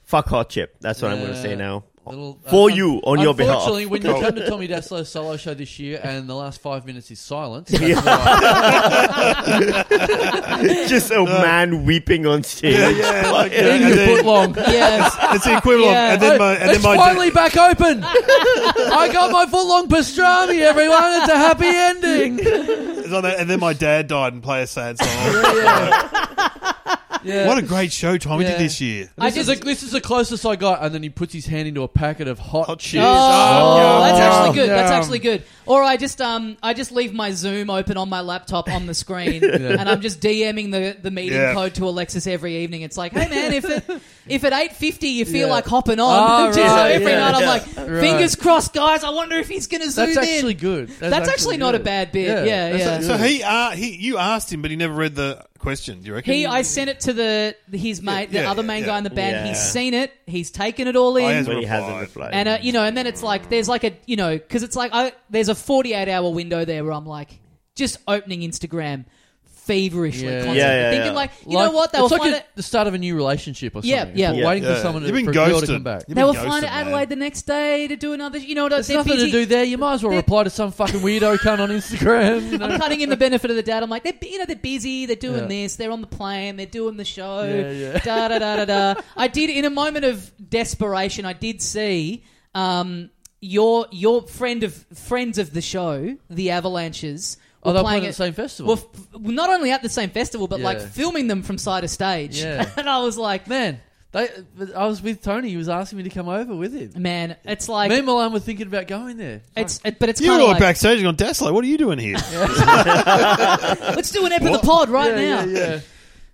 Speaker 3: Fuck hot chip. That's what I'm going to
Speaker 2: Yeah.
Speaker 3: say now.
Speaker 2: Little-
Speaker 3: For
Speaker 2: uh,
Speaker 3: you, on your behalf.
Speaker 2: Unfortunately, when you
Speaker 4: Cool.
Speaker 2: come to Tommy Daslow's solo show this year, and the last five minutes is silence,
Speaker 3: Yeah.
Speaker 2: that's why-
Speaker 3: Just a man weeping on stage.
Speaker 4: Yeah, yeah. Like,
Speaker 2: in
Speaker 4: and
Speaker 2: your
Speaker 4: then-
Speaker 2: foot long.
Speaker 1: yes.
Speaker 4: It's the equivalent.
Speaker 1: Yeah.
Speaker 4: And then my, and
Speaker 2: Uh,
Speaker 4: then
Speaker 2: oh, it's
Speaker 4: my
Speaker 2: finally back open. I got my foot long pastrami, everyone. It's a happy ending.
Speaker 4: It's on that, and then my dad died and play a sad song.
Speaker 2: Yeah.
Speaker 4: What a great show Tommy
Speaker 2: Yeah.
Speaker 4: did this year.
Speaker 1: I
Speaker 2: this, is
Speaker 1: just-
Speaker 2: the- this is the closest I got, and then he puts his hand into a packet of hot,
Speaker 4: Hot
Speaker 2: shit.
Speaker 4: shit.
Speaker 1: Oh,
Speaker 4: Oh,
Speaker 1: that's
Speaker 4: yum,
Speaker 1: actually good. That's
Speaker 4: yum.
Speaker 1: actually good. Or I just um I just leave my Zoom open on my laptop on the screen, and I'm just DMing the, the meeting
Speaker 4: Yeah.
Speaker 1: code to Alexis every evening. It's like, hey man, if it, if at eight fifty you feel
Speaker 2: Yeah.
Speaker 1: like hopping on,
Speaker 2: Ah,
Speaker 1: just so
Speaker 2: right,
Speaker 1: every
Speaker 2: yeah,
Speaker 1: night I'm
Speaker 3: yeah.
Speaker 1: like,
Speaker 2: Right.
Speaker 1: fingers crossed, guys. I wonder if he's gonna zoom
Speaker 2: That's actually
Speaker 1: in.
Speaker 2: good. That's,
Speaker 1: That's actually not
Speaker 2: good.
Speaker 1: a bad bit. Yeah,
Speaker 2: that's
Speaker 1: yeah.
Speaker 2: good.
Speaker 4: So he, uh, he, you asked him, but he never read the question. Do you reckon?
Speaker 1: He, I sent it to the his mate, the
Speaker 4: yeah,
Speaker 1: other main
Speaker 4: yeah.
Speaker 1: guy in the band.
Speaker 3: Yeah.
Speaker 1: He's seen it. He's taken it all in.
Speaker 4: I answered
Speaker 3: But he hasn't
Speaker 4: Replied.
Speaker 3: replied.
Speaker 1: And uh, you know, and then it's like there's like a you know because it's like I, there's a 48 hour window there where I'm like just opening Instagram feverishly,
Speaker 2: Yeah.
Speaker 1: constantly
Speaker 3: Yeah, yeah,
Speaker 1: thinking
Speaker 3: yeah.
Speaker 1: like you
Speaker 2: Like,
Speaker 1: know what they will
Speaker 2: it's like
Speaker 1: find
Speaker 2: a-
Speaker 1: it.
Speaker 2: the start of a new relationship or something.
Speaker 1: Yeah, yeah.
Speaker 2: You're Waiting for
Speaker 4: Yeah.
Speaker 2: someone to,
Speaker 4: You've been
Speaker 2: for a girl to
Speaker 4: ghosted.
Speaker 2: come back.
Speaker 4: You've
Speaker 1: They
Speaker 4: been
Speaker 1: were
Speaker 4: ghosted,
Speaker 1: flying to
Speaker 4: man.
Speaker 1: Adelaide the next day to do another. You know what?
Speaker 2: There's
Speaker 1: they're
Speaker 2: nothing
Speaker 1: busy.
Speaker 2: to do there. You might as well
Speaker 1: They're-
Speaker 2: reply to some fucking weirdo cunt on Instagram. You know?
Speaker 1: I'm cutting in the benefit of the doubt. I'm like, they're bu- you know they're busy, they're doing
Speaker 2: Yeah.
Speaker 1: this, they're on the plane, they're doing the show.
Speaker 2: Yeah, yeah.
Speaker 1: Da da da da da. I did in a moment of desperation. I did see um, your your friend of friends of the show, the Avalanches.
Speaker 2: Oh,
Speaker 1: were
Speaker 2: they're playing at
Speaker 1: it-
Speaker 2: the same festival.
Speaker 1: Were f- not only at the same festival, but like
Speaker 2: Yeah.
Speaker 1: filming them from side of stage.
Speaker 2: Yeah.
Speaker 1: and I was like,
Speaker 2: Man, They, I was with Tony. He was asking me to come over with him.
Speaker 1: Man, it's like
Speaker 2: me and Milan were thinking about going there.
Speaker 1: it's it, but it's
Speaker 4: You were
Speaker 1: kind
Speaker 4: all
Speaker 1: of like
Speaker 4: backstage on Daslo. What are you doing here?
Speaker 1: let's do an ep of the pod right now.
Speaker 2: yeah, yeah, yeah.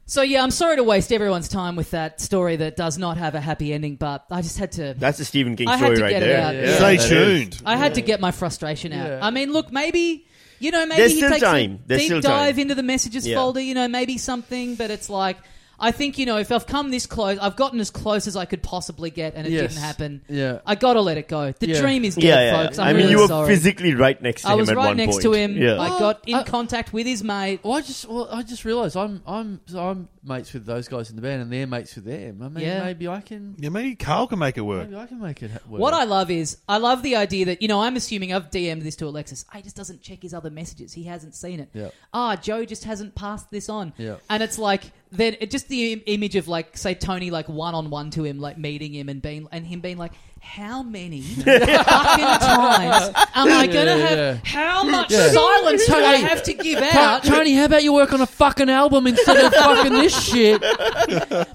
Speaker 1: So yeah, I'm sorry to waste everyone's time with that story that does not have a happy ending, but I just had to
Speaker 3: That's the Stephen King
Speaker 1: I had
Speaker 3: story
Speaker 1: to
Speaker 3: right
Speaker 1: get it
Speaker 3: there.
Speaker 1: out.
Speaker 2: Yeah,
Speaker 4: Stay
Speaker 3: that is.
Speaker 4: tuned.
Speaker 1: I had to get my frustration out.
Speaker 2: Yeah.
Speaker 1: I mean, look, maybe you know, maybe
Speaker 3: There's
Speaker 1: he
Speaker 3: still
Speaker 1: takes
Speaker 3: time.
Speaker 1: a
Speaker 3: There's
Speaker 1: deep
Speaker 3: still time.
Speaker 1: dive into the messages
Speaker 3: Yeah.
Speaker 1: folder. You know, maybe something, but it's like I think you know, if I've come this close, I've gotten as close as I could possibly get, and it
Speaker 2: Yes.
Speaker 1: didn't happen.
Speaker 2: Yeah.
Speaker 1: I gotta let it go. The
Speaker 2: Yeah.
Speaker 1: dream is dead,
Speaker 3: Yeah, yeah.
Speaker 1: folks. I'm
Speaker 3: I mean,
Speaker 1: really
Speaker 3: you were
Speaker 1: sorry.
Speaker 3: physically right next to
Speaker 1: I
Speaker 3: him
Speaker 1: was
Speaker 3: at
Speaker 1: right
Speaker 3: one
Speaker 1: next
Speaker 3: point.
Speaker 1: to him.
Speaker 3: Yeah.
Speaker 1: I got in
Speaker 2: I-
Speaker 1: contact with his mate.
Speaker 2: Well, I just well, I just realised I'm I'm so I'm mates with those guys in the band, and they're mates with them. I mean,
Speaker 1: Yeah.
Speaker 2: maybe I can
Speaker 4: Yeah, maybe Carl can make it work.
Speaker 2: maybe I can make it ha- work.
Speaker 1: What I love is I love the idea that you know I'm assuming I've DM'd this to Alexis. I just doesn't check his other messages. He hasn't seen it.
Speaker 2: Yeah.
Speaker 1: Ah, Joe just hasn't passed this on.
Speaker 2: Yeah.
Speaker 1: And it's like then it, just the im- image of like say Tony like one on one to him like meeting him and being and him being like how many fucking times am I gonna
Speaker 2: Yeah,
Speaker 1: have
Speaker 2: yeah.
Speaker 1: how much
Speaker 2: Yeah.
Speaker 1: silence do I
Speaker 2: Tony.
Speaker 1: have to give
Speaker 2: Ta-
Speaker 1: out?
Speaker 2: Tony, how about you work on a fucking album instead of fucking this shit?
Speaker 1: But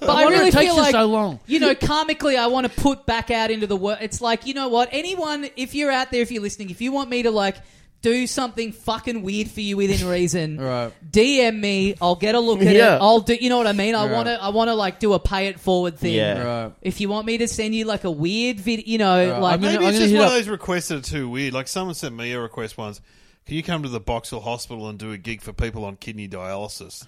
Speaker 1: I
Speaker 2: wonder
Speaker 1: really
Speaker 2: it takes
Speaker 1: feel
Speaker 2: you
Speaker 1: like
Speaker 2: so long.
Speaker 1: you know, karmically, I want to put back out into the world. It's like, you know what? Anyone, if you're out there, if you're listening, if you want me to like do something fucking weird for you within reason,
Speaker 2: Right.
Speaker 1: DM me. I'll get a look at
Speaker 3: Yeah.
Speaker 1: it. I'll do. You know what I mean? I
Speaker 2: Right.
Speaker 1: want to. I want to like do a pay it forward thing.
Speaker 3: Yeah.
Speaker 2: Right.
Speaker 1: If you want me to send you like a weird video, you know,
Speaker 2: Right.
Speaker 1: like
Speaker 2: I mean,
Speaker 4: Maybe
Speaker 2: I'm
Speaker 4: it's
Speaker 2: gonna
Speaker 4: just
Speaker 2: hit
Speaker 4: one
Speaker 2: up-
Speaker 4: of those requests that are too weird. Like someone sent me a request once. Can you come to the Boxall Hospital and do a gig for people on kidney dialysis?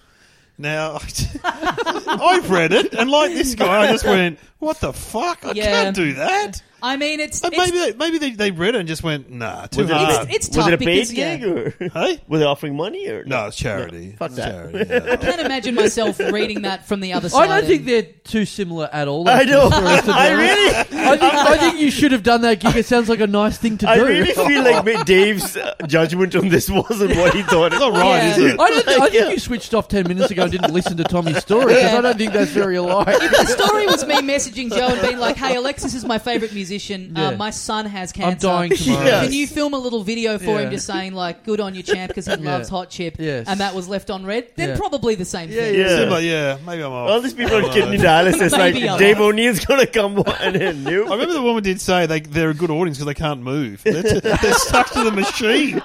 Speaker 4: Now, I've read it, and like this guy, I just went, "What the fuck? I
Speaker 1: Yeah.
Speaker 4: can't do that."
Speaker 1: I mean, it's
Speaker 2: uh,
Speaker 4: And
Speaker 1: it's,
Speaker 4: maybe they, maybe they, they read it and just went, "Nah, too
Speaker 3: Was it,
Speaker 4: hard."
Speaker 1: It's- it's
Speaker 3: was
Speaker 1: tough
Speaker 3: it a paid
Speaker 1: because, yeah.
Speaker 3: gig or
Speaker 4: hey,
Speaker 3: were they offering money or
Speaker 4: no, it's charity.
Speaker 3: fuck
Speaker 4: It's
Speaker 3: that.
Speaker 4: charity, yeah.
Speaker 1: I can't imagine myself reading that from the other side.
Speaker 2: I don't think
Speaker 1: and-
Speaker 2: they're too similar at all.
Speaker 3: I
Speaker 2: those
Speaker 3: know.
Speaker 2: two stories, to be
Speaker 3: I
Speaker 2: honest.
Speaker 3: really,
Speaker 2: I think, I think you should have done that gig. It sounds like a nice thing to
Speaker 3: I
Speaker 2: do.
Speaker 3: really feel like ma- Dave's uh, judgment on this wasn't what he thought.
Speaker 4: It's not right,
Speaker 1: Yeah.
Speaker 4: is it?
Speaker 2: I, don't think, I think
Speaker 3: Yeah.
Speaker 2: you switched off 10 minutes ago and didn't listen to Tommy's story because
Speaker 1: Yeah.
Speaker 2: I don't think that's very alike.
Speaker 1: the story was me messaging Joe and being like, "Hey, Alexis is my favorite musician. Uh,
Speaker 2: Yeah.
Speaker 1: my son has cancer.
Speaker 2: dying tomorrow.
Speaker 1: Can you film a little video for
Speaker 2: Yeah.
Speaker 1: him, just saying like, good on you, champ, because he loves Hot Chip.'
Speaker 2: Yes.
Speaker 1: And that was left on red. Then
Speaker 2: Yeah.
Speaker 1: probably the same thing.
Speaker 3: Yeah.
Speaker 4: Similar, yeah. Maybe I'm off.
Speaker 3: All these people on
Speaker 4: Hello.
Speaker 3: kidney dialysis, like
Speaker 1: Maybe I'll-
Speaker 3: Dave O'Neill's gonna come on and
Speaker 4: I
Speaker 3: new.
Speaker 4: remember the woman did say they, they're a good audience because they can't move. They're, they're stuck to the machine.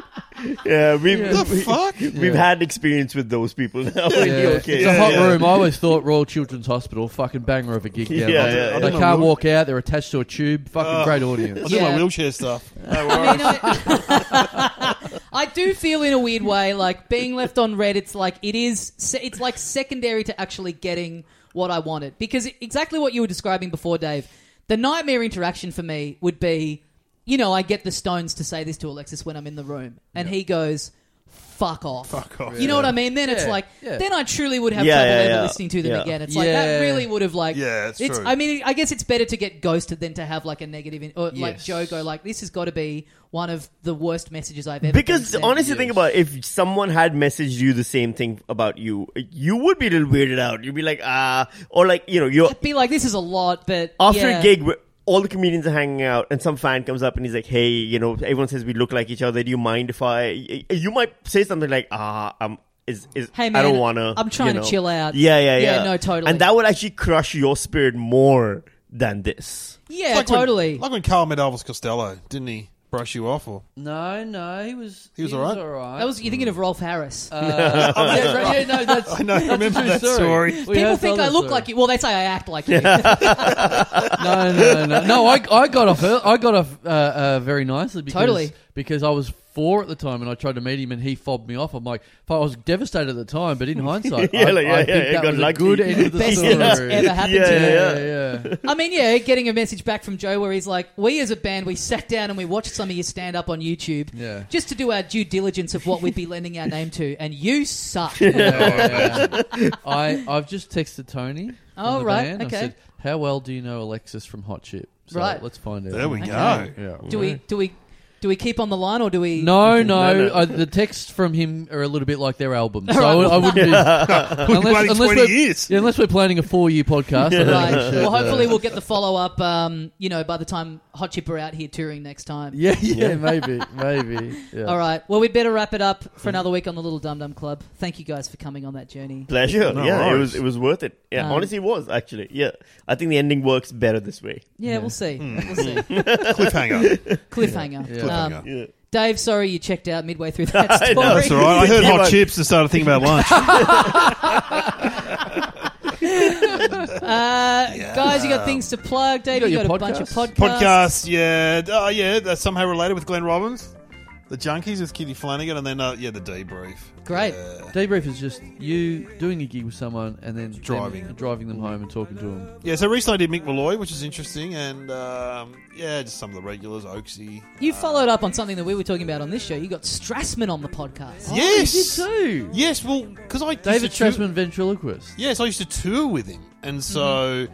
Speaker 3: Yeah, we've
Speaker 4: What the fuck?
Speaker 3: we've
Speaker 2: Yeah.
Speaker 3: had experience with those people now. We're
Speaker 2: It's
Speaker 3: okay.
Speaker 2: a
Speaker 4: Yeah,
Speaker 2: hot
Speaker 4: yeah.
Speaker 2: room. I always thought Royal Children's Hospital, fucking banger of a gig. Down
Speaker 3: Yeah,
Speaker 2: there.
Speaker 3: yeah,
Speaker 2: They
Speaker 4: yeah.
Speaker 2: can't walk out. They're attached to a tube. Fucking
Speaker 4: Oh.
Speaker 2: great
Speaker 4: I
Speaker 2: audience.
Speaker 4: do
Speaker 1: Yeah.
Speaker 4: my wheelchair stuff. No worries.
Speaker 1: I, mean, I- I do feel in a weird way like being left on red. It's like it is. se- It's like secondary to actually getting what I wanted because e, exactly what you were describing before, Dave. The nightmare interaction for me would be, you know, I get the Stones to say this to Alexis when I'm in the room, and he goes, "Fuck off."
Speaker 4: Fuck off.
Speaker 1: You know what I mean? Then it's
Speaker 2: Yeah,
Speaker 1: like,
Speaker 2: yeah.
Speaker 1: then I truly would have
Speaker 3: Yeah,
Speaker 1: trouble
Speaker 3: yeah,
Speaker 1: ever
Speaker 3: yeah.
Speaker 1: listening to them
Speaker 3: Yeah.
Speaker 1: again. It's like that
Speaker 2: Yeah.
Speaker 1: really would have like,
Speaker 4: Yeah, it's true.
Speaker 1: I mean, I guess it's better to get ghosted than to have like a negative, in, or like
Speaker 2: Yes.
Speaker 1: Joe go like, this has got to be one of the worst messages I've ever. been
Speaker 3: Because
Speaker 1: sent."
Speaker 3: honestly, think about it, if someone had messaged you the same thing about you, you would be a little weirded out. You'd be like, ah, or like you know, you're
Speaker 1: I'd be like, this is a lot, but
Speaker 3: after
Speaker 1: yeah.
Speaker 3: a gig where all the comedians are hanging out and some fan comes up and he's like hey you know everyone says we look like each other do you mind if i you might say something like ah um is, is
Speaker 1: Hey,
Speaker 3: i don't
Speaker 1: man,
Speaker 3: want to
Speaker 1: I'm trying to chill out.
Speaker 3: yeah yeah
Speaker 1: Yeah,
Speaker 3: yeah
Speaker 1: no, totally.
Speaker 3: and that would actually crush your spirit more than this
Speaker 1: yeah,
Speaker 4: Like when-
Speaker 1: totally.
Speaker 4: like when Carl met Elvis Costello, didn't he brush you off? Or
Speaker 2: No, no, he was.
Speaker 4: He was
Speaker 2: all
Speaker 4: alright.
Speaker 1: that was you're thinking of Rolf Harris.
Speaker 2: Uh, yeah, right, yeah, no, that's,
Speaker 4: I know, I remember that
Speaker 2: that's a true
Speaker 4: story.
Speaker 2: We
Speaker 1: People
Speaker 2: have
Speaker 1: think
Speaker 2: told
Speaker 1: I
Speaker 2: that
Speaker 1: look
Speaker 2: story.
Speaker 1: like you. Well, they say I act like you.
Speaker 2: No, no, no, no. I, I got off. ear- I got off uh, uh, very nicely because
Speaker 1: Totally.
Speaker 2: because I was four at the time and I tried to meet him and he fobbed me off. I'm like, I was devastated at the time, but in hindsight,
Speaker 3: Yeah,
Speaker 2: I,
Speaker 3: like,
Speaker 2: I
Speaker 3: yeah,
Speaker 2: think
Speaker 3: yeah, it
Speaker 2: that
Speaker 3: got
Speaker 2: was a
Speaker 3: lucky.
Speaker 2: good end of the
Speaker 1: Best
Speaker 2: story.
Speaker 1: thing that's ever happened
Speaker 3: Yeah,
Speaker 1: to me.
Speaker 3: yeah,
Speaker 2: yeah, yeah.
Speaker 1: I mean, yeah, getting a message back from Joe where he's like, "We as a band, we sat down and we watched some of your stand up on YouTube,
Speaker 2: Yeah.
Speaker 1: just to do our due diligence of what we'd be lending our name to, and you suck."
Speaker 2: Yeah, yeah. I I've just texted Tony. from
Speaker 1: Oh,
Speaker 2: the
Speaker 1: right,
Speaker 2: band. I
Speaker 1: okay.
Speaker 2: said, How well do you know Alexis from Hot Chip? So
Speaker 1: Right.
Speaker 2: let's find out.
Speaker 4: There we
Speaker 1: Okay.
Speaker 4: go.
Speaker 2: Yeah.
Speaker 1: do we? Do we? Do we keep on the line or do we?
Speaker 2: No, no.
Speaker 3: no.
Speaker 2: Uh, the texts from him are a little bit like their album, so I, I wouldn't. Be,
Speaker 4: We've been waiting
Speaker 2: we're,
Speaker 4: 20 years.
Speaker 2: yeah, unless we're planning a four-year podcast. I don't
Speaker 1: Right.
Speaker 2: think we should,
Speaker 1: well,
Speaker 2: uh,
Speaker 1: hopefully we'll get the follow up. Um, you know, by the time Hot Chip are out here touring next time.
Speaker 2: Yeah, yeah, maybe, maybe. Yeah.
Speaker 1: All right. Well, we'd better wrap it up for another week on the Little Dum Dum Club. Thank you guys for coming on that journey.
Speaker 3: Pleasure.
Speaker 4: No
Speaker 3: yeah, it
Speaker 4: worries.
Speaker 3: was it was worth it. Yeah,
Speaker 1: Um,
Speaker 3: honestly, it was actually. Yeah, I think the ending works better this way.
Speaker 1: Yeah, we'll see.
Speaker 4: Hmm.
Speaker 1: We'll see.
Speaker 4: Cliffhanger.
Speaker 1: Cliffhanger. Um,
Speaker 4: Cliffhanger.
Speaker 3: Yeah.
Speaker 1: Dave, sorry you checked out midway through that story.
Speaker 3: know.
Speaker 4: That's all right. I heard hot chips and started thinking about lunch.
Speaker 1: Uh, Guys, you got things to plug. Dave,
Speaker 2: You
Speaker 1: you
Speaker 2: got
Speaker 1: got,
Speaker 2: your
Speaker 1: a bunch of podcasts.
Speaker 2: podcast?
Speaker 4: Podcast, yeah. Oh, yeah. That's somehow related with Glenn Robbins. The Junkies with Kitty Flanagan, and then, uh, yeah, The Debrief.
Speaker 1: Great.
Speaker 4: Yeah.
Speaker 2: Debrief is just you doing a gig with someone and then them
Speaker 4: Driving.
Speaker 2: driving them home and talking to them.
Speaker 4: Yeah, so recently I did Mick Malloy, which is interesting, and, um, yeah, just some of the regulars, Oaksy. uh,
Speaker 1: You followed up on something that we were talking about on this show. You got Strassman on the podcast.
Speaker 4: yes!
Speaker 2: oh, you did too.
Speaker 4: Yes, well, because I. used
Speaker 2: David
Speaker 4: to tour-
Speaker 2: Strassman, ventriloquist.
Speaker 4: Yes, I used to tour with him, and so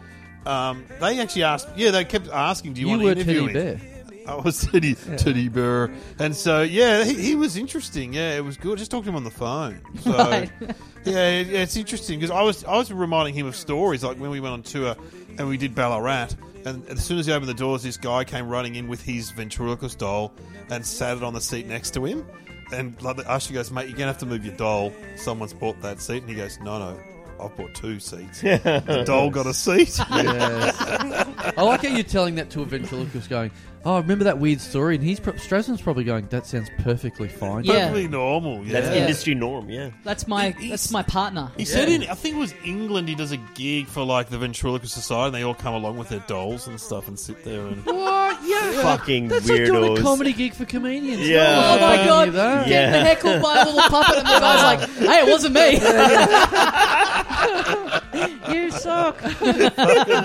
Speaker 4: um, they actually asked. Yeah, they kept asking, "Do you,
Speaker 2: Mm-hmm. You,
Speaker 4: want to
Speaker 2: were
Speaker 4: interview
Speaker 2: Teddy
Speaker 4: him?"
Speaker 2: Bear.
Speaker 4: I was Oh, Teddy Teddy Bear, and so yeah, he, he was interesting. Yeah, it was good. Just talked to him on the phone. So
Speaker 1: Right.
Speaker 4: yeah, it, it's interesting because I was I was reminding him of stories like when we went on tour and we did Ballarat, and as soon as he opened the doors, this guy came running in with his ventriloquist doll and sat it on the seat next to him. And like the usher goes, mate, you're gonna have to move your doll. Someone's bought that seat, and he goes, no, no, I've bought two seats. the doll got a seat.
Speaker 2: Yes. I like how you're telling that to a ventriloquist going, Oh, remember that weird story? And he's pro- Strassman's probably going, That sounds perfectly fine.
Speaker 1: Yeah.
Speaker 4: Perfectly normal. Yeah.
Speaker 3: That's industry norm. Yeah.
Speaker 1: That's my
Speaker 4: He's-
Speaker 1: that's my partner.
Speaker 4: He said in I think it was England he does a gig for like the Ventriloquist Society and they all come along with their dolls and stuff and sit there and
Speaker 2: What? Yeah.
Speaker 3: Fucking
Speaker 2: That's like doing
Speaker 3: weirdos.
Speaker 2: a comedy gig for comedians.
Speaker 3: Yeah.
Speaker 2: No one's
Speaker 1: Oh my
Speaker 2: paying you
Speaker 1: god!
Speaker 2: that.
Speaker 1: Getting
Speaker 3: Yeah.
Speaker 1: heckled by a little puppet, and the guy's like, "Hey, it wasn't me." you suck.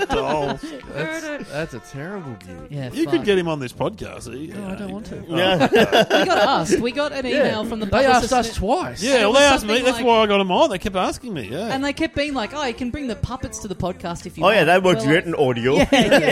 Speaker 4: dolls.
Speaker 2: That's, that's a terrible gig.
Speaker 1: Yeah,
Speaker 4: You could get him on this podcast. eh?
Speaker 2: No, I don't want to.
Speaker 3: Yeah.
Speaker 1: We got asked. We got an email from the
Speaker 2: They asked
Speaker 1: publicist
Speaker 2: us twice.
Speaker 4: Yeah, well,
Speaker 1: was
Speaker 4: they asked me.
Speaker 1: something
Speaker 4: That's
Speaker 1: like-
Speaker 4: why I got him on. They kept asking me. Yeah.
Speaker 1: and they kept being like, "Oh, you can bring the puppets to the podcast if you."
Speaker 3: Oh
Speaker 1: want."
Speaker 3: yeah, that works
Speaker 1: We're
Speaker 3: great in
Speaker 1: like,
Speaker 3: audio.
Speaker 1: Yeah, yeah.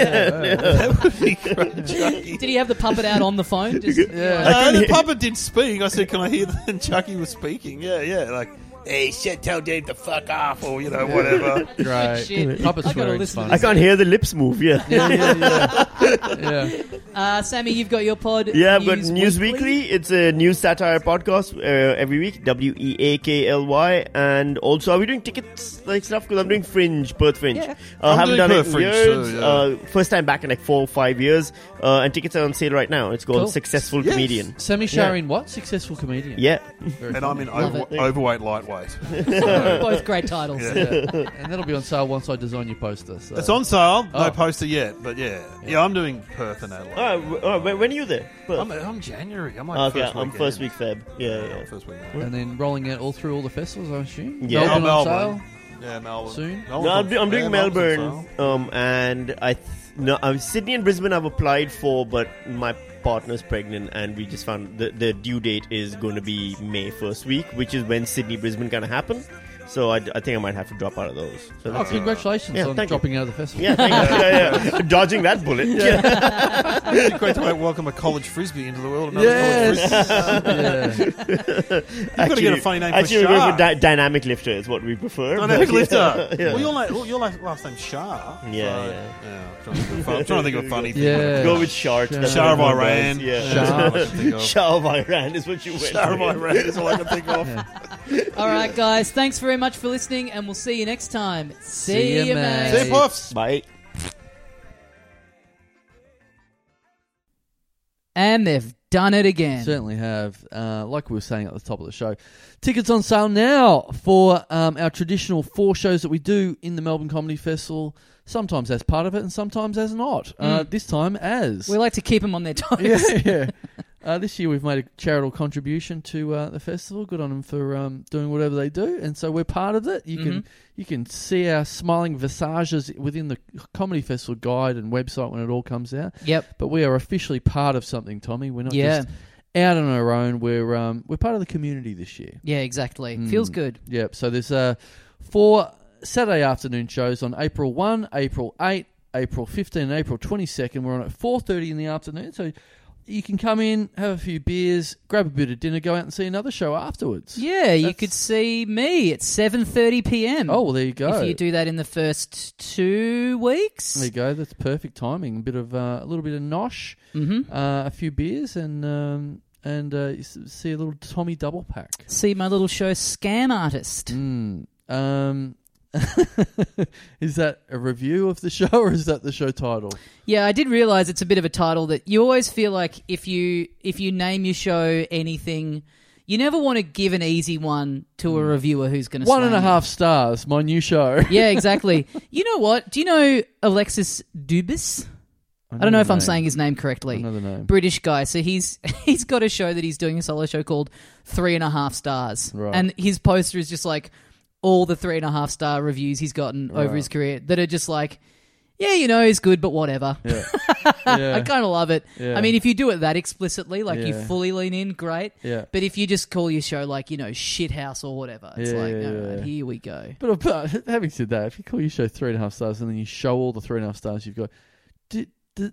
Speaker 4: that would be great. Chucky.
Speaker 1: Did he have the puppet out on the phone? Just,
Speaker 2: Yeah.
Speaker 4: Uh,
Speaker 3: couldn't
Speaker 4: the
Speaker 3: hear-
Speaker 4: puppet did speak. I said, "Can I hear?" that?" And Chucky was speaking. Yeah, yeah. Like, hey, shit, tell Dave to fuck off, or you know, whatever.
Speaker 2: Great.
Speaker 1: Shit.
Speaker 2: Puppet
Speaker 1: I gotta
Speaker 2: swearing's
Speaker 1: listen to
Speaker 2: fun.
Speaker 3: I can't hear the lips move. Yeah.
Speaker 2: yeah, yeah, yeah. yeah.
Speaker 1: Uh, Sammy, you've got your pod.
Speaker 3: Yeah, I've got News Weekly. It's a news satire podcast uh, every week. W e a k l y, and also are we doing tickets like stuff? Because I'm doing Fringe, Perth Fringe.
Speaker 1: Yeah.
Speaker 3: Uh,
Speaker 4: I'm
Speaker 3: haven't done
Speaker 4: doing Perth
Speaker 3: it in
Speaker 4: Fringe
Speaker 3: years.
Speaker 4: too, yeah.
Speaker 3: uh, first time back in like four or five years, uh, and tickets are on sale right now. It's called
Speaker 2: Cool.
Speaker 3: Successful
Speaker 4: Yes.
Speaker 3: Comedian.
Speaker 2: Sammy Sharin, what? Successful comedian.
Speaker 3: Yeah,
Speaker 2: Very
Speaker 4: And
Speaker 2: funny.
Speaker 4: I'm in
Speaker 1: Love
Speaker 4: over-
Speaker 1: it.
Speaker 4: overweight, lightweight.
Speaker 1: Both great titles.
Speaker 4: Yeah.
Speaker 2: Yeah. and that'll be on sale once I design your poster. So.
Speaker 4: It's on sale.
Speaker 2: Oh.
Speaker 4: No poster yet, but yeah, yeah. I'm doing Perth and Adelaide.
Speaker 3: Uh, w- uh, when, when are you there? Perth.
Speaker 4: I'm, I'm January. I'm like
Speaker 3: Oh, okay,
Speaker 4: first
Speaker 3: I'm
Speaker 4: weekend.
Speaker 3: first week Feb. Yeah, yeah.
Speaker 4: I'm first weekend.
Speaker 2: And then rolling out all through all the festivals, I assume.
Speaker 3: Yeah.
Speaker 2: Melbourne
Speaker 4: Oh,
Speaker 2: on
Speaker 4: Melbourne.
Speaker 2: sale.
Speaker 4: Yeah, Melbourne.
Speaker 2: Soon?
Speaker 4: Melbourne's
Speaker 3: No,
Speaker 4: on-
Speaker 3: I'm, do- I'm
Speaker 4: yeah,
Speaker 3: doing
Speaker 4: Melbourne's on
Speaker 3: Melbourne,
Speaker 4: sale.
Speaker 3: um, and I th- no, um, Sydney and Brisbane I've applied for, but my partner's pregnant, and we just found the the due date is going to be May first week, which is when Sydney Brisbane gonna happen. So I, I think I might have to drop out of those. So
Speaker 2: Oh,
Speaker 3: that's it.
Speaker 2: congratulations
Speaker 3: Yeah,
Speaker 2: on
Speaker 3: thank you.
Speaker 2: dropping out of the festival.
Speaker 3: Yeah, thank you. yeah, yeah. dodging that bullet. Yeah.
Speaker 4: It'd be great to welcome a college frisbee into the world. Another college
Speaker 2: Yes.
Speaker 4: frisbee.
Speaker 2: yeah.
Speaker 4: You've got to get a funny name for
Speaker 3: Actually, we're going for
Speaker 4: Shah.
Speaker 3: dy- dynamic lifter is what we prefer.
Speaker 4: Dynamic
Speaker 3: but-
Speaker 4: lifter.
Speaker 3: Yeah.
Speaker 4: Well, your, name, well, your last, last name's Shah. so-
Speaker 3: Yeah, yeah.
Speaker 4: I'm trying to think of a- I'm trying to think of a funny thing.
Speaker 2: Yeah.
Speaker 3: Go with Shart.
Speaker 2: Shah.
Speaker 3: that's
Speaker 4: Shah of
Speaker 3: what everyone
Speaker 4: Iran.
Speaker 3: does, Yeah.
Speaker 4: That's
Speaker 2: Shah.
Speaker 4: all I can think of.
Speaker 3: Shah of Iran is what you went
Speaker 4: Shah of
Speaker 3: with.
Speaker 4: Iran is all I can think of.
Speaker 1: All right, guys. Thanks very much for listening, and we'll see you next time. See,
Speaker 2: ya,
Speaker 1: you,
Speaker 2: mate.
Speaker 1: mate.
Speaker 4: Say puffs.
Speaker 3: Bye.
Speaker 1: And they've done it again.
Speaker 2: Certainly have. Uh, like we were saying at the top of the show, tickets on sale now for um, our traditional four shows that we do in the Melbourne Comedy Festival. Sometimes as part of it, and sometimes as not. Uh, this time as.
Speaker 1: we like to keep them on their toes.
Speaker 2: yeah, yeah. Uh, this year we've made a charitable contribution to uh, the festival. Good on them for um, doing whatever they do, and so we're part of it. You can you can see our smiling visages within the comedy festival guide and website when it all comes out.
Speaker 1: Yep.
Speaker 2: But we are officially part of something, Tommy. We're not
Speaker 1: Yeah.
Speaker 2: just out on our own. We're um, we're part of the community this year.
Speaker 1: Yeah, exactly. Feels
Speaker 2: Mm.
Speaker 1: good.
Speaker 2: Yep. So there's uh, four Saturday afternoon shows on April one, April eight, April fifteen, and April twenty second. We're on at four thirty in the afternoon. So you can come in, have a few beers, grab a bit of dinner, go out and see another show afterwards.
Speaker 1: Yeah, you
Speaker 2: That's-
Speaker 1: could see me at 7:30 p.m.
Speaker 2: Oh, well, there you go.
Speaker 1: if you do that in the first two weeks.
Speaker 2: There you go. That's perfect timing. A bit of uh, a little bit of nosh,
Speaker 1: Mhm.
Speaker 2: uh, a few beers, and um, and uh, you s- see a little Tommy double pack.
Speaker 1: See my little show, Scam Artist.
Speaker 2: Mm. Um, is that a review of the show or is that the show title?
Speaker 1: Yeah, I did realize it's a bit of a title that you always feel like if you if you name your show anything, you never want to give an easy one to a reviewer who's going to
Speaker 2: Hmm. One and a half stars. My new show.
Speaker 1: Yeah, exactly. you know what? Do you know Alexis Dubis? I don't know if I'm saying his name correctly.
Speaker 2: another name.
Speaker 1: British guy. So he's he's got a show that he's doing a solo show called Three and a Half Stars,
Speaker 2: Right.
Speaker 1: and his poster is just like all the three and a half star reviews he's gotten over
Speaker 2: Right.
Speaker 1: his career that are just like, yeah, you know, he's good, but whatever.
Speaker 2: Yeah.
Speaker 1: I
Speaker 2: yeah.
Speaker 1: kind of love it.
Speaker 2: Yeah.
Speaker 1: I mean, if you do it that explicitly, like you
Speaker 2: Yeah.
Speaker 1: fully lean in, great.
Speaker 2: yeah.
Speaker 1: But if you just call your show like you know shithouse or whatever, it's
Speaker 2: Yeah,
Speaker 1: like
Speaker 2: yeah,
Speaker 1: all
Speaker 2: yeah.
Speaker 1: right, here we go.
Speaker 2: But, but having said that, if you call your show three and a half stars and then you show all the three and a half stars you've got, do, do,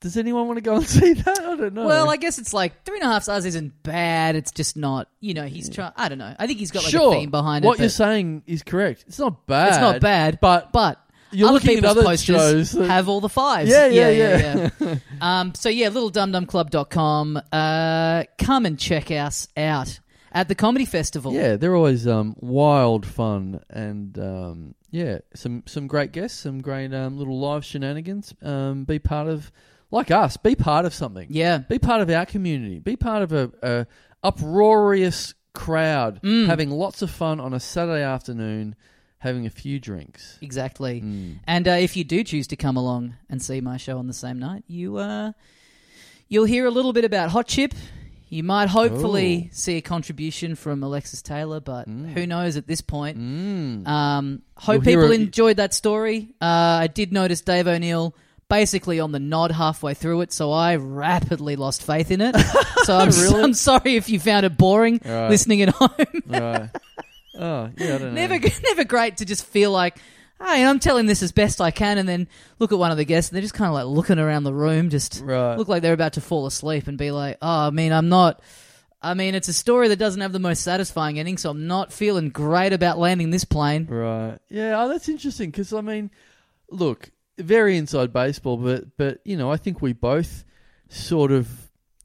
Speaker 2: does anyone want to go and see that? I don't know.
Speaker 1: Well, I guess it's like three and a half stars isn't bad. It's just not, you know, he's trying. I don't know. I think he's got like
Speaker 2: sure,
Speaker 1: a theme behind
Speaker 2: what
Speaker 1: it.
Speaker 2: you're
Speaker 1: but-
Speaker 2: saying is correct. It's not bad.
Speaker 1: It's not bad,
Speaker 2: but
Speaker 1: but
Speaker 2: you're
Speaker 1: other
Speaker 2: looking at
Speaker 1: people's
Speaker 2: other
Speaker 1: posters
Speaker 2: shows that-
Speaker 1: have all the fives.
Speaker 2: Yeah, yeah,
Speaker 1: yeah. um, so yeah, littledumdumclub.com. Uh, come and check us out at the comedy festival.
Speaker 2: Yeah, they're always um, wild fun and um, yeah, some some great guests, some great um, little live shenanigans. Um, be part of, like us, be part of something.
Speaker 1: yeah.
Speaker 2: Be part of our community. Be part of a, a uproarious crowd
Speaker 1: Mm.
Speaker 2: having lots of fun on a Saturday afternoon, having a few drinks.
Speaker 1: Exactly.
Speaker 2: Hmm.
Speaker 1: And uh, if you do choose to come along and see my show on the same night, you uh, you'll hear a little bit about Hot Chip. You might
Speaker 2: Oh.
Speaker 1: hopefully see a contribution from Alexis Taylor, but who knows at this point. Um, hope
Speaker 2: Hmm. You'll hear
Speaker 1: people
Speaker 2: a-
Speaker 1: enjoyed that story. Uh, I did notice Dave O'Neill basically on the nod halfway through it, so I rapidly lost faith in it. so I'm, I'm sorry if you found it boring
Speaker 2: Right.
Speaker 1: listening at home.
Speaker 2: Right. oh yeah, I don't know.
Speaker 1: Never, never great to just feel like, hey, I'm telling this as best I can, and then look at one of the guests, and they're just kind of like looking around the room, just
Speaker 2: Right.
Speaker 1: look like they're about to fall asleep, and be like, oh, I mean, I'm not. I mean, it's a story that doesn't have the most satisfying ending, so I'm not feeling great about landing this plane.
Speaker 2: Right. Yeah. Oh, that's interesting because I mean, look, very inside baseball, but but you know, I think we both sort of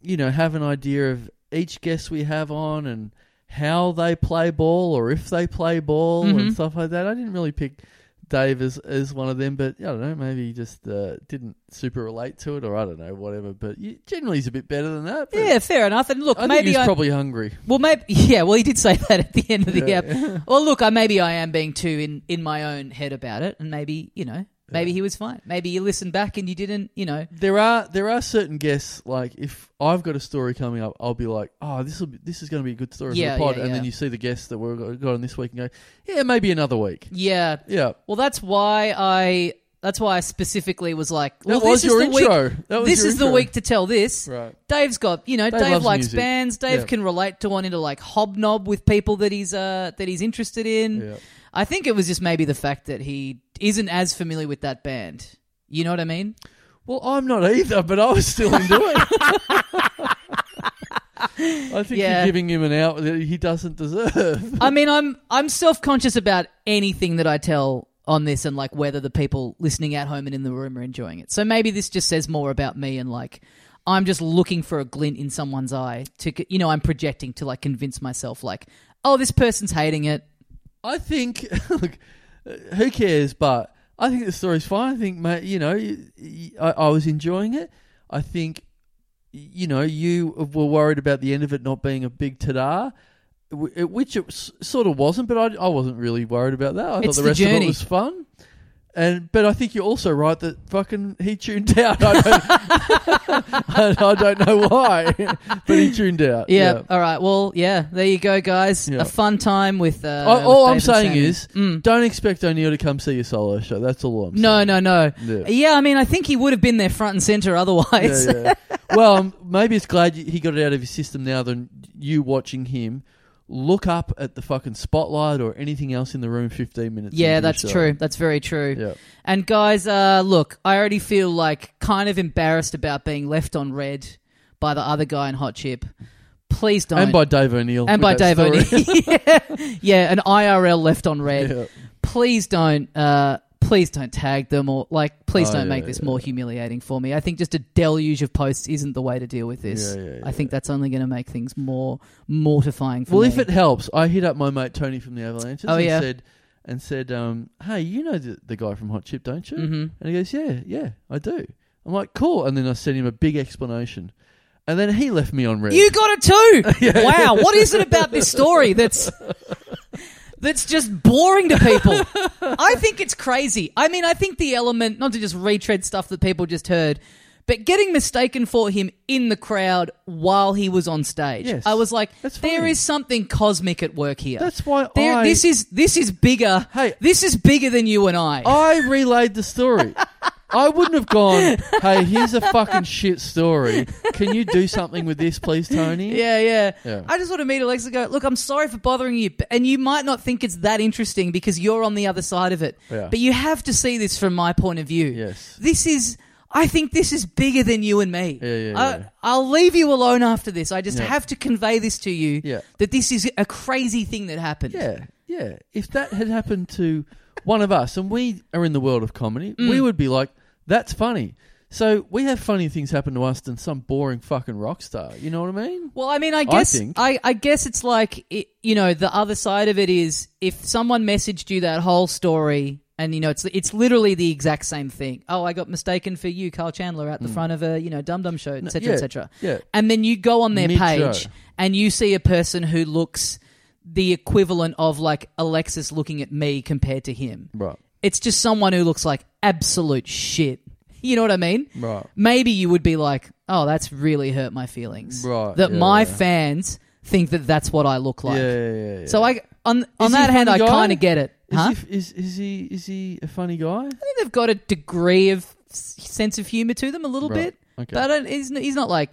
Speaker 2: you know have an idea of each guest we have on and how they play ball or if they play ball and
Speaker 1: Mhm.
Speaker 2: stuff like that. I didn't really pick Dave as as one of them, but I don't know, maybe he just uh, didn't super relate to it or I don't know, whatever. But you, generally, he's a bit better than that. But
Speaker 1: Yeah, fair enough. And look,
Speaker 2: I think
Speaker 1: maybe
Speaker 2: he's
Speaker 1: I
Speaker 2: probably hungry.
Speaker 1: well, maybe yeah. Well, he did say that at the end of the
Speaker 2: Yeah.
Speaker 1: app. Well, look, I maybe I am being too in in my own head about it, and maybe you know, maybe he was fine. Maybe you listened back and you didn't, you know,
Speaker 2: there are there are certain guests like if I've got a story coming up, I'll be like, oh, this will be, this is going to be a good story
Speaker 1: Yeah,
Speaker 2: for the pod,
Speaker 1: yeah,
Speaker 2: and
Speaker 1: yeah.
Speaker 2: then you see the guests that we've got on this week and go, yeah, maybe another week.
Speaker 1: yeah.
Speaker 2: Yeah,
Speaker 1: Well, that's why I. That's why I specifically was like,
Speaker 2: that
Speaker 1: well,
Speaker 2: was
Speaker 1: this is
Speaker 2: your
Speaker 1: the
Speaker 2: intro.
Speaker 1: week.
Speaker 2: That was
Speaker 1: this
Speaker 2: your
Speaker 1: is the
Speaker 2: intro.
Speaker 1: week to tell this.
Speaker 2: Right.
Speaker 1: Dave's got, you know,
Speaker 2: Dave
Speaker 1: Dave,
Speaker 2: loves
Speaker 1: likes
Speaker 2: music.
Speaker 1: bands. Dave
Speaker 2: Yeah.
Speaker 1: can relate to wanting to like hobnob with people that he's uh that he's interested in.
Speaker 2: Yeah.
Speaker 1: I think it was just maybe the fact that he isn't as familiar with that band. You know what I mean?
Speaker 2: Well, I'm not either, but I was still into it. I think
Speaker 1: Yeah.
Speaker 2: you're giving him an out that he doesn't deserve.
Speaker 1: I mean, I'm I'm self conscious about anything that I tell on this, and like whether the people listening at home and in the room are enjoying it. So maybe this just says more about me, and like I'm just looking for a glint in someone's eye to, c- you know, I'm projecting to like convince myself, like, oh, this person's hating it.
Speaker 2: I think, look, uh, who cares? But I think the story's fine. I think, mate, you know, y- y- I, I was enjoying it. I think, y- you know, you were worried about the end of it not being a big ta-da, wh- uh, which it s- sort of wasn't. But I, I wasn't really worried about that. I
Speaker 1: It's
Speaker 2: thought the
Speaker 1: the
Speaker 2: rest of it
Speaker 1: journey.
Speaker 2: was fun. And but I think you're also right that fucking he tuned out. I don't, and I don't know why, but he tuned out.
Speaker 1: Yeah. All right. Well, yeah. There you go, guys.
Speaker 2: Yeah.
Speaker 1: A fun time with. Uh,
Speaker 2: I- all
Speaker 1: with
Speaker 2: I'm
Speaker 1: Dave and
Speaker 2: saying
Speaker 1: Sammy.
Speaker 2: is, don't expect O'Neill to come see your solo show. That's all I'm
Speaker 1: No,
Speaker 2: saying.
Speaker 1: no, no.
Speaker 2: Yeah.
Speaker 1: Yeah. I mean, I think he would have been there front and center otherwise.
Speaker 2: Yeah, yeah. well, um, maybe it's glad you- he got it out of his system now than you watching him. Look up at the fucking spotlight or anything else in the room 15 minutes.
Speaker 1: Yeah,
Speaker 2: into the
Speaker 1: that's
Speaker 2: show.
Speaker 1: true. That's very true.
Speaker 2: Yeah.
Speaker 1: And guys, uh, look, I already feel like kind of embarrassed about being left on red by the other guy in Hot Chip. Please don't.
Speaker 2: and by Dave O'Neill.
Speaker 1: And
Speaker 2: with
Speaker 1: by
Speaker 2: that
Speaker 1: Dave
Speaker 2: story.
Speaker 1: O'Neill. yeah. yeah, an IRL left on red.
Speaker 2: Yeah.
Speaker 1: Please don't. Uh, please don't tag them or like. Please
Speaker 2: Oh,
Speaker 1: don't
Speaker 2: yeah,
Speaker 1: make this
Speaker 2: yeah.
Speaker 1: more humiliating for me. I think just a deluge of posts isn't the way to deal with this.
Speaker 2: Yeah, yeah,
Speaker 1: I think that's only going to make things more mortifying for
Speaker 2: Well,
Speaker 1: me.
Speaker 2: if it helps, I hit up my mate Tony from the Avalanches
Speaker 1: Oh,
Speaker 2: and
Speaker 1: yeah.
Speaker 2: said, and said, um, "Hey, you know the, the guy from Hot Chip, don't you?"
Speaker 1: Mhm.
Speaker 2: And he goes, "Yeah, yeah, I do." I'm like, "Cool," and then I sent him a big explanation, and then he left me on red.
Speaker 1: You got it too. Wow, what is it about this story that's that's just boring to people? I think it's crazy. I mean, I think the element not to just retread stuff that people just heard, but getting mistaken for him in the crowd while he was on stage.
Speaker 2: Yes.
Speaker 1: I was like,
Speaker 2: That's
Speaker 1: there
Speaker 2: fine.
Speaker 1: is something cosmic at work here.
Speaker 2: That's why
Speaker 1: There-
Speaker 2: I-
Speaker 1: this is this is bigger.
Speaker 2: Hey. Oh,
Speaker 1: this is bigger than you and I.
Speaker 2: I relayed the story. I wouldn't have gone, "Hey, here's a fucking shit story. Can you do something with this, please, Tony?"
Speaker 1: Yeah, yeah,
Speaker 2: Yeah.
Speaker 1: I just want to meet Alexa and go, look, I'm sorry for bothering you. but- And you might not think it's that interesting because you're on the other side of it.
Speaker 2: Yeah.
Speaker 1: But you have to see this from my point of view.
Speaker 2: Yes.
Speaker 1: This is, I think this is bigger than you and me.
Speaker 2: Yeah, yeah,
Speaker 1: I,
Speaker 2: yeah.
Speaker 1: I'll leave you alone after this. I just
Speaker 2: Yeah.
Speaker 1: have to convey this to you
Speaker 2: Yeah.
Speaker 1: that this is a crazy thing that happened.
Speaker 2: Yeah, yeah. If that had happened to one of us, and we are in the world of comedy,
Speaker 1: Mm.
Speaker 2: we would be like, "That's funny." So we have funny things happen to us than some boring fucking rock star. You know what I mean?
Speaker 1: Well, I mean, I guess I,
Speaker 2: think.
Speaker 1: I, guess it's like it, you know the other side of it is if someone messaged you that whole story and you know it's it's literally the exact same thing. Oh, I got mistaken for you, Carl Chandler, at the front of a you know Dum Dum show, etc.,
Speaker 2: Hmm. yeah,
Speaker 1: etc.
Speaker 2: yeah.
Speaker 1: And then you go on their
Speaker 2: Mid-show.
Speaker 1: page and you see a person who looks the equivalent of like Alexis looking at me compared to him.
Speaker 2: Right.
Speaker 1: It's just someone who looks like absolute shit. You know what I mean?
Speaker 2: Right.
Speaker 1: Maybe you would be like, "Oh, that's really hurt my feelings."
Speaker 2: Right,
Speaker 1: That
Speaker 2: yeah,
Speaker 1: my
Speaker 2: yeah.
Speaker 1: fans think that that's what I look like.
Speaker 2: yeah, yeah, yeah, yeah.
Speaker 1: So I on on
Speaker 2: he
Speaker 1: that
Speaker 2: a
Speaker 1: hand, I
Speaker 2: funny guy?
Speaker 1: kind of get it.
Speaker 2: Is,
Speaker 1: huh?
Speaker 2: he, is is he is he a funny guy?
Speaker 1: I think they've got a degree of s- sense of humor to them a little
Speaker 2: Right,
Speaker 1: bit,
Speaker 2: okay.
Speaker 1: but I don't, he's n- he's not like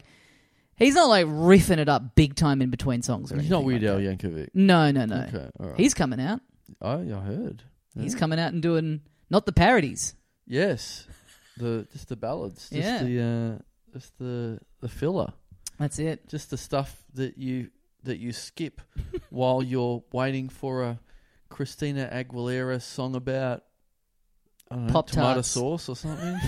Speaker 1: he's not like riffing it up big time in between songs. Or
Speaker 2: He's not
Speaker 1: anything
Speaker 2: Weird
Speaker 1: like
Speaker 2: Al
Speaker 1: that.
Speaker 2: Yankovic.
Speaker 1: No, no, no.
Speaker 2: Okay, all right.
Speaker 1: He's coming out.
Speaker 2: I, Oh, I heard.
Speaker 1: He's coming out and doing not the parodies.
Speaker 2: Yes, the just the ballads, just
Speaker 1: Yeah.
Speaker 2: the uh, just the the filler,
Speaker 1: That's it.
Speaker 2: just the stuff that you that you skip while you're waiting for a Christina Aguilera song about I don't know,
Speaker 1: Pop-Tarts.
Speaker 2: tomato sauce or something.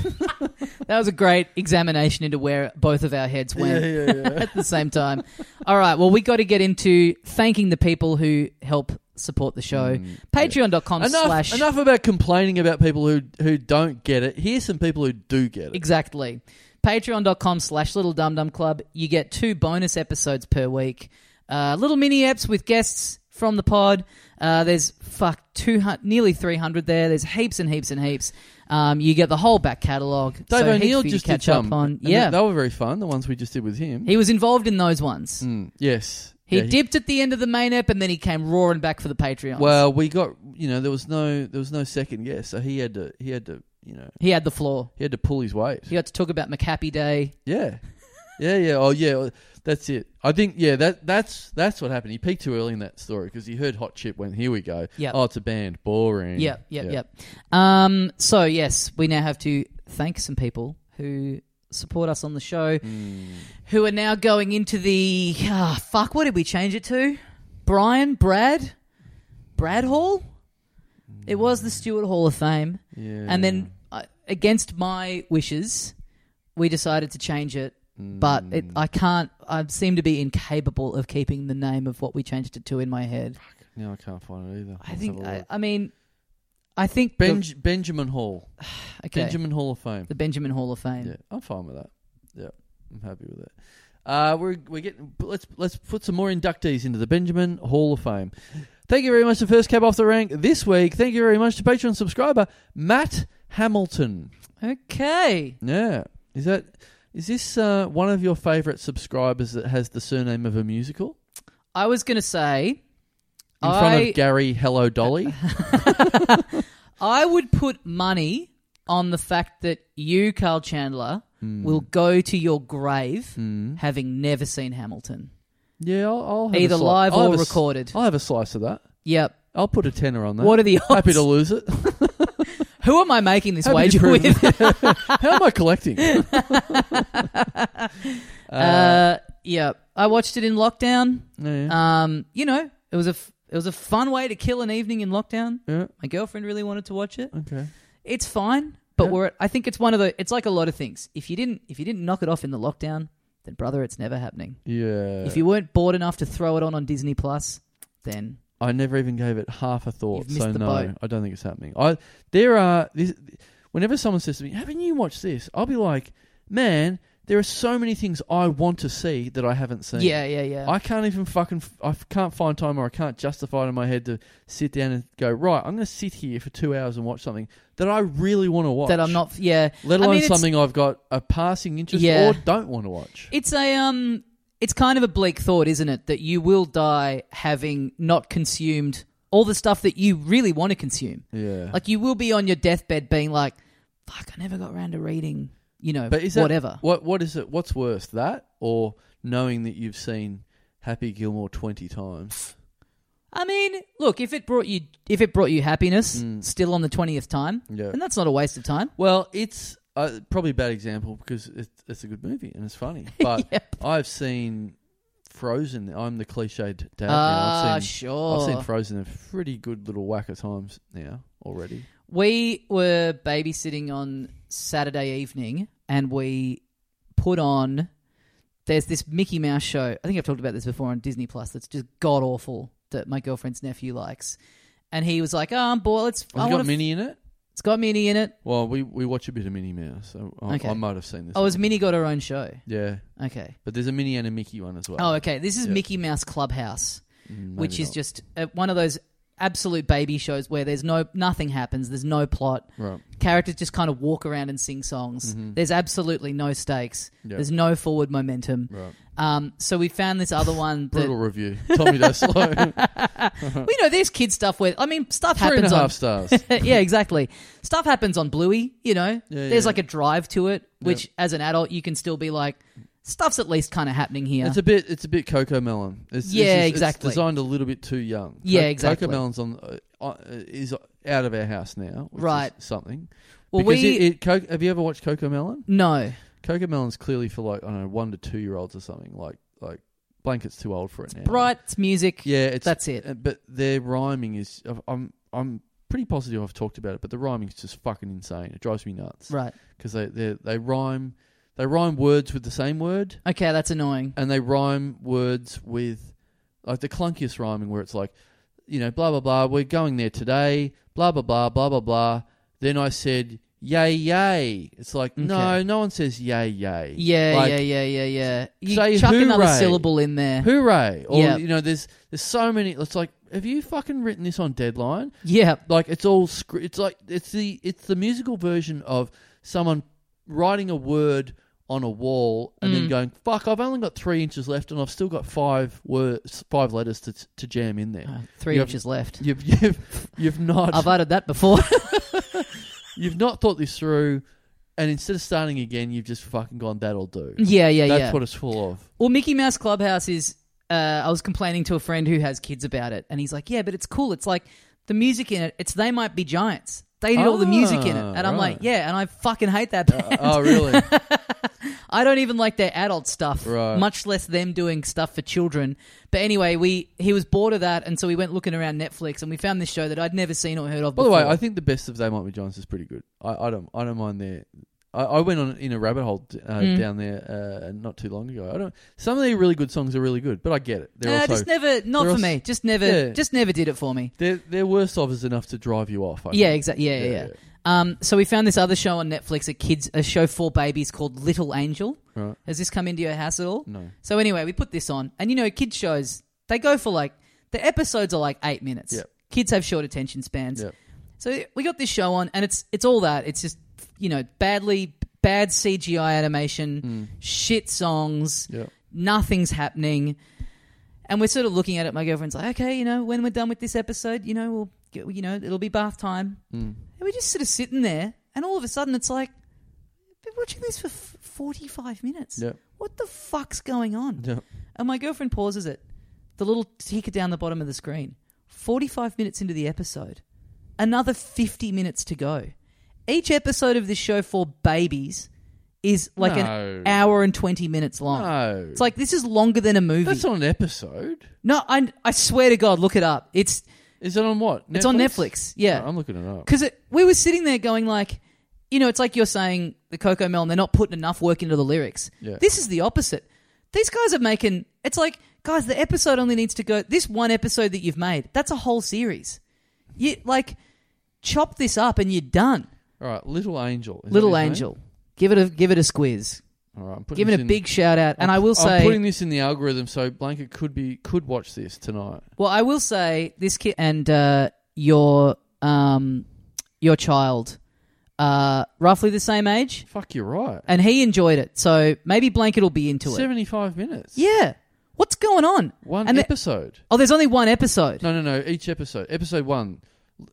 Speaker 1: That was a great examination into where both of our heads went.
Speaker 2: yeah, yeah.
Speaker 1: at the same time. All right. Well, we got to get into thanking the people who help support the show. Patreon.com
Speaker 2: Mm. enough,
Speaker 1: slash.
Speaker 2: enough about complaining about people who who don't get it. Here's some people who do get it.
Speaker 1: Exactly. Patreon.com slash Little Dum Dum Club. You get two bonus episodes per week. Uh, little mini apps with guests from the pod. Uh, there's fuck two hundred, nearly three hundred there. There's heaps and heaps and heaps. Um, you get the whole back catalogue.
Speaker 2: Dave
Speaker 1: so heaps
Speaker 2: O'Neill
Speaker 1: for you to
Speaker 2: just
Speaker 1: catch
Speaker 2: did some.
Speaker 1: up on.
Speaker 2: and they-
Speaker 1: Yeah,
Speaker 2: they, were very fun. The ones we just did with him.
Speaker 1: he was involved in those ones.
Speaker 2: Mm, yes,
Speaker 1: He
Speaker 2: Yeah,
Speaker 1: dipped at the end of the main app and then he came roaring back for the Patreon.
Speaker 2: Well, we got you know there was no there was no second guess, so he had to he had to you know
Speaker 1: he had the floor.
Speaker 2: he had to pull his weight.
Speaker 1: You got to talk about McCappy Day.
Speaker 2: Yeah. Yeah, yeah, oh yeah, that's it. I think yeah, that that's that's what happened. He peaked too early in that story because he heard Hot Chip when here we go.
Speaker 1: Yep.
Speaker 2: Oh, it's a band, boring.
Speaker 1: Yep, yep,
Speaker 2: Yeah.
Speaker 1: yep. Um, so yes, we now have to thank some people who support us on the show,
Speaker 2: Hmm.
Speaker 1: who are now going into the ah, fuck. What did we change it to? Brian, Brad, Brad Hall. It was the Stewart Hall of Fame,
Speaker 2: Yeah.
Speaker 1: and then uh, against my wishes, we decided to change it. But it,
Speaker 2: Hmm.
Speaker 1: I can't. I seem to be incapable of keeping the name of what we changed it to in my head.
Speaker 2: no, I can't find it either.
Speaker 1: I
Speaker 2: Let's
Speaker 1: think.
Speaker 2: have a
Speaker 1: I,
Speaker 2: look.
Speaker 1: I mean, I think the-
Speaker 2: Benj- Benjamin Hall,
Speaker 1: okay,
Speaker 2: Benjamin Hall of Fame.
Speaker 1: the Benjamin Hall of Fame.
Speaker 2: Yeah, I'm fine with that. Yeah, I'm happy with that. Uh, we're we're getting but let's let's put some more inductees into the Benjamin Hall of Fame. Thank you very much to first cab off the rank this week. Thank you very much to Patreon subscriber Matt Hamilton.
Speaker 1: Okay,
Speaker 2: Yeah, is that is this uh, one of your favourite subscribers that has the surname of a musical
Speaker 1: I was gonna say,
Speaker 2: in front
Speaker 1: I
Speaker 2: of Gary Hello Dolly?
Speaker 1: I would put money on the fact that you, Carl Chandler,
Speaker 2: Hmm.
Speaker 1: will go to your grave having never seen Hamilton.
Speaker 2: yeah, I'll, I'll have a
Speaker 1: Either
Speaker 2: sli-
Speaker 1: live
Speaker 2: I'll
Speaker 1: or
Speaker 2: have a s-
Speaker 1: recorded.
Speaker 2: I'll have a slice of that.
Speaker 1: Yep.
Speaker 2: I'll put a tenner on that.
Speaker 1: What are the odds?
Speaker 2: Happy to lose it.
Speaker 1: Who am I making this
Speaker 2: How did
Speaker 1: wager
Speaker 2: you prove-
Speaker 1: with?
Speaker 2: How am I collecting? Uh,
Speaker 1: uh, yeah, I watched it in lockdown.
Speaker 2: yeah.
Speaker 1: Um, you know, it was a f- it was a fun way to kill an evening in lockdown.
Speaker 2: yeah,
Speaker 1: My girlfriend really wanted to watch it.
Speaker 2: okay.
Speaker 1: It's fine, but
Speaker 2: Yeah.
Speaker 1: we're I think it's one of the it's like a lot of things. If you didn't if you didn't knock it off in the lockdown, then brother, it's never happening.
Speaker 2: Yeah.
Speaker 1: If you weren't bored enough to throw it on on Disney Plus, then
Speaker 2: I never even gave it half a thought.
Speaker 1: You've missed
Speaker 2: So
Speaker 1: the
Speaker 2: no,
Speaker 1: boat.
Speaker 2: I don't think it's happening. I there are this, whenever someone says to me, "Haven't you watched this?" I'll be like, "Man, there are so many things I want to see that I haven't seen."
Speaker 1: yeah, yeah, yeah.
Speaker 2: I can't even fucking f- I f- can't find time or I can't justify it in my head to sit down and go right. I'm going to sit here for two hours and watch something that I really want to watch.
Speaker 1: that I'm not. f- Yeah,
Speaker 2: let
Speaker 1: I
Speaker 2: alone
Speaker 1: mean, it's-
Speaker 2: something I've got a passing interest
Speaker 1: Yeah.
Speaker 2: or don't want to watch.
Speaker 1: It's a um it's kind of a bleak thought, isn't it, that you will die having not consumed all the stuff that you really want to consume.
Speaker 2: yeah,
Speaker 1: Like you will be on your deathbed being like, fuck, I never got around to reading, you know,
Speaker 2: But is that-
Speaker 1: whatever.
Speaker 2: What what is it? What's worse, that or knowing that you've seen Happy Gilmore twenty times?
Speaker 1: I mean, look, if it brought you if it brought you happiness
Speaker 2: Hmm.
Speaker 1: still on the 20th time,
Speaker 2: Yeah.
Speaker 1: then that's not a waste of time.
Speaker 2: Well, it's uh, probably a bad example because it, it's a good movie and it's funny. But
Speaker 1: Yep.
Speaker 2: I've seen Frozen. I'm the cliched dad. now.
Speaker 1: Ah,
Speaker 2: I've seen,
Speaker 1: sure.
Speaker 2: I've seen Frozen a pretty good little whack of times now already.
Speaker 1: We were babysitting on Saturday evening and we put on there's this Mickey Mouse show. I think I've talked about this before on Disney Plus that's just god awful that my girlfriend's nephew likes. And he was like, "Oh, I'm bored. Let's I
Speaker 2: Has
Speaker 1: wanna
Speaker 2: it got
Speaker 1: f-
Speaker 2: Minnie in it?
Speaker 1: It's got Minnie in it.
Speaker 2: Well, we we watch a bit of Minnie Mouse. So I,
Speaker 1: Okay.
Speaker 2: I might have seen this.
Speaker 1: Oh,
Speaker 2: one.
Speaker 1: has Minnie got her own show?
Speaker 2: yeah,
Speaker 1: Okay.
Speaker 2: but there's a Minnie and a Mickey one as well.
Speaker 1: Oh, okay. This is
Speaker 2: Yeah.
Speaker 1: Mickey Mouse Clubhouse,
Speaker 2: Maybe
Speaker 1: which is
Speaker 2: not.
Speaker 1: just uh, one of those absolute baby shows where there's no nothing happens, there's no plot.
Speaker 2: right.
Speaker 1: characters just kind of walk around and sing songs. There's absolutely no stakes.
Speaker 2: Mm-hmm. Yeah.
Speaker 1: There's no forward momentum.
Speaker 2: Right.
Speaker 1: Um, so we found this other one that
Speaker 2: Brutal review. Tommy Daslow.
Speaker 1: we know there's kid stuff where I mean stuff
Speaker 2: Three and
Speaker 1: happens
Speaker 2: a half
Speaker 1: on
Speaker 2: stars.
Speaker 1: yeah exactly stuff happens on Bluey. You know,
Speaker 2: Yeah,
Speaker 1: there's
Speaker 2: yeah.
Speaker 1: like a drive to it, which as an adult you can still be like stuff's at least kind of happening here.
Speaker 2: It's a bit. It's a bit Coco Melon. It's, it's
Speaker 1: Yeah,
Speaker 2: just-
Speaker 1: exactly.
Speaker 2: It's designed a little bit too young. Co-
Speaker 1: Yeah, exactly.
Speaker 2: Coco Melon's on uh, uh, is out of our house now. Which
Speaker 1: Right.
Speaker 2: Is something.
Speaker 1: Well,
Speaker 2: because
Speaker 1: we-
Speaker 2: it, it, Co- have you ever watched Coco Melon?
Speaker 1: no,
Speaker 2: Coco Melon's clearly for like I don't know one to two year olds or something. Like like blanket's too old for it now.
Speaker 1: bright it's music.
Speaker 2: Yeah, it's
Speaker 1: That's it.
Speaker 2: uh, But their rhyming is. I'm I'm pretty positive I've talked about it, but the rhyming is just fucking insane. It drives me nuts
Speaker 1: Right.
Speaker 2: because they they they rhyme they rhyme words with the same word.
Speaker 1: Okay, that's annoying.
Speaker 2: and they rhyme words with like the clunkiest rhyming where it's like, you know, blah blah blah, we're going there today, blah blah blah, blah blah blah. Then I said, Yay yay. It's like, no,
Speaker 1: Okay.
Speaker 2: no one says yay yay.
Speaker 1: Yeah,
Speaker 2: Like,
Speaker 1: yeah, yeah, yeah, yeah. You
Speaker 2: say
Speaker 1: chuck another
Speaker 2: hooray.
Speaker 1: syllable in there.
Speaker 2: Hooray. Or
Speaker 1: Yeah.
Speaker 2: you know, there's there's so many it's like, have you fucking written this on deadline?
Speaker 1: yeah.
Speaker 2: Like it's all scr- it's like it's the it's the musical version of someone writing a word on a wall and
Speaker 1: Mm.
Speaker 2: then going fuck I've only got 3 inches left and I've still got five words five letters to to jam in there.
Speaker 1: Oh, three
Speaker 2: You have-
Speaker 1: inches left.
Speaker 2: You've you've you've not
Speaker 1: I've uttered that before.
Speaker 2: you've not thought this through and instead of starting again you've just fucking gone that'll do.
Speaker 1: yeah, yeah,
Speaker 2: That's
Speaker 1: yeah.
Speaker 2: what it's full of.
Speaker 1: Well, Mickey Mouse Clubhouse is. Uh, I was complaining to a friend who has kids about it, and he's like, "Yeah, but it's cool. It's like the music in it. It's they might be giants. They did all the music in it."
Speaker 2: Ah,
Speaker 1: And I'm like,
Speaker 2: right.
Speaker 1: "Yeah," and I fucking hate that band.
Speaker 2: oh really?
Speaker 1: I don't even like their adult stuff,
Speaker 2: Right.
Speaker 1: much less them doing stuff for children. But anyway, we he was bored of that, and so we went looking around Netflix, and we found this show that I'd never seen or heard of.
Speaker 2: By the
Speaker 1: before.
Speaker 2: way, I think the best of They Might Be Giants is pretty good. I, I don't I don't mind their. I, I went on in a rabbit hole uh,
Speaker 1: Mm.
Speaker 2: down there uh, not too long ago. I don't. Some of their really good songs are really good, but I get it. They're
Speaker 1: Nah,
Speaker 2: also
Speaker 1: Uh, just never, not
Speaker 2: they're
Speaker 1: for
Speaker 2: also-
Speaker 1: me. Just never,
Speaker 2: Yeah.
Speaker 1: just never did it for me.
Speaker 2: their their worst of is enough to drive you off. I
Speaker 1: Yeah,
Speaker 2: think.
Speaker 1: exactly. Yeah, yeah,
Speaker 2: Yeah,
Speaker 1: yeah. Um, so we found this other show on Netflix, a kids, a show for babies called Little Angel.
Speaker 2: Right.
Speaker 1: Has this come into your house at all?
Speaker 2: No.
Speaker 1: So anyway, we put this on, and you know, kids shows they go for like the episodes are like eight minutes.
Speaker 2: Yep.
Speaker 1: Kids have short attention spans.
Speaker 2: Yep.
Speaker 1: So we got this show on, and it's it's all that. It's just you know, badly bad CGI animation,
Speaker 2: Mm.
Speaker 1: shit songs,
Speaker 2: Yep.
Speaker 1: nothing's happening. And we're sort of looking at it. My girlfriend's like, okay, you know, when we're done with this episode, you know, we'll get, you know, it'll be bath time.
Speaker 2: mm,
Speaker 1: And we're just sort of sitting there, and all of a sudden, it's like, been watching this for f- 45 minutes.
Speaker 2: Yep.
Speaker 1: What the fuck's going on?
Speaker 2: Yep.
Speaker 1: And my girlfriend pauses it. The little ticker down the bottom of the screen. 45 minutes into the episode. Another 50 minutes to go. each episode of this show for babies is like
Speaker 2: No.
Speaker 1: an hour and 20 minutes long.
Speaker 2: No.
Speaker 1: It's like this is longer than a movie.
Speaker 2: That's not an episode.
Speaker 1: no, I, I swear to God, look it up. It's
Speaker 2: Is it on what? Netflix?
Speaker 1: it's on Netflix. Yeah.
Speaker 2: No, I'm looking it up.
Speaker 1: Because we were sitting there going like, you know, it's like you're saying the Coco Melon, they're not putting enough work into the lyrics.
Speaker 2: Yeah.
Speaker 1: This is the opposite. These guys are making. It's like, guys, the episode only needs to go. This one episode that you've made, that's a whole series. You like chop this up and you're done.
Speaker 2: All right, Little Angel. Is that
Speaker 1: Little
Speaker 2: his name?
Speaker 1: Angel, give it a give it a squeeze.
Speaker 2: All right, I'm putting
Speaker 1: Give it
Speaker 2: this
Speaker 1: a
Speaker 2: in-
Speaker 1: big shout out, and I will
Speaker 2: I'm
Speaker 1: say,
Speaker 2: putting this in the algorithm so Blanket could be could watch this tonight.
Speaker 1: well, I will say this kid and uh, your um your child, uh, roughly the same age.
Speaker 2: Fuck, you're right.
Speaker 1: and he enjoyed it. So maybe Blanket will be into it.
Speaker 2: Seventy-five minutes.
Speaker 1: Yeah. What's going on?
Speaker 2: one
Speaker 1: and the-
Speaker 2: episode.
Speaker 1: oh, there's only one episode.
Speaker 2: No, no, no. Each episode. Episode one,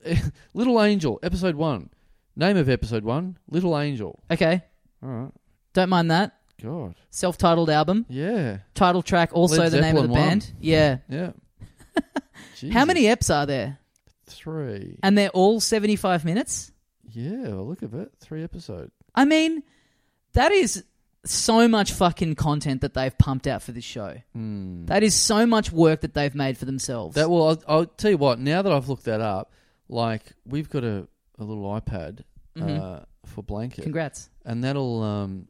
Speaker 2: Little Angel. Episode one. Name of episode one, Little Angel.
Speaker 1: Okay.
Speaker 2: All right.
Speaker 1: Don't mind that.
Speaker 2: God.
Speaker 1: Self-titled album,
Speaker 2: Yeah.
Speaker 1: title track, also
Speaker 2: Led
Speaker 1: the name of the
Speaker 2: Zeppelin one.
Speaker 1: band. Yeah.
Speaker 2: Yeah.
Speaker 1: How
Speaker 2: Jesus.
Speaker 1: many eps are there?
Speaker 2: Three.
Speaker 1: And they're all 75 minutes?
Speaker 2: Yeah. Well, look at it. Three episodes.
Speaker 1: I mean, that is so much fucking content that they've pumped out for this show. That is so much work that they've made for themselves.
Speaker 2: Hmm. That well, I'll, I'll tell you what. Now that I've looked that up, like we've got a, a little iPad uh, for blanket,
Speaker 1: Mm-hmm. Congrats.
Speaker 2: and that'll um,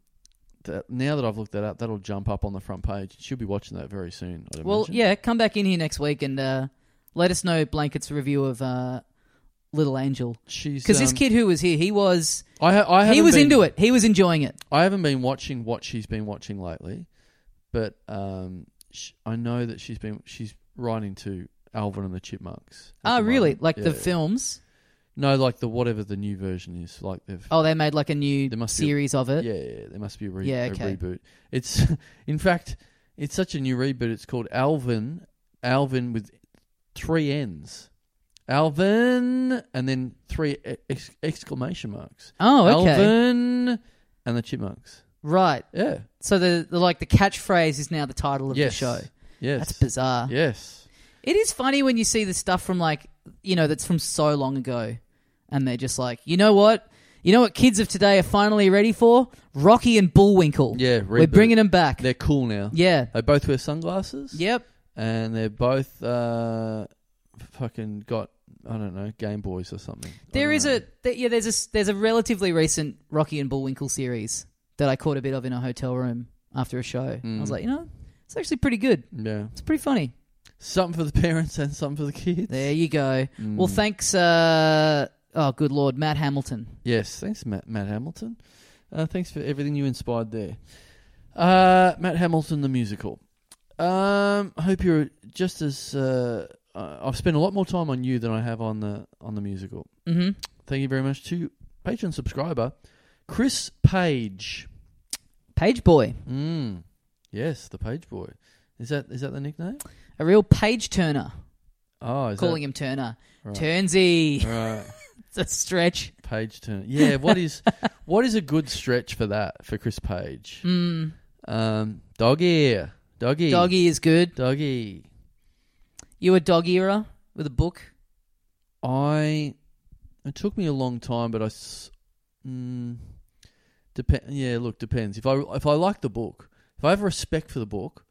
Speaker 2: that, now that I've looked that up, that'll jump up on the front page. She'll be watching that very soon. I'd
Speaker 1: Well,
Speaker 2: imagine.
Speaker 1: yeah, come back in here next week and uh, let us know Blanket's review of uh, Little Angel.
Speaker 2: she's
Speaker 1: Because this
Speaker 2: um,
Speaker 1: kid who was here, he was
Speaker 2: I, ha- I
Speaker 1: he
Speaker 2: haven't
Speaker 1: was
Speaker 2: been-
Speaker 1: into it. He was enjoying it.
Speaker 2: I haven't been watching what she's been watching lately, but um, sh- I know that she's been she's right into Alvin and the Chipmunks. at
Speaker 1: Oh,
Speaker 2: the
Speaker 1: really?
Speaker 2: moment.
Speaker 1: Like
Speaker 2: Yeah.
Speaker 1: the films?
Speaker 2: No, like the whatever the new version is. Like they've
Speaker 1: Oh, they made like a new
Speaker 2: There must be a-
Speaker 1: series of it.
Speaker 2: Yeah, yeah, there must be a, re-
Speaker 1: Yeah,
Speaker 2: a
Speaker 1: okay.
Speaker 2: reboot. It's in fact, it's such a new reboot. It's called Alvin, Alvin with three N's, Alvin, and then three e, ex- exclamation marks.
Speaker 1: Oh, okay.
Speaker 2: Alvin and the Chipmunks.
Speaker 1: Right.
Speaker 2: Yeah.
Speaker 1: So the, the like the catchphrase is now the title of
Speaker 2: yes.
Speaker 1: the show.
Speaker 2: Yes.
Speaker 1: That's bizarre.
Speaker 2: Yes.
Speaker 1: It is funny when you see the stuff from like you know that's from so long ago, and they're just like, you know what, you know what, kids of today are finally ready for Rocky and Bullwinkle.
Speaker 2: Yeah,
Speaker 1: we're
Speaker 2: reboot.
Speaker 1: bringing them back.
Speaker 2: They're cool now.
Speaker 1: yeah.
Speaker 2: They both wear sunglasses.
Speaker 1: Yep.
Speaker 2: And they're both uh, fucking got I don't know Game Boys or something. I
Speaker 1: There
Speaker 2: don't
Speaker 1: is
Speaker 2: know.
Speaker 1: a th- yeah. There's a s- there's a relatively recent Rocky and Bullwinkle series that I caught a bit of in a hotel room after a show. I
Speaker 2: Hmm.
Speaker 1: was like, you know, it's actually pretty good.
Speaker 2: yeah.
Speaker 1: It's pretty funny.
Speaker 2: Something for the parents and something for the kids.
Speaker 1: There you go.
Speaker 2: Hmm.
Speaker 1: Mm. Well, thanks. Uh, oh, good lord, Matt Hamilton.
Speaker 2: Yes, thanks, Matt, Matt Hamilton. Uh, thanks for everything you inspired there. Uh, Matt Hamilton, the musical. Um, I hope you're just as. Uh, I- I've spent a lot more time on you than I have on the on the musical.
Speaker 1: hmm
Speaker 2: Thank you very much to Patreon subscriber Chris Page.
Speaker 1: Page boy,
Speaker 2: Mm. Yes, the Page Boy. Is that is that the nickname?
Speaker 1: a real page turner.
Speaker 2: Oh, is
Speaker 1: Calling him Turner.
Speaker 2: Right.
Speaker 1: Turnsy.
Speaker 2: that, right.
Speaker 1: it's a stretch.
Speaker 2: Page turn. Yeah, what is what is a good stretch for that for Chris Page?
Speaker 1: Mm.
Speaker 2: Um, doggy, doggy,
Speaker 1: Doggy is good.
Speaker 2: doggy.
Speaker 1: You a dog era with a book?
Speaker 2: I it took me a long time, but I s- mm, depend. Yeah, look, depends. If I if I like the book, if I have respect for the book,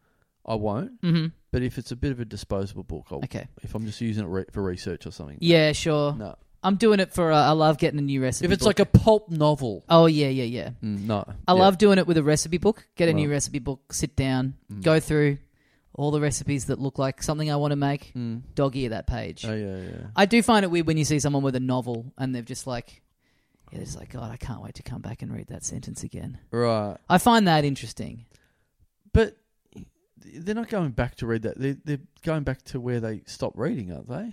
Speaker 2: I won't.
Speaker 1: Mm-hmm.
Speaker 2: But if it's a bit of a disposable book, I'll,
Speaker 1: Okay.
Speaker 2: if I'm just using it re- for research or something,
Speaker 1: Yeah, sure.
Speaker 2: no.
Speaker 1: I'm doing it for. Uh, I love getting a new recipe.
Speaker 2: If it's
Speaker 1: book.
Speaker 2: like a pulp novel,
Speaker 1: Oh yeah, yeah, yeah.
Speaker 2: mm, no.
Speaker 1: I
Speaker 2: Yeah.
Speaker 1: love doing it with a recipe book. Get a new
Speaker 2: Right.
Speaker 1: recipe book, sit down,
Speaker 2: Mm.
Speaker 1: go through all the recipes that look like something I want to make.
Speaker 2: Mm.
Speaker 1: Dog ear that page.
Speaker 2: Oh yeah, yeah.
Speaker 1: I do find it weird when you see someone with a novel and they've just like, yeah, they're just like, God, I can't wait to come back and read that sentence again.
Speaker 2: Right.
Speaker 1: I find that interesting.
Speaker 2: But they're not going back to read that. They they're going back to where they stopped reading, aren't they?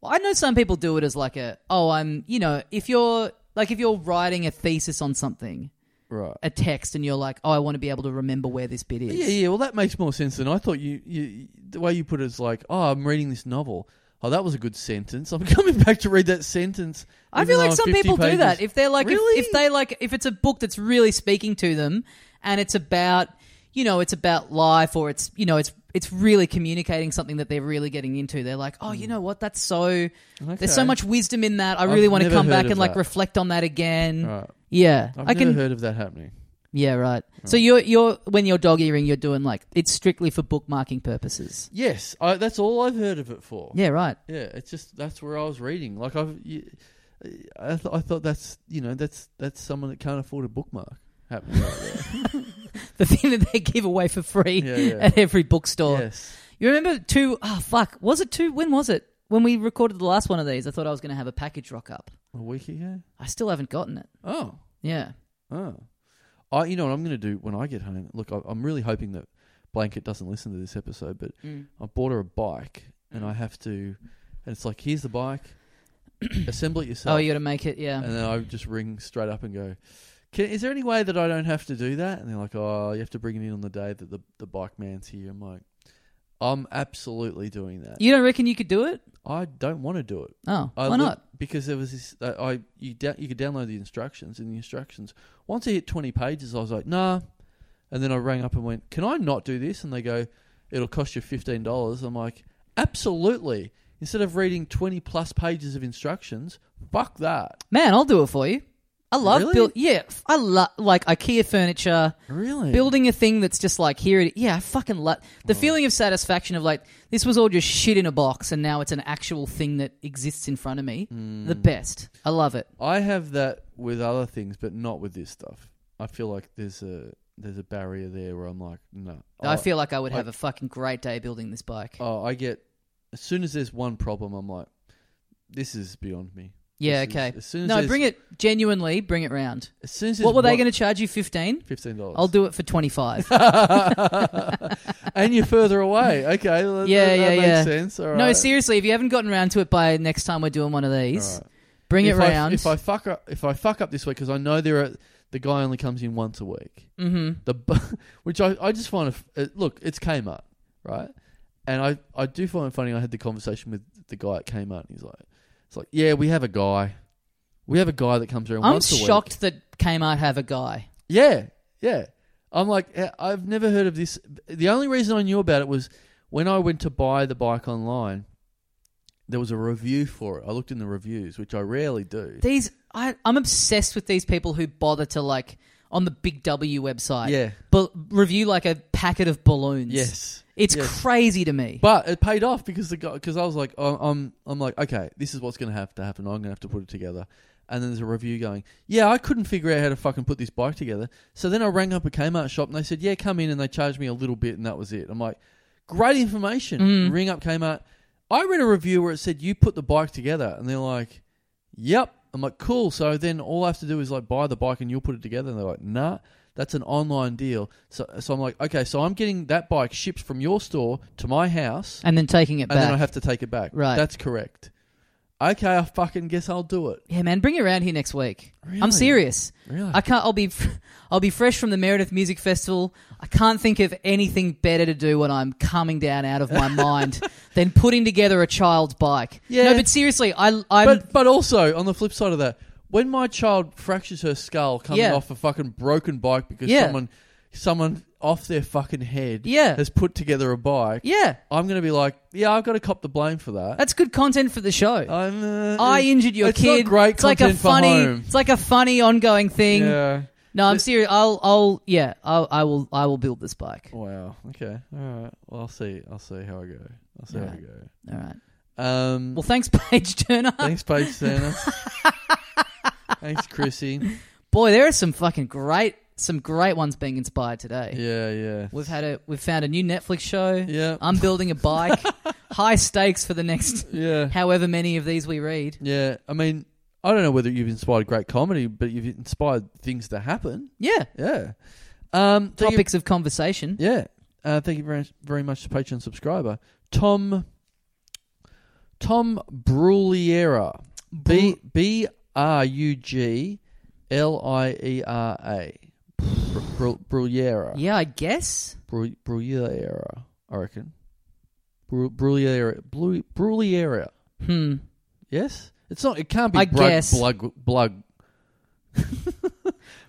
Speaker 1: Well, I know some people do it as like a, oh, I'm, you know, if you're like if you're writing a thesis on something,
Speaker 2: Right.
Speaker 1: a text, and you're like, oh, I want to be able to remember where this bit is.
Speaker 2: Yeah, yeah. Well, that makes more sense than I thought. You, you the way you put it is like, oh, I'm reading this novel. Oh, that was a good sentence. I'm coming back to read that sentence.
Speaker 1: I
Speaker 2: even
Speaker 1: feel
Speaker 2: though
Speaker 1: like
Speaker 2: I'm
Speaker 1: some
Speaker 2: 50
Speaker 1: people do
Speaker 2: pages-
Speaker 1: that. If they're like,
Speaker 2: Really?
Speaker 1: if, if they like, if it's a book that's really speaking to them, and it's about, you know, it's about life, or it's, you know, it's it's really communicating something that they're really getting into. They're like, oh, you know what? That's so. There's so
Speaker 2: Hmm. Okay.
Speaker 1: much wisdom in that. I really want to
Speaker 2: never
Speaker 1: come
Speaker 2: heard
Speaker 1: back
Speaker 2: of
Speaker 1: and like
Speaker 2: that.
Speaker 1: reflect on that again.
Speaker 2: Right.
Speaker 1: Yeah,
Speaker 2: I've
Speaker 1: I
Speaker 2: never
Speaker 1: can.
Speaker 2: heard of that happening.
Speaker 1: Yeah, right. So you're you're when you're dog earing, you're doing like it's strictly for bookmarking purposes.
Speaker 2: Yes, I, that's all I've heard of it for.
Speaker 1: Yeah, right.
Speaker 2: Yeah, it's just that's where I was reading. Like I've, you, I, th- I thought that's you know that's that's someone that can't afford a bookmark happening. Right there.
Speaker 1: The thing that they give away for free
Speaker 2: Yeah, yeah.
Speaker 1: at every bookstore.
Speaker 2: yes,
Speaker 1: You remember two ah fuck. Was it two? When was it? When we recorded the last one of these, I thought I was going to have a package rock up.
Speaker 2: a week ago.
Speaker 1: I still haven't gotten it.
Speaker 2: Oh,
Speaker 1: Yeah.
Speaker 2: oh, I you know what I'm going to do when I get home. Look, I, I'm really hoping that Blanket doesn't listen to this episode, but I bought her a bike, and I have to, and it's like here's the bike, assemble it yourself.
Speaker 1: oh, you got to make it. Yeah.
Speaker 2: And then I just ring straight up and go, Can, "Is there any way that I don't have to do that?" And they're like, "Oh, you have to bring it in on the day that the the bike man's here." I'm like, "I'm absolutely doing that.
Speaker 1: you don't reckon you could do it?
Speaker 2: I don't want to do it.
Speaker 1: Oh,
Speaker 2: I
Speaker 1: why
Speaker 2: look-
Speaker 1: not?
Speaker 2: Because there was this. Uh, I you da- you could download the instructions, and the instructions. Once I hit 20 pages, I was like, "Nah." And then I rang up and went, "Can I not do this?" And they go, "It'll cost you fifteen dollars." I'm like, "Absolutely." Instead of reading 20 plus pages of instructions, fuck that.
Speaker 1: Man, I'll do it for you. I love
Speaker 2: Really?
Speaker 1: build. Yeah, f- I love like IKEA furniture.
Speaker 2: Really?
Speaker 1: Building a thing that's just like here it. Yeah, I fucking love the feeling of satisfaction of like this was all just shit in a box and now it's an actual thing that exists in front of me. The best. I love it.
Speaker 2: Mm. I have that with other things, but not with this stuff. I feel like there's a there's a barrier there where I'm like, no.
Speaker 1: I feel like I would have a fucking great day building this bike.
Speaker 2: Uh, Oh, I get. As soon as there's one problem, I'm like, this is beyond me.
Speaker 1: yeah,
Speaker 2: this is-
Speaker 1: okay.
Speaker 2: as soon as
Speaker 1: no,
Speaker 2: there's-
Speaker 1: bring it genuinely. Bring it round.
Speaker 2: As soon as
Speaker 1: What were they going to charge you? Fifteen.
Speaker 2: Fifteen dollars.
Speaker 1: I'll do it for twenty-five.
Speaker 2: and you're further away. Okay. well, that-
Speaker 1: Yeah,
Speaker 2: that,
Speaker 1: yeah,
Speaker 2: makes
Speaker 1: yeah.
Speaker 2: Sense. All right.
Speaker 1: No, seriously, if you haven't gotten around to it by next time we're doing one of these,
Speaker 2: All right.
Speaker 1: bring
Speaker 2: if
Speaker 1: it
Speaker 2: I,
Speaker 1: round.
Speaker 2: If I fuck up, if I fuck up this week, because I know there are the guy only comes in once a week.
Speaker 1: mm-hmm.
Speaker 2: the bu- which I, I just find a, it, look it's Kmart right and I, I do find it funny I had the conversation with the guy at Kmart and he's like it's like yeah we have a guy we have a guy that comes around
Speaker 1: I'm
Speaker 2: once a week
Speaker 1: shocked that Kmart have a guy.
Speaker 2: yeah yeah I'm like "Eh, I've never heard of this the only reason I knew about it was when I went to buy the bike online there was a review for it I looked in the reviews which I rarely do
Speaker 1: These I, I'm obsessed with these people who bother to like on the Big W website.
Speaker 2: Yeah.
Speaker 1: bu- review like a packet of balloons.
Speaker 2: yes
Speaker 1: it's
Speaker 2: yes.
Speaker 1: crazy to me.
Speaker 2: But it paid off because the guy because I was like oh, I'm I'm like okay this is what's going to have to happen I'm going to have to put it together and then there's a review going yeah I couldn't figure out how to fucking put this bike together so then I rang up a Kmart shop and they said yeah come in and they charged me a little bit and that was it I'm like great information ring up Kmart I read a review where it said you put the bike together and they're like yep I'm like cool so then all I have to do is like buy the bike and you'll put it together and they're like nah that's an online deal so so I'm like okay so I'm getting that bike shipped from your store to my house
Speaker 1: and then taking it
Speaker 2: and
Speaker 1: back.
Speaker 2: then I have to take it back.
Speaker 1: Right.
Speaker 2: That's correct. Okay, I fucking guess I'll do it.
Speaker 1: yeah, man, bring it around here next week.
Speaker 2: Really?
Speaker 1: I'm serious.
Speaker 2: Really?
Speaker 1: I can't. I'll be. I'll be fresh from the Meredith Music Festival. I can't think of anything better to do when I'm coming down out of my mind than putting together a child's bike.
Speaker 2: Yeah.
Speaker 1: No, but seriously, I. I'm,
Speaker 2: But but also on the flip side of that, when my child fractures her skull coming
Speaker 1: Yeah.
Speaker 2: off a fucking broken bike because
Speaker 1: Yeah.
Speaker 2: someone someone off their fucking head
Speaker 1: Yeah.
Speaker 2: has put together a bike,
Speaker 1: yeah,
Speaker 2: I'm gonna be like, yeah, I've got to cop the blame for that.
Speaker 1: that's good content for the show.
Speaker 2: I'm, uh,
Speaker 1: I injured your
Speaker 2: it's
Speaker 1: kid.
Speaker 2: Not great
Speaker 1: it's like a
Speaker 2: content for
Speaker 1: funny.
Speaker 2: home.
Speaker 1: It's like a funny ongoing thing.
Speaker 2: Yeah.
Speaker 1: No, I'm serious. I'll. I'll. Yeah. I'll, I will. I will build this bike.
Speaker 2: Wow. Okay. All right. Well, I'll see. I'll see how I go. I'll see how I
Speaker 1: Alright.
Speaker 2: go.
Speaker 1: All right.
Speaker 2: Um,
Speaker 1: Well, thanks, Paige Turner.
Speaker 2: Thanks, Paige Turner. Thanks, Chrissy.
Speaker 1: Boy, there are some fucking great, some great ones being inspired today.
Speaker 2: Yeah, yeah.
Speaker 1: We've had a. We've found a new Netflix show.
Speaker 2: Yeah.
Speaker 1: I'm building a bike. High stakes for the next
Speaker 2: Yeah.
Speaker 1: however many of these we read.
Speaker 2: Yeah. I mean, I don't know whether you've inspired great comedy, but you've inspired things to happen.
Speaker 1: Yeah.
Speaker 2: Yeah. Um, thank you-
Speaker 1: Topics of conversation.
Speaker 2: yeah. Uh, thank you very, very much to Patreon subscriber Tom Tom Bruliera. B B R U G L I E R A. Bru- Bruliera.
Speaker 1: Yeah, I guess.
Speaker 2: Bru- Bruliera, I reckon. Bru- Bruliera, Blu- Bruliera.
Speaker 1: Hmm.
Speaker 2: Yes, it's not. It can't be.
Speaker 1: I
Speaker 2: Brug-
Speaker 1: guess.
Speaker 2: Blug, blug.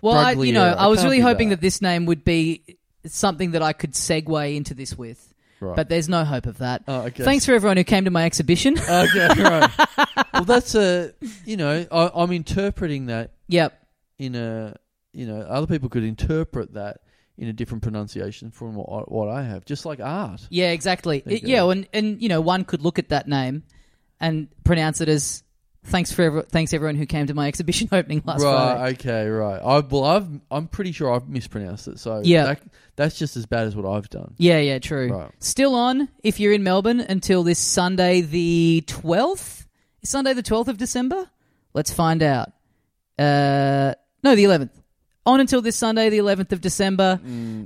Speaker 1: Well, I, you know,
Speaker 2: Brugliera.
Speaker 1: I was
Speaker 2: Can't
Speaker 1: really
Speaker 2: be
Speaker 1: hoping
Speaker 2: that.
Speaker 1: that. this name would be something that I could segue into this with.
Speaker 2: Right.
Speaker 1: But there's no hope of that.
Speaker 2: Oh, okay.
Speaker 1: Thanks for everyone who came to my exhibition.
Speaker 2: Okay, right. well, that's a you know I, I'm interpreting that
Speaker 1: yep.
Speaker 2: in a you know other people could interpret that in a different pronunciation from what I, what I have, just like art.
Speaker 1: Yeah, exactly.
Speaker 2: There you
Speaker 1: It-
Speaker 2: go.
Speaker 1: yeah, and and you know, one could look at that name and pronounce it as thanks for ever, thanks everyone who came to my exhibition opening last Friday.
Speaker 2: right. Okay. Right. I well, I've I'm pretty sure I've mispronounced it. So
Speaker 1: Yeah.
Speaker 2: that, that's just as bad as what I've done.
Speaker 1: Yeah, yeah, true.
Speaker 2: Right.
Speaker 1: Still on if you're in Melbourne until this Sunday the 12th. Is Sunday the 12th of December? Let's find out. Uh, no, the 11th. On until this Sunday the 11th of December.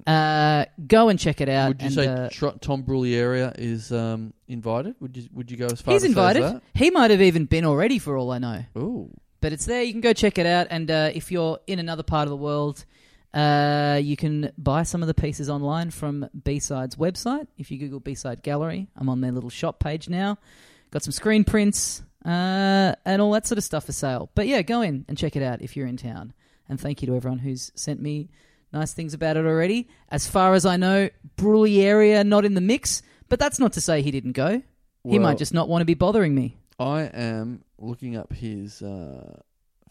Speaker 1: Uh, go and check it out.
Speaker 2: Mm. Would you
Speaker 1: and,
Speaker 2: say
Speaker 1: uh,
Speaker 2: Tr- Tom Bruliera is um, invited? Would you Would you go as far?
Speaker 1: he's
Speaker 2: to say as
Speaker 1: invited? He might have even been already for all I know.
Speaker 2: that? Ooh.
Speaker 1: but it's there. You can go check it out, and uh, if you're in another part of the world, uh, you can buy some of the pieces online from B Side's website. If you Google B Side Gallery, I'm on their little shop page now. Got some screen prints uh, and all that sort of stuff for sale. But yeah, go in and check it out if you're in town. And thank you to everyone who's sent me nice things about it already. As far as I know, Bruliera not in the mix, but that's not to say he didn't go. he
Speaker 2: Well-
Speaker 1: might just not want to be bothering me.
Speaker 2: I am looking up his uh,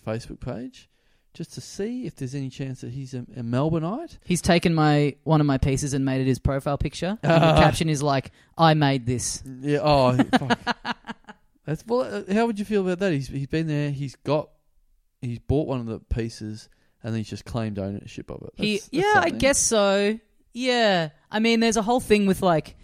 Speaker 2: Facebook page just to see if there's any chance that he's a, a Melbourneite.
Speaker 1: He's taken my one of my pieces and made it his profile picture. And
Speaker 2: Ah.
Speaker 1: the caption is like, "I made this."
Speaker 2: Yeah. Oh, fuck. that's well. uh, How would you feel about that? He's he's been there. He's got he's bought one of the pieces and he's just claimed ownership of it.
Speaker 1: He,
Speaker 2: That's- that's
Speaker 1: yeah, I
Speaker 2: something.
Speaker 1: guess so. Yeah, I mean, there's a whole thing with like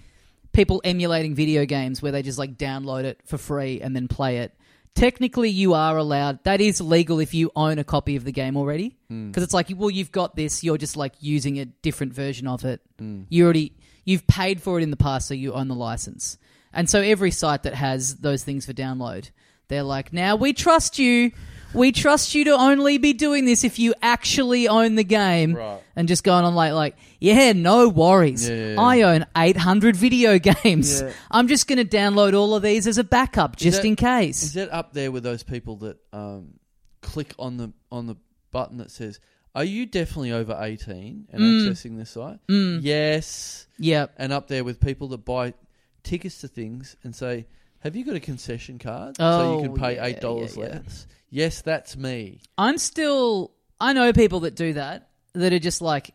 Speaker 1: people emulating video games where they just like download it for free and then play it. Technically, you are allowed. That is legal if you own a copy of the game already,
Speaker 2: Hmm.
Speaker 1: because it's like, well, you've got this. You're just like using a different version of it.
Speaker 2: Mm.
Speaker 1: You already you've paid for it in the past, so you own the license. And so every site that has those things for download, they're like, now we trust you. We trust you to only be doing this if you actually own the game.
Speaker 2: Right.
Speaker 1: And just going on like, like, yeah, no worries.
Speaker 2: Yeah, yeah, yeah.
Speaker 1: I own 800 video games.
Speaker 2: Yeah.
Speaker 1: I'm just going to download all of these as a backup just
Speaker 2: that-
Speaker 1: in
Speaker 2: Is
Speaker 1: case.
Speaker 2: that up there with those people that um, click on the on the button that says, "Are you definitely over 18 and
Speaker 1: Hmm.
Speaker 2: accessing this site?" Yes,
Speaker 1: Yeah.
Speaker 2: and up there with people that buy tickets to things and say, "Have you got a concession card so you
Speaker 1: Oh,
Speaker 2: can pay
Speaker 1: yeah,
Speaker 2: eight dollars
Speaker 1: yeah, yeah.
Speaker 2: less?" Yes, that's me.
Speaker 1: I'm still, I know people that do that, that are just like,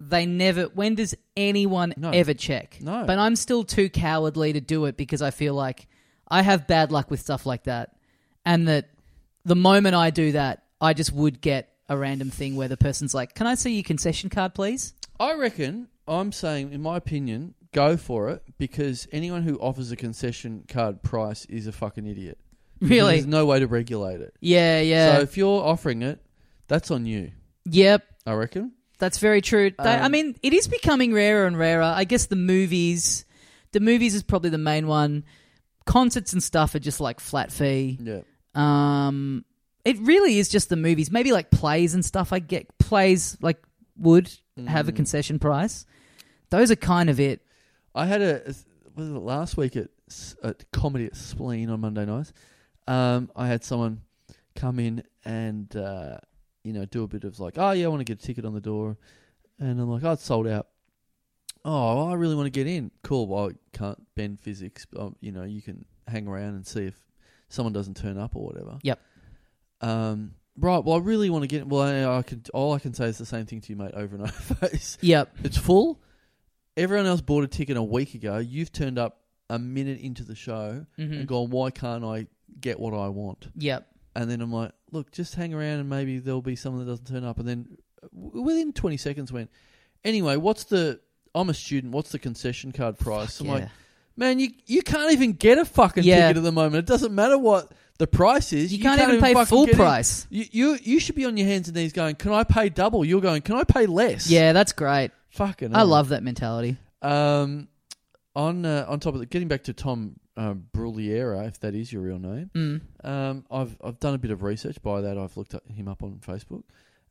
Speaker 1: they never, when does anyone
Speaker 2: No.
Speaker 1: ever check?
Speaker 2: No.
Speaker 1: But I'm still too cowardly to do it because I feel like I have bad luck with stuff like that. And that the moment I do that, I just would get a random thing where the person's like, can I see your concession card, please?
Speaker 2: I reckon I'm saying, in my opinion, go for it because anyone who offers a concession card price is a fucking idiot. Because
Speaker 1: Really?
Speaker 2: there's no way to regulate it.
Speaker 1: Yeah, yeah.
Speaker 2: So if you're offering it, that's on you.
Speaker 1: Yep,
Speaker 2: I reckon.
Speaker 1: that's very true. They- I
Speaker 2: Um,
Speaker 1: mean, it is becoming rarer and rarer. I guess the movies, the movies is probably the main one. Concerts and stuff are just like flat fee.
Speaker 2: Yeah.
Speaker 1: Um, it really is just the movies. Maybe like plays and stuff. I get plays like would
Speaker 2: Mm.
Speaker 1: have a concession price. Those are kind of it.
Speaker 2: I had a was it last week at, S- at comedy at Spleen on Monday nights. Um, I had someone come in and uh, you know do a bit of like, oh yeah, I want to get a ticket on the door, and I'm like, oh, it's sold out. Oh, I really want to get in. Cool. Well, I can't bend physics. But, um, you know, you can hang around and see if someone doesn't turn up or whatever.
Speaker 1: Yep.
Speaker 2: Um. Right. Well, I really want to get. Well, I, I could. All I can say is the same thing to you, mate, over and over. It's-
Speaker 1: Yep.
Speaker 2: it's full. Everyone else bought a ticket a week ago. You've turned up a minute into the show
Speaker 1: hmm
Speaker 2: and gone, why can't I get what I want?
Speaker 1: Yep.
Speaker 2: And then I'm like, look, just hang around and maybe there'll be someone that doesn't turn up. And then w- within 20 seconds went, anyway, what's the, I'm a student, what's the concession card price? I'm
Speaker 1: yeah.
Speaker 2: like, man, you, you can't even get a fucking
Speaker 1: Yeah.
Speaker 2: ticket at the moment. It doesn't matter what the price is.
Speaker 1: you, can't, even pay
Speaker 2: fucking
Speaker 1: full
Speaker 2: get in.
Speaker 1: price.
Speaker 2: You, you you should be on your hands and knees going, can I pay double? You're going, can I pay less?
Speaker 1: Yeah, that's great.
Speaker 2: Fucking
Speaker 1: I
Speaker 2: hell.
Speaker 1: love that mentality.
Speaker 2: Um, on uh, on top of that, getting back to Tom uh, Bruliera, if that is your real name,
Speaker 1: Mm.
Speaker 2: um, I've I've done a bit of research. By that, I've looked up, him up on Facebook,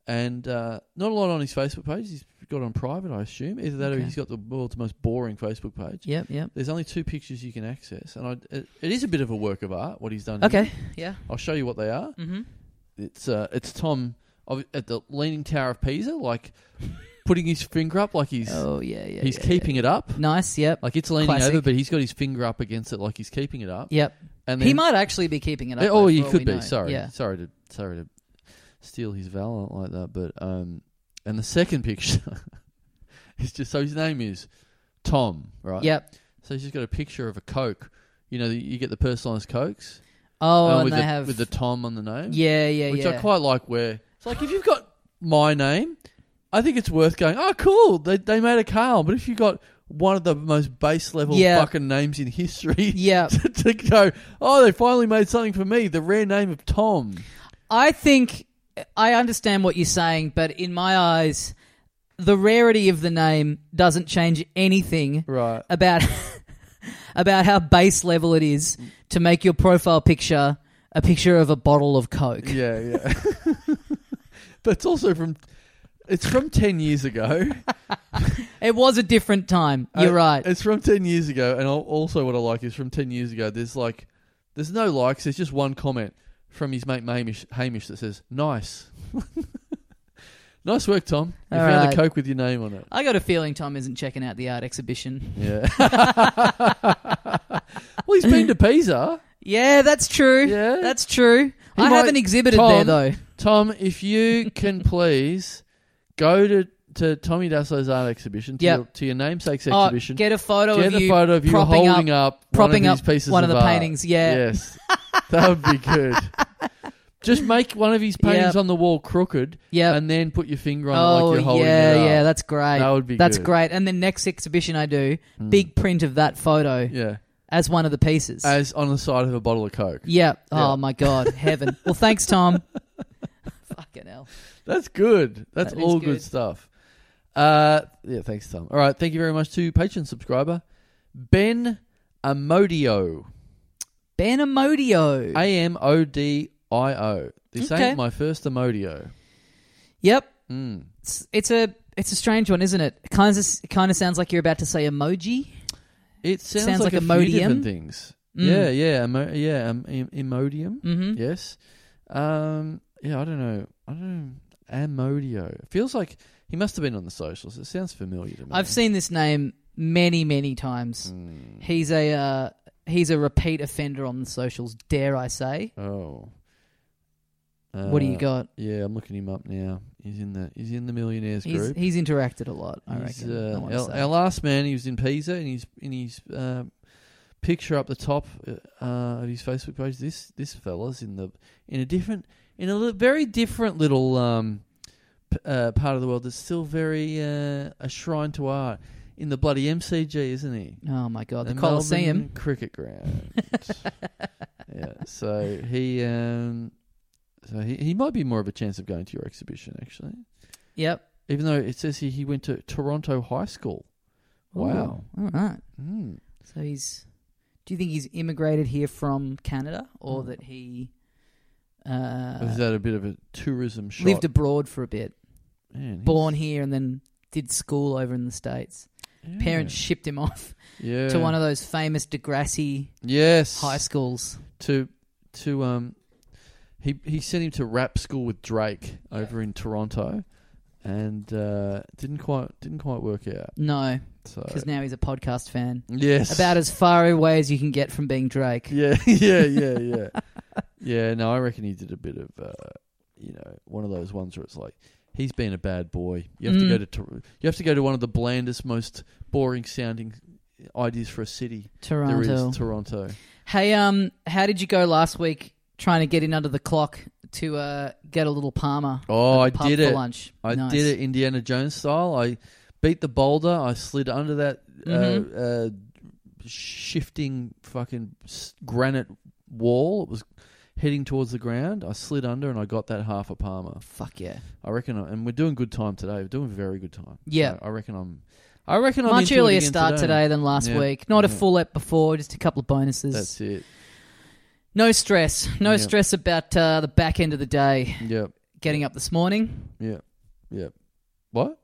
Speaker 2: and uh, not a lot on his Facebook page. He's got on private, I assume. Either that, or
Speaker 1: Okay.
Speaker 2: he's got the world's most boring Facebook page.
Speaker 1: Yep. Yep.
Speaker 2: There's only two pictures you can access, and I, it, it is a bit of a work of art what he's done. here.
Speaker 1: Okay. Yeah.
Speaker 2: I'll show you what they are.
Speaker 1: Mm-hmm.
Speaker 2: It's uh, it's Tom of, at the Leaning Tower of Pisa, like putting his finger up like he's
Speaker 1: Oh yeah, yeah.
Speaker 2: he's
Speaker 1: yeah,
Speaker 2: keeping it up.
Speaker 1: yeah. nice. Yep.
Speaker 2: Like it's leaning
Speaker 1: Classic.
Speaker 2: over, but he's got his finger up against it, like he's keeping it up.
Speaker 1: Yep.
Speaker 2: And
Speaker 1: he might actually be keeping it up.
Speaker 2: Eh,
Speaker 1: though,
Speaker 2: oh, he
Speaker 1: for all
Speaker 2: could
Speaker 1: we
Speaker 2: be.
Speaker 1: know.
Speaker 2: Sorry,
Speaker 1: Yeah.
Speaker 2: sorry to sorry to steal his valor like that. But um, and the second picture is just so his name is Tom, right?
Speaker 1: Yep.
Speaker 2: So he's just got a picture of a Coke. You know, you get the personalised Cokes.
Speaker 1: Oh,
Speaker 2: um,
Speaker 1: and
Speaker 2: with
Speaker 1: they
Speaker 2: the,
Speaker 1: have
Speaker 2: with the Tom on the name.
Speaker 1: yeah, yeah,
Speaker 2: which
Speaker 1: yeah.
Speaker 2: I quite like. Where it's like if you've got my name, I think it's worth going. Oh, cool! They they made a Carl, but if you got one of the most base level
Speaker 1: Yeah.
Speaker 2: fucking names in history,
Speaker 1: yeah.
Speaker 2: to, to go, oh, they finally made something for me, the rare name of Tom.
Speaker 1: I think I understand what you're saying, but in my eyes, the rarity of the name doesn't change anything
Speaker 2: Right.
Speaker 1: about about how base level it is to make your profile picture a picture of a bottle of Coke.
Speaker 2: Yeah, yeah. but it's also from, it's from 10 years ago.
Speaker 1: It was a different time. You're
Speaker 2: Uh,
Speaker 1: right.
Speaker 2: It's from 10 years ago. And al- also what I like is from 10 years ago, there's like, there's no likes. There's just one comment from his mate Hamish, Hamish that says, nice. nice work, Tom. You
Speaker 1: All
Speaker 2: found
Speaker 1: right.
Speaker 2: a Coke with your name on it.
Speaker 1: I got a feeling Tom isn't checking out the art exhibition.
Speaker 2: Yeah. well, he's been to Pisa.
Speaker 1: Yeah, that's true.
Speaker 2: Yeah.
Speaker 1: That's true.
Speaker 2: He
Speaker 1: I
Speaker 2: might-
Speaker 1: haven't exhibited
Speaker 2: Tom-
Speaker 1: there though.
Speaker 2: Tom, if you can please go to, to Tommy Dasso's art exhibition, to,
Speaker 1: Yep.
Speaker 2: your, to your namesake's
Speaker 1: Oh,
Speaker 2: exhibition,
Speaker 1: get a photo
Speaker 2: get
Speaker 1: of
Speaker 2: the
Speaker 1: you
Speaker 2: photo of you
Speaker 1: propping up
Speaker 2: holding up,
Speaker 1: propping
Speaker 2: one
Speaker 1: up
Speaker 2: of these pieces
Speaker 1: one of the
Speaker 2: art.
Speaker 1: paintings, yeah.
Speaker 2: Yes. that would be good. Just make one of his paintings
Speaker 1: Yep.
Speaker 2: on the wall crooked
Speaker 1: Yep.
Speaker 2: and then put your finger on it
Speaker 1: oh
Speaker 2: like you're holding
Speaker 1: yeah,
Speaker 2: it up.
Speaker 1: yeah, that's great.
Speaker 2: That would be
Speaker 1: that's
Speaker 2: good. Mm.
Speaker 1: great. And the next exhibition I do, big print of that photo
Speaker 2: Yeah.
Speaker 1: as one of the pieces.
Speaker 2: As on the side of a bottle of Coke.
Speaker 1: yeah.
Speaker 2: Yeah.
Speaker 1: Oh my god, heaven. Well, thanks, Tom. Fucking hell.
Speaker 2: That's good. That's
Speaker 1: That is
Speaker 2: all good.
Speaker 1: good.
Speaker 2: stuff. Uh, yeah, thanks, Tom. All right, thank you very much to Patreon subscriber Ben Amodio.
Speaker 1: Ben Amodio.
Speaker 2: A M O D I O. This
Speaker 1: Okay.
Speaker 2: ain't my first Amodio.
Speaker 1: yep.
Speaker 2: Mm.
Speaker 1: It's, it's a it's a strange one, isn't it? Kind of kind of sounds like you're about to say emoji.
Speaker 2: It sounds,
Speaker 1: Sounds
Speaker 2: like,
Speaker 1: like
Speaker 2: a few
Speaker 1: Imodium.
Speaker 2: different things.
Speaker 1: Mm.
Speaker 2: Yeah, yeah, emo- yeah. Um, im- Imodium.
Speaker 1: hmm
Speaker 2: Yes. Um. Yeah. I don't know. I don't know. Amodio. It feels like he must have been on the socials. It sounds familiar to me.
Speaker 1: I've seen this name many many times.
Speaker 2: Mm.
Speaker 1: He's a uh, he's a repeat offender on the socials, dare I say.
Speaker 2: Oh.
Speaker 1: what do you
Speaker 2: Uh,
Speaker 1: got?
Speaker 2: Yeah, I'm looking him up now. He's in the he's in the millionaires
Speaker 1: He's,
Speaker 2: group.
Speaker 1: he's interacted a lot, I
Speaker 2: He's,
Speaker 1: reckon. I
Speaker 2: uh,
Speaker 1: wanna
Speaker 2: our,
Speaker 1: say.
Speaker 2: our last man, he was in Pisa, and he's in his uh, picture up the top uh, uh, of his Facebook page. This this fella's in the in a different in a li- very different little um, p- uh, part of the world that's still very uh, a shrine to art in the bloody MCG, isn't he?
Speaker 1: Oh my god, the,
Speaker 2: Melbourne
Speaker 1: Colosseum.
Speaker 2: cricket ground. yeah, so he um, so he he might be more of a chance of going to your exhibition actually.
Speaker 1: Yep.
Speaker 2: Even though it says he, he went to Toronto High School. Wow.
Speaker 1: Ooh, All right.
Speaker 2: Mm.
Speaker 1: So he's. Do you think he's immigrated here from Canada, or
Speaker 2: Mm.
Speaker 1: that he
Speaker 2: Is
Speaker 1: uh,
Speaker 2: that a bit of a tourism shot?
Speaker 1: lived abroad for a bit,
Speaker 2: Man, he's-
Speaker 1: born here, and then did school over in the states?
Speaker 2: yeah.
Speaker 1: Parents shipped him off
Speaker 2: yeah.
Speaker 1: to one of those famous Degrassi
Speaker 2: yes
Speaker 1: high schools.
Speaker 2: to to um he he sent him to rap school with Drake over in Toronto, and uh, didn't quite didn't quite work out.
Speaker 1: No,
Speaker 2: So
Speaker 1: because now he's a podcast fan.
Speaker 2: yes,
Speaker 1: About as far away as you can get from being Drake.
Speaker 2: yeah yeah yeah yeah yeah. No, I reckon he did a bit of uh, you know one of those ones where it's like. He's been a bad boy. You have to
Speaker 1: Mm.
Speaker 2: go to Tor- you have to go to one of the blandest, most boring sounding ideas for a city.
Speaker 1: Toronto.
Speaker 2: There is Toronto.
Speaker 1: Hey, um, how did you go last week trying to get in under the clock to uh, get a little Palmer?
Speaker 2: Oh, I
Speaker 1: at the pub
Speaker 2: did
Speaker 1: for
Speaker 2: it.
Speaker 1: lunch.
Speaker 2: I
Speaker 1: Nice.
Speaker 2: did it Indiana Jones style. I beat the boulder. I slid under that
Speaker 1: Mm-hmm.
Speaker 2: uh, uh, shifting fucking s- granite wall. It was heading towards the ground. I slid under and I got that half a palmer.
Speaker 1: Fuck yeah!
Speaker 2: I reckon. I, and we're doing good time today. We're doing very good time.
Speaker 1: Yeah.
Speaker 2: So I reckon I'm. I reckon I'm
Speaker 1: Much
Speaker 2: into it
Speaker 1: earlier
Speaker 2: again
Speaker 1: start today. than last
Speaker 2: Yeah.
Speaker 1: week. Not a
Speaker 2: Yeah.
Speaker 1: full ep before, just a couple of bonuses.
Speaker 2: That's it.
Speaker 1: No stress. No
Speaker 2: Yeah.
Speaker 1: stress about uh, the back end of the day.
Speaker 2: Yep.
Speaker 1: Getting up this morning,
Speaker 2: Yep. Yep. What?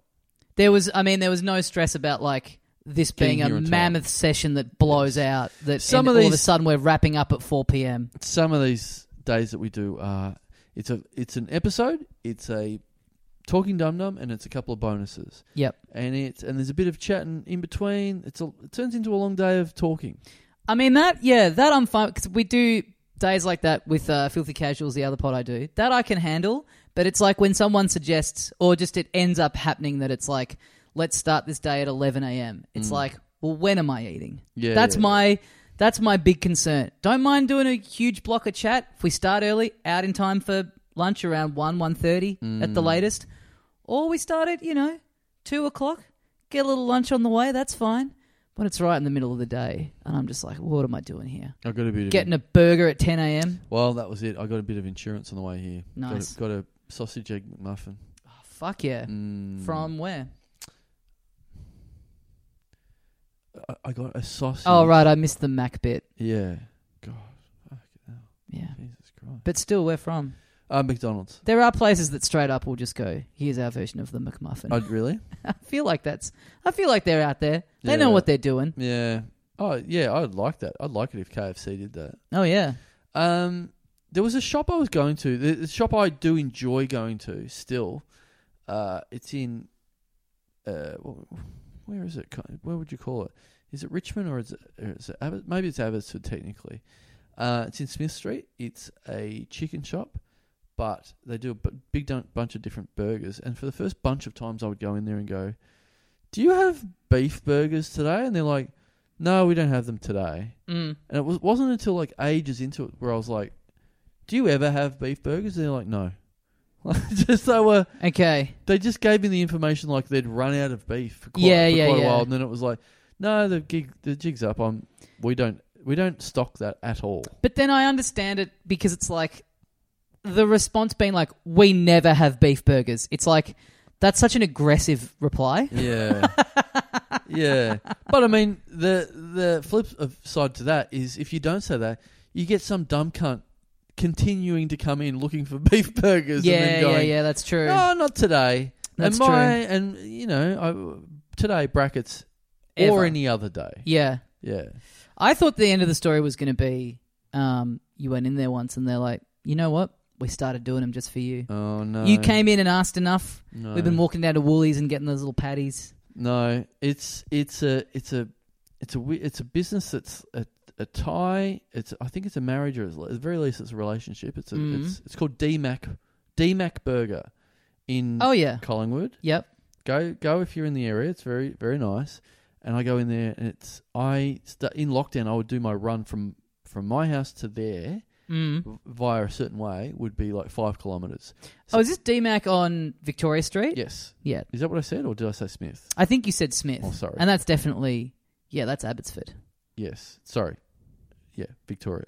Speaker 1: there was. I mean, there was no stress about like this
Speaker 2: Getting
Speaker 1: being a
Speaker 2: here on time.
Speaker 1: mammoth session that blows out. That
Speaker 2: Some
Speaker 1: and
Speaker 2: of
Speaker 1: all of a
Speaker 2: these-
Speaker 1: sudden we're wrapping up at four p.m.
Speaker 2: uh, some of these days that we do are it's a it's an episode, it's a Talking Dum Dum, and it's a couple of bonuses.
Speaker 1: Yep.
Speaker 2: And it's and there's a bit of chatting in between. It's a, it turns into a long day of talking.
Speaker 1: I mean that. Yeah, that I'm fine because we do days like that with uh, Filthy Casuals, the other pod I do. That I can handle, but it's like when someone suggests, or just it ends up happening that it's like, let's start this day at 11 a.m. It's like, well, when am I eating?
Speaker 2: Mm. Yeah,
Speaker 1: that's
Speaker 2: yeah,
Speaker 1: my that's my big concern. Don't mind doing a huge block of chat if we start early, out in time for lunch around one one thirty at the
Speaker 2: Mm.
Speaker 1: latest, or we start at you know two o'clock, get a little lunch on the way. That's fine. But it's right in the middle of the day, and I'm just like, what am I doing here?
Speaker 2: I got a bit of
Speaker 1: Getting a burger at 10 a.m.
Speaker 2: well, that was it. I got a bit of insurance on the way here. Got a-
Speaker 1: Nice.
Speaker 2: Got a, sausage egg McMuffin.
Speaker 1: Oh, fuck yeah!
Speaker 2: Mm.
Speaker 1: From where?
Speaker 2: I, I got a sausage.
Speaker 1: Oh right, I missed the Mac bit.
Speaker 2: Yeah. God. Fucking hell.
Speaker 1: Yeah,
Speaker 2: Jesus Christ.
Speaker 1: but still, where from?
Speaker 2: Uh, McDonald's.
Speaker 1: There are places that straight up will just go. Here's our version of the McMuffin.
Speaker 2: I'd really.
Speaker 1: I feel like that's. I feel like they're out there. They know
Speaker 2: Yeah.
Speaker 1: what they're doing.
Speaker 2: Yeah. Oh yeah, I'd like that. I'd like it if KFC did that.
Speaker 1: Oh yeah.
Speaker 2: Um, there was a shop I was going to. The, the shop I do enjoy going to still. Uh, it's in. Uh, wh- where is it? Ki- Where would you call it? Is it Richmond or is it, or is it Abbott? Maybe it's Abbotsford technically. Uh, it's in Smith Street. It's a chicken shop, but they do a b- big dun- bunch of different burgers. And for the first bunch of times, I would go in there and go, "Do you have beef burgers today?" And they're like, "No, we don't have them today."
Speaker 1: Mm.
Speaker 2: And it was, wasn't until like ages into it where I was like, "Do you ever have beef burgers?" And they're like, "No." just they were
Speaker 1: Okay.
Speaker 2: they just gave me the information like they'd run out of beef for quite,
Speaker 1: Yeah,
Speaker 2: for
Speaker 1: yeah,
Speaker 2: quite
Speaker 1: yeah.
Speaker 2: a while, and then it was like, "No, the gig the jig's up. I'm we don't we don't stock that at all."
Speaker 1: But then I understand it because it's like the response being like, "We never have beef burgers." It's like that's such an aggressive reply.
Speaker 2: Yeah, yeah. But I mean, the the flip of side to that is if you don't say that, you get some dumb cunt continuing to come in looking for beef burgers. and
Speaker 1: Yeah,
Speaker 2: then
Speaker 1: yeah,
Speaker 2: going, "Ah,
Speaker 1: yeah. That's true.
Speaker 2: No, not today.
Speaker 1: That's
Speaker 2: and my, And you know, I, today brackets
Speaker 1: Ever.
Speaker 2: or any other day.
Speaker 1: Yeah.
Speaker 2: Yeah.
Speaker 1: I thought the end of the story was going to be um, you went in there once and they're like, you know what? We started doing them just for you.
Speaker 2: Oh no.
Speaker 1: You came in and asked enough.
Speaker 2: No.
Speaker 1: We've been walking down to Woolies and getting those little patties.
Speaker 2: No, it's it's a it's a it's a wi- it's a business that's a, a tie. It's I think it's a marriage or it's- at the very least it's a relationship. It's a,
Speaker 1: Mhm.
Speaker 2: it's it's called DMAC DMAC Burger in
Speaker 1: Oh, yeah.
Speaker 2: Collingwood.
Speaker 1: Yep.
Speaker 2: go go if you're in the area. It's very very nice. And I go in there, and it's I st- in lockdown. I would do my run from from my house to there
Speaker 1: Mm.
Speaker 2: v- via a certain way would be like five kilometers.
Speaker 1: Oh, is this DMAC on Victoria Street?
Speaker 2: Yes,
Speaker 1: Yeah.
Speaker 2: is that what I said, or did I say Smith?
Speaker 1: I think you said Smith.
Speaker 2: Oh, sorry.
Speaker 1: And that's definitely, yeah, that's Abbotsford.
Speaker 2: Yes, sorry. Yeah, Victoria.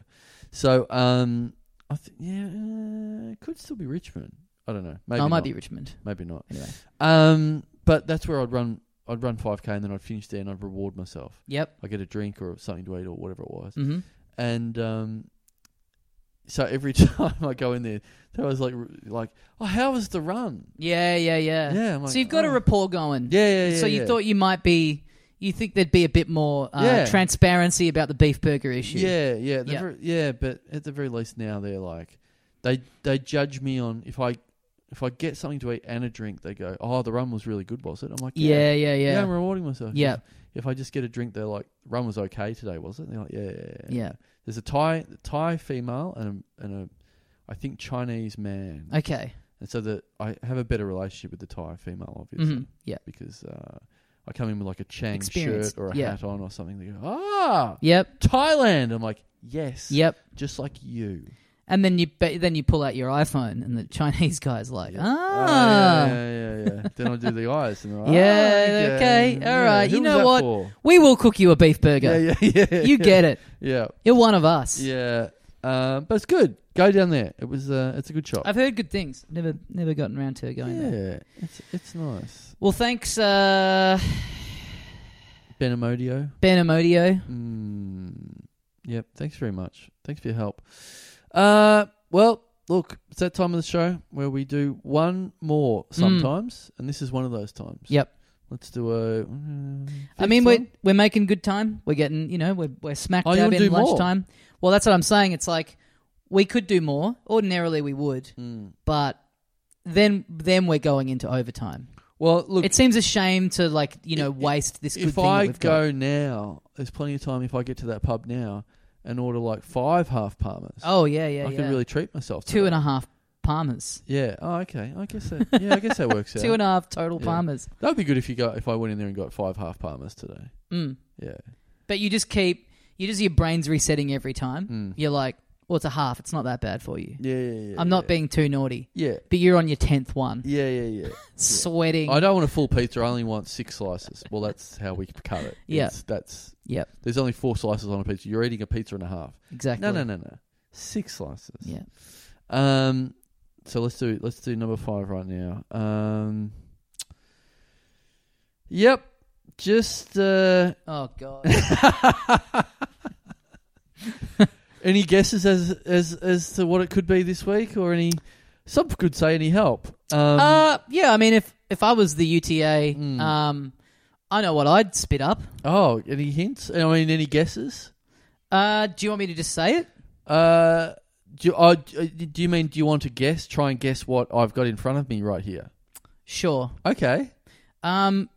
Speaker 2: So um, I think yeah, uh, it could still be Richmond. I don't know. Maybe
Speaker 1: oh, it might
Speaker 2: not.
Speaker 1: be Richmond.
Speaker 2: Maybe not.
Speaker 1: Anyway.
Speaker 2: Um, but that's where I'd run. I'd run five k, and then I'd finish there, and I'd reward myself.
Speaker 1: Yep.
Speaker 2: I get a drink or something to eat or whatever it was.
Speaker 1: hmm
Speaker 2: and um, so every time I go in there, there was like r- like, oh, how was the run?
Speaker 1: Yeah, yeah, yeah.
Speaker 2: Yeah, I'm like,
Speaker 1: so you've got a
Speaker 2: oh.
Speaker 1: rapport going.
Speaker 2: Yeah, yeah, yeah.
Speaker 1: so you
Speaker 2: yeah.
Speaker 1: thought you might be, you think there'd be a bit more uh,
Speaker 2: Yeah.
Speaker 1: transparency about the beef burger issue.
Speaker 2: yeah, yeah, the
Speaker 1: Yeah.
Speaker 2: ver- yeah. But at the very least, now they're like, they they judge me on if I if I get something to eat and a drink, they go, oh, the run was really good, was it? I'm like,
Speaker 1: Yeah, yeah, yeah.
Speaker 2: yeah, I'm rewarding myself.
Speaker 1: Yeah.
Speaker 2: If, if I just get a drink, they're like, run was okay today, was it? They're like, yeah, yeah, yeah.
Speaker 1: Yeah.
Speaker 2: There's a Thai Thai female and a, and a I think Chinese man.
Speaker 1: Okay.
Speaker 2: And so that I have a better relationship with the Thai female, obviously,
Speaker 1: hmm Yeah.
Speaker 2: because uh, I come in with like a Chang
Speaker 1: Experience.
Speaker 2: shirt or a
Speaker 1: Yeah.
Speaker 2: hat on or something. They go, ah,
Speaker 1: Yep.
Speaker 2: Thailand. I'm like, yes,
Speaker 1: Yep.
Speaker 2: just like you.
Speaker 1: And then you but then you pull out your iPhone, and the Chinese guy's like,
Speaker 2: Yeah.
Speaker 1: ah.
Speaker 2: Oh, yeah, yeah, yeah. yeah. then I do the eyes. And they're like,
Speaker 1: Yeah,
Speaker 2: ah,
Speaker 1: okay, all right.
Speaker 2: Who
Speaker 1: You
Speaker 2: was
Speaker 1: know
Speaker 2: that
Speaker 1: what?
Speaker 2: for?
Speaker 1: We will cook you a beef
Speaker 2: Yeah,
Speaker 1: burger.
Speaker 2: yeah, yeah.
Speaker 1: You get it.
Speaker 2: Yeah,
Speaker 1: You're one of us.
Speaker 2: yeah. Um, but it's good. Go down there. It was. Uh, it's a good shop.
Speaker 1: I've heard good things. Never never gotten around to going there.
Speaker 2: yeah, it's it's nice.
Speaker 1: Well, thanks, uh,
Speaker 2: Benamodio.
Speaker 1: Ben Amodio.
Speaker 2: Mm, yep. Thanks very much. Thanks for your help. Uh, well, look, it's that time of the show where we do one more sometimes, and this is one of those times.
Speaker 1: Mm. Yep.
Speaker 2: Let's do a. mm,
Speaker 1: I mean, we're we're making good time. We're getting, you know, we're we're smack
Speaker 2: Oh, you
Speaker 1: dab
Speaker 2: wanna
Speaker 1: in
Speaker 2: do more?
Speaker 1: lunchtime. Well, that's what I'm saying. It's like we could do more. Ordinarily, we would,
Speaker 2: Mm,
Speaker 1: but then then we're going into overtime.
Speaker 2: Well, look,
Speaker 1: It seems a shame to like you know waste this good
Speaker 2: if
Speaker 1: thing
Speaker 2: I
Speaker 1: that we've got.
Speaker 2: go now, there's plenty of time if I get to that pub now and order like five half palmers.
Speaker 1: Oh yeah, yeah,
Speaker 2: I
Speaker 1: yeah.
Speaker 2: can really treat myself.
Speaker 1: two and a half palmers,
Speaker 2: Yeah. Oh, okay. I guess that. Yeah, I guess that works out.
Speaker 1: two and a half total
Speaker 2: Yeah.
Speaker 1: palmers.
Speaker 2: that would be good if you got if I went in there and got five half palmers today.
Speaker 1: Mm.
Speaker 2: Yeah.
Speaker 1: But you just keep you just your brain's resetting every time.
Speaker 2: Mm.
Speaker 1: You're like, well, it's a half. It's not that bad for you.
Speaker 2: Yeah. yeah, yeah
Speaker 1: I'm not
Speaker 2: yeah.
Speaker 1: being too naughty.
Speaker 2: Yeah.
Speaker 1: But you're on your tenth one,
Speaker 2: Yeah. Yeah.
Speaker 1: sweating.
Speaker 2: Yeah. I don't want a full pizza. I only want six slices. Well, that's how we cut it.
Speaker 1: Yeah.
Speaker 2: It's- that's.
Speaker 1: Yep,
Speaker 2: There's only four slices on a pizza. You're eating a pizza and a half.
Speaker 1: exactly.
Speaker 2: No, no, no, no. Six slices.
Speaker 1: Yeah.
Speaker 2: Um. So let's do let's do number five right now. Um. Yep. Just uh,
Speaker 1: Oh god.
Speaker 2: any guesses as as as to what it could be this week, or any? Some could say any help. Um,
Speaker 1: uh, yeah. I mean, if if I was the UTA,
Speaker 2: Mm.
Speaker 1: um, I know what I'd spit up.
Speaker 2: oh, any hints? I mean, any guesses?
Speaker 1: Uh, do you want me to just say it?
Speaker 2: Uh, do, you- uh, do you mean do you want to guess? Try and guess what I've got in front of me right here.
Speaker 1: Sure.
Speaker 2: Okay,
Speaker 1: Um,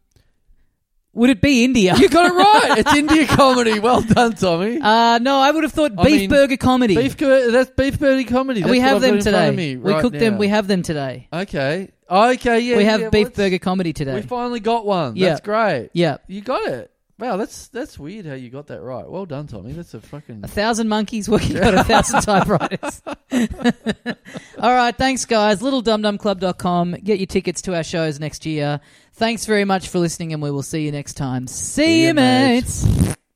Speaker 1: would it be India?
Speaker 2: you got it right. it's India comedy. Well done, Tommy.
Speaker 1: Uh, no, I would have thought
Speaker 2: I
Speaker 1: beef
Speaker 2: mean,
Speaker 1: burger comedy.
Speaker 2: Beef, co- that's beef birdie comedy. That's
Speaker 1: we
Speaker 2: what
Speaker 1: have
Speaker 2: I've got
Speaker 1: them
Speaker 2: in front
Speaker 1: today.
Speaker 2: of me
Speaker 1: we
Speaker 2: right
Speaker 1: cooked them.
Speaker 2: now.
Speaker 1: We have them today.
Speaker 2: Okay. Okay. Yeah.
Speaker 1: we have
Speaker 2: yeah,
Speaker 1: beef
Speaker 2: what's-
Speaker 1: burger comedy
Speaker 2: We
Speaker 1: today.
Speaker 2: finally got one.
Speaker 1: Yeah.
Speaker 2: That's great.
Speaker 1: yeah,
Speaker 2: You got it. Wow. That's that's weird how you got that right. Well done, Tommy. That's a fucking.
Speaker 1: a thousand monkeys working on a thousand typewriters. All right, thanks guys. LittleDumDumClub.com. Get your tickets to our shows next year. Thanks very much for listening, and we will see you next time. See,
Speaker 2: See
Speaker 1: you,
Speaker 2: you, mates.
Speaker 1: mates.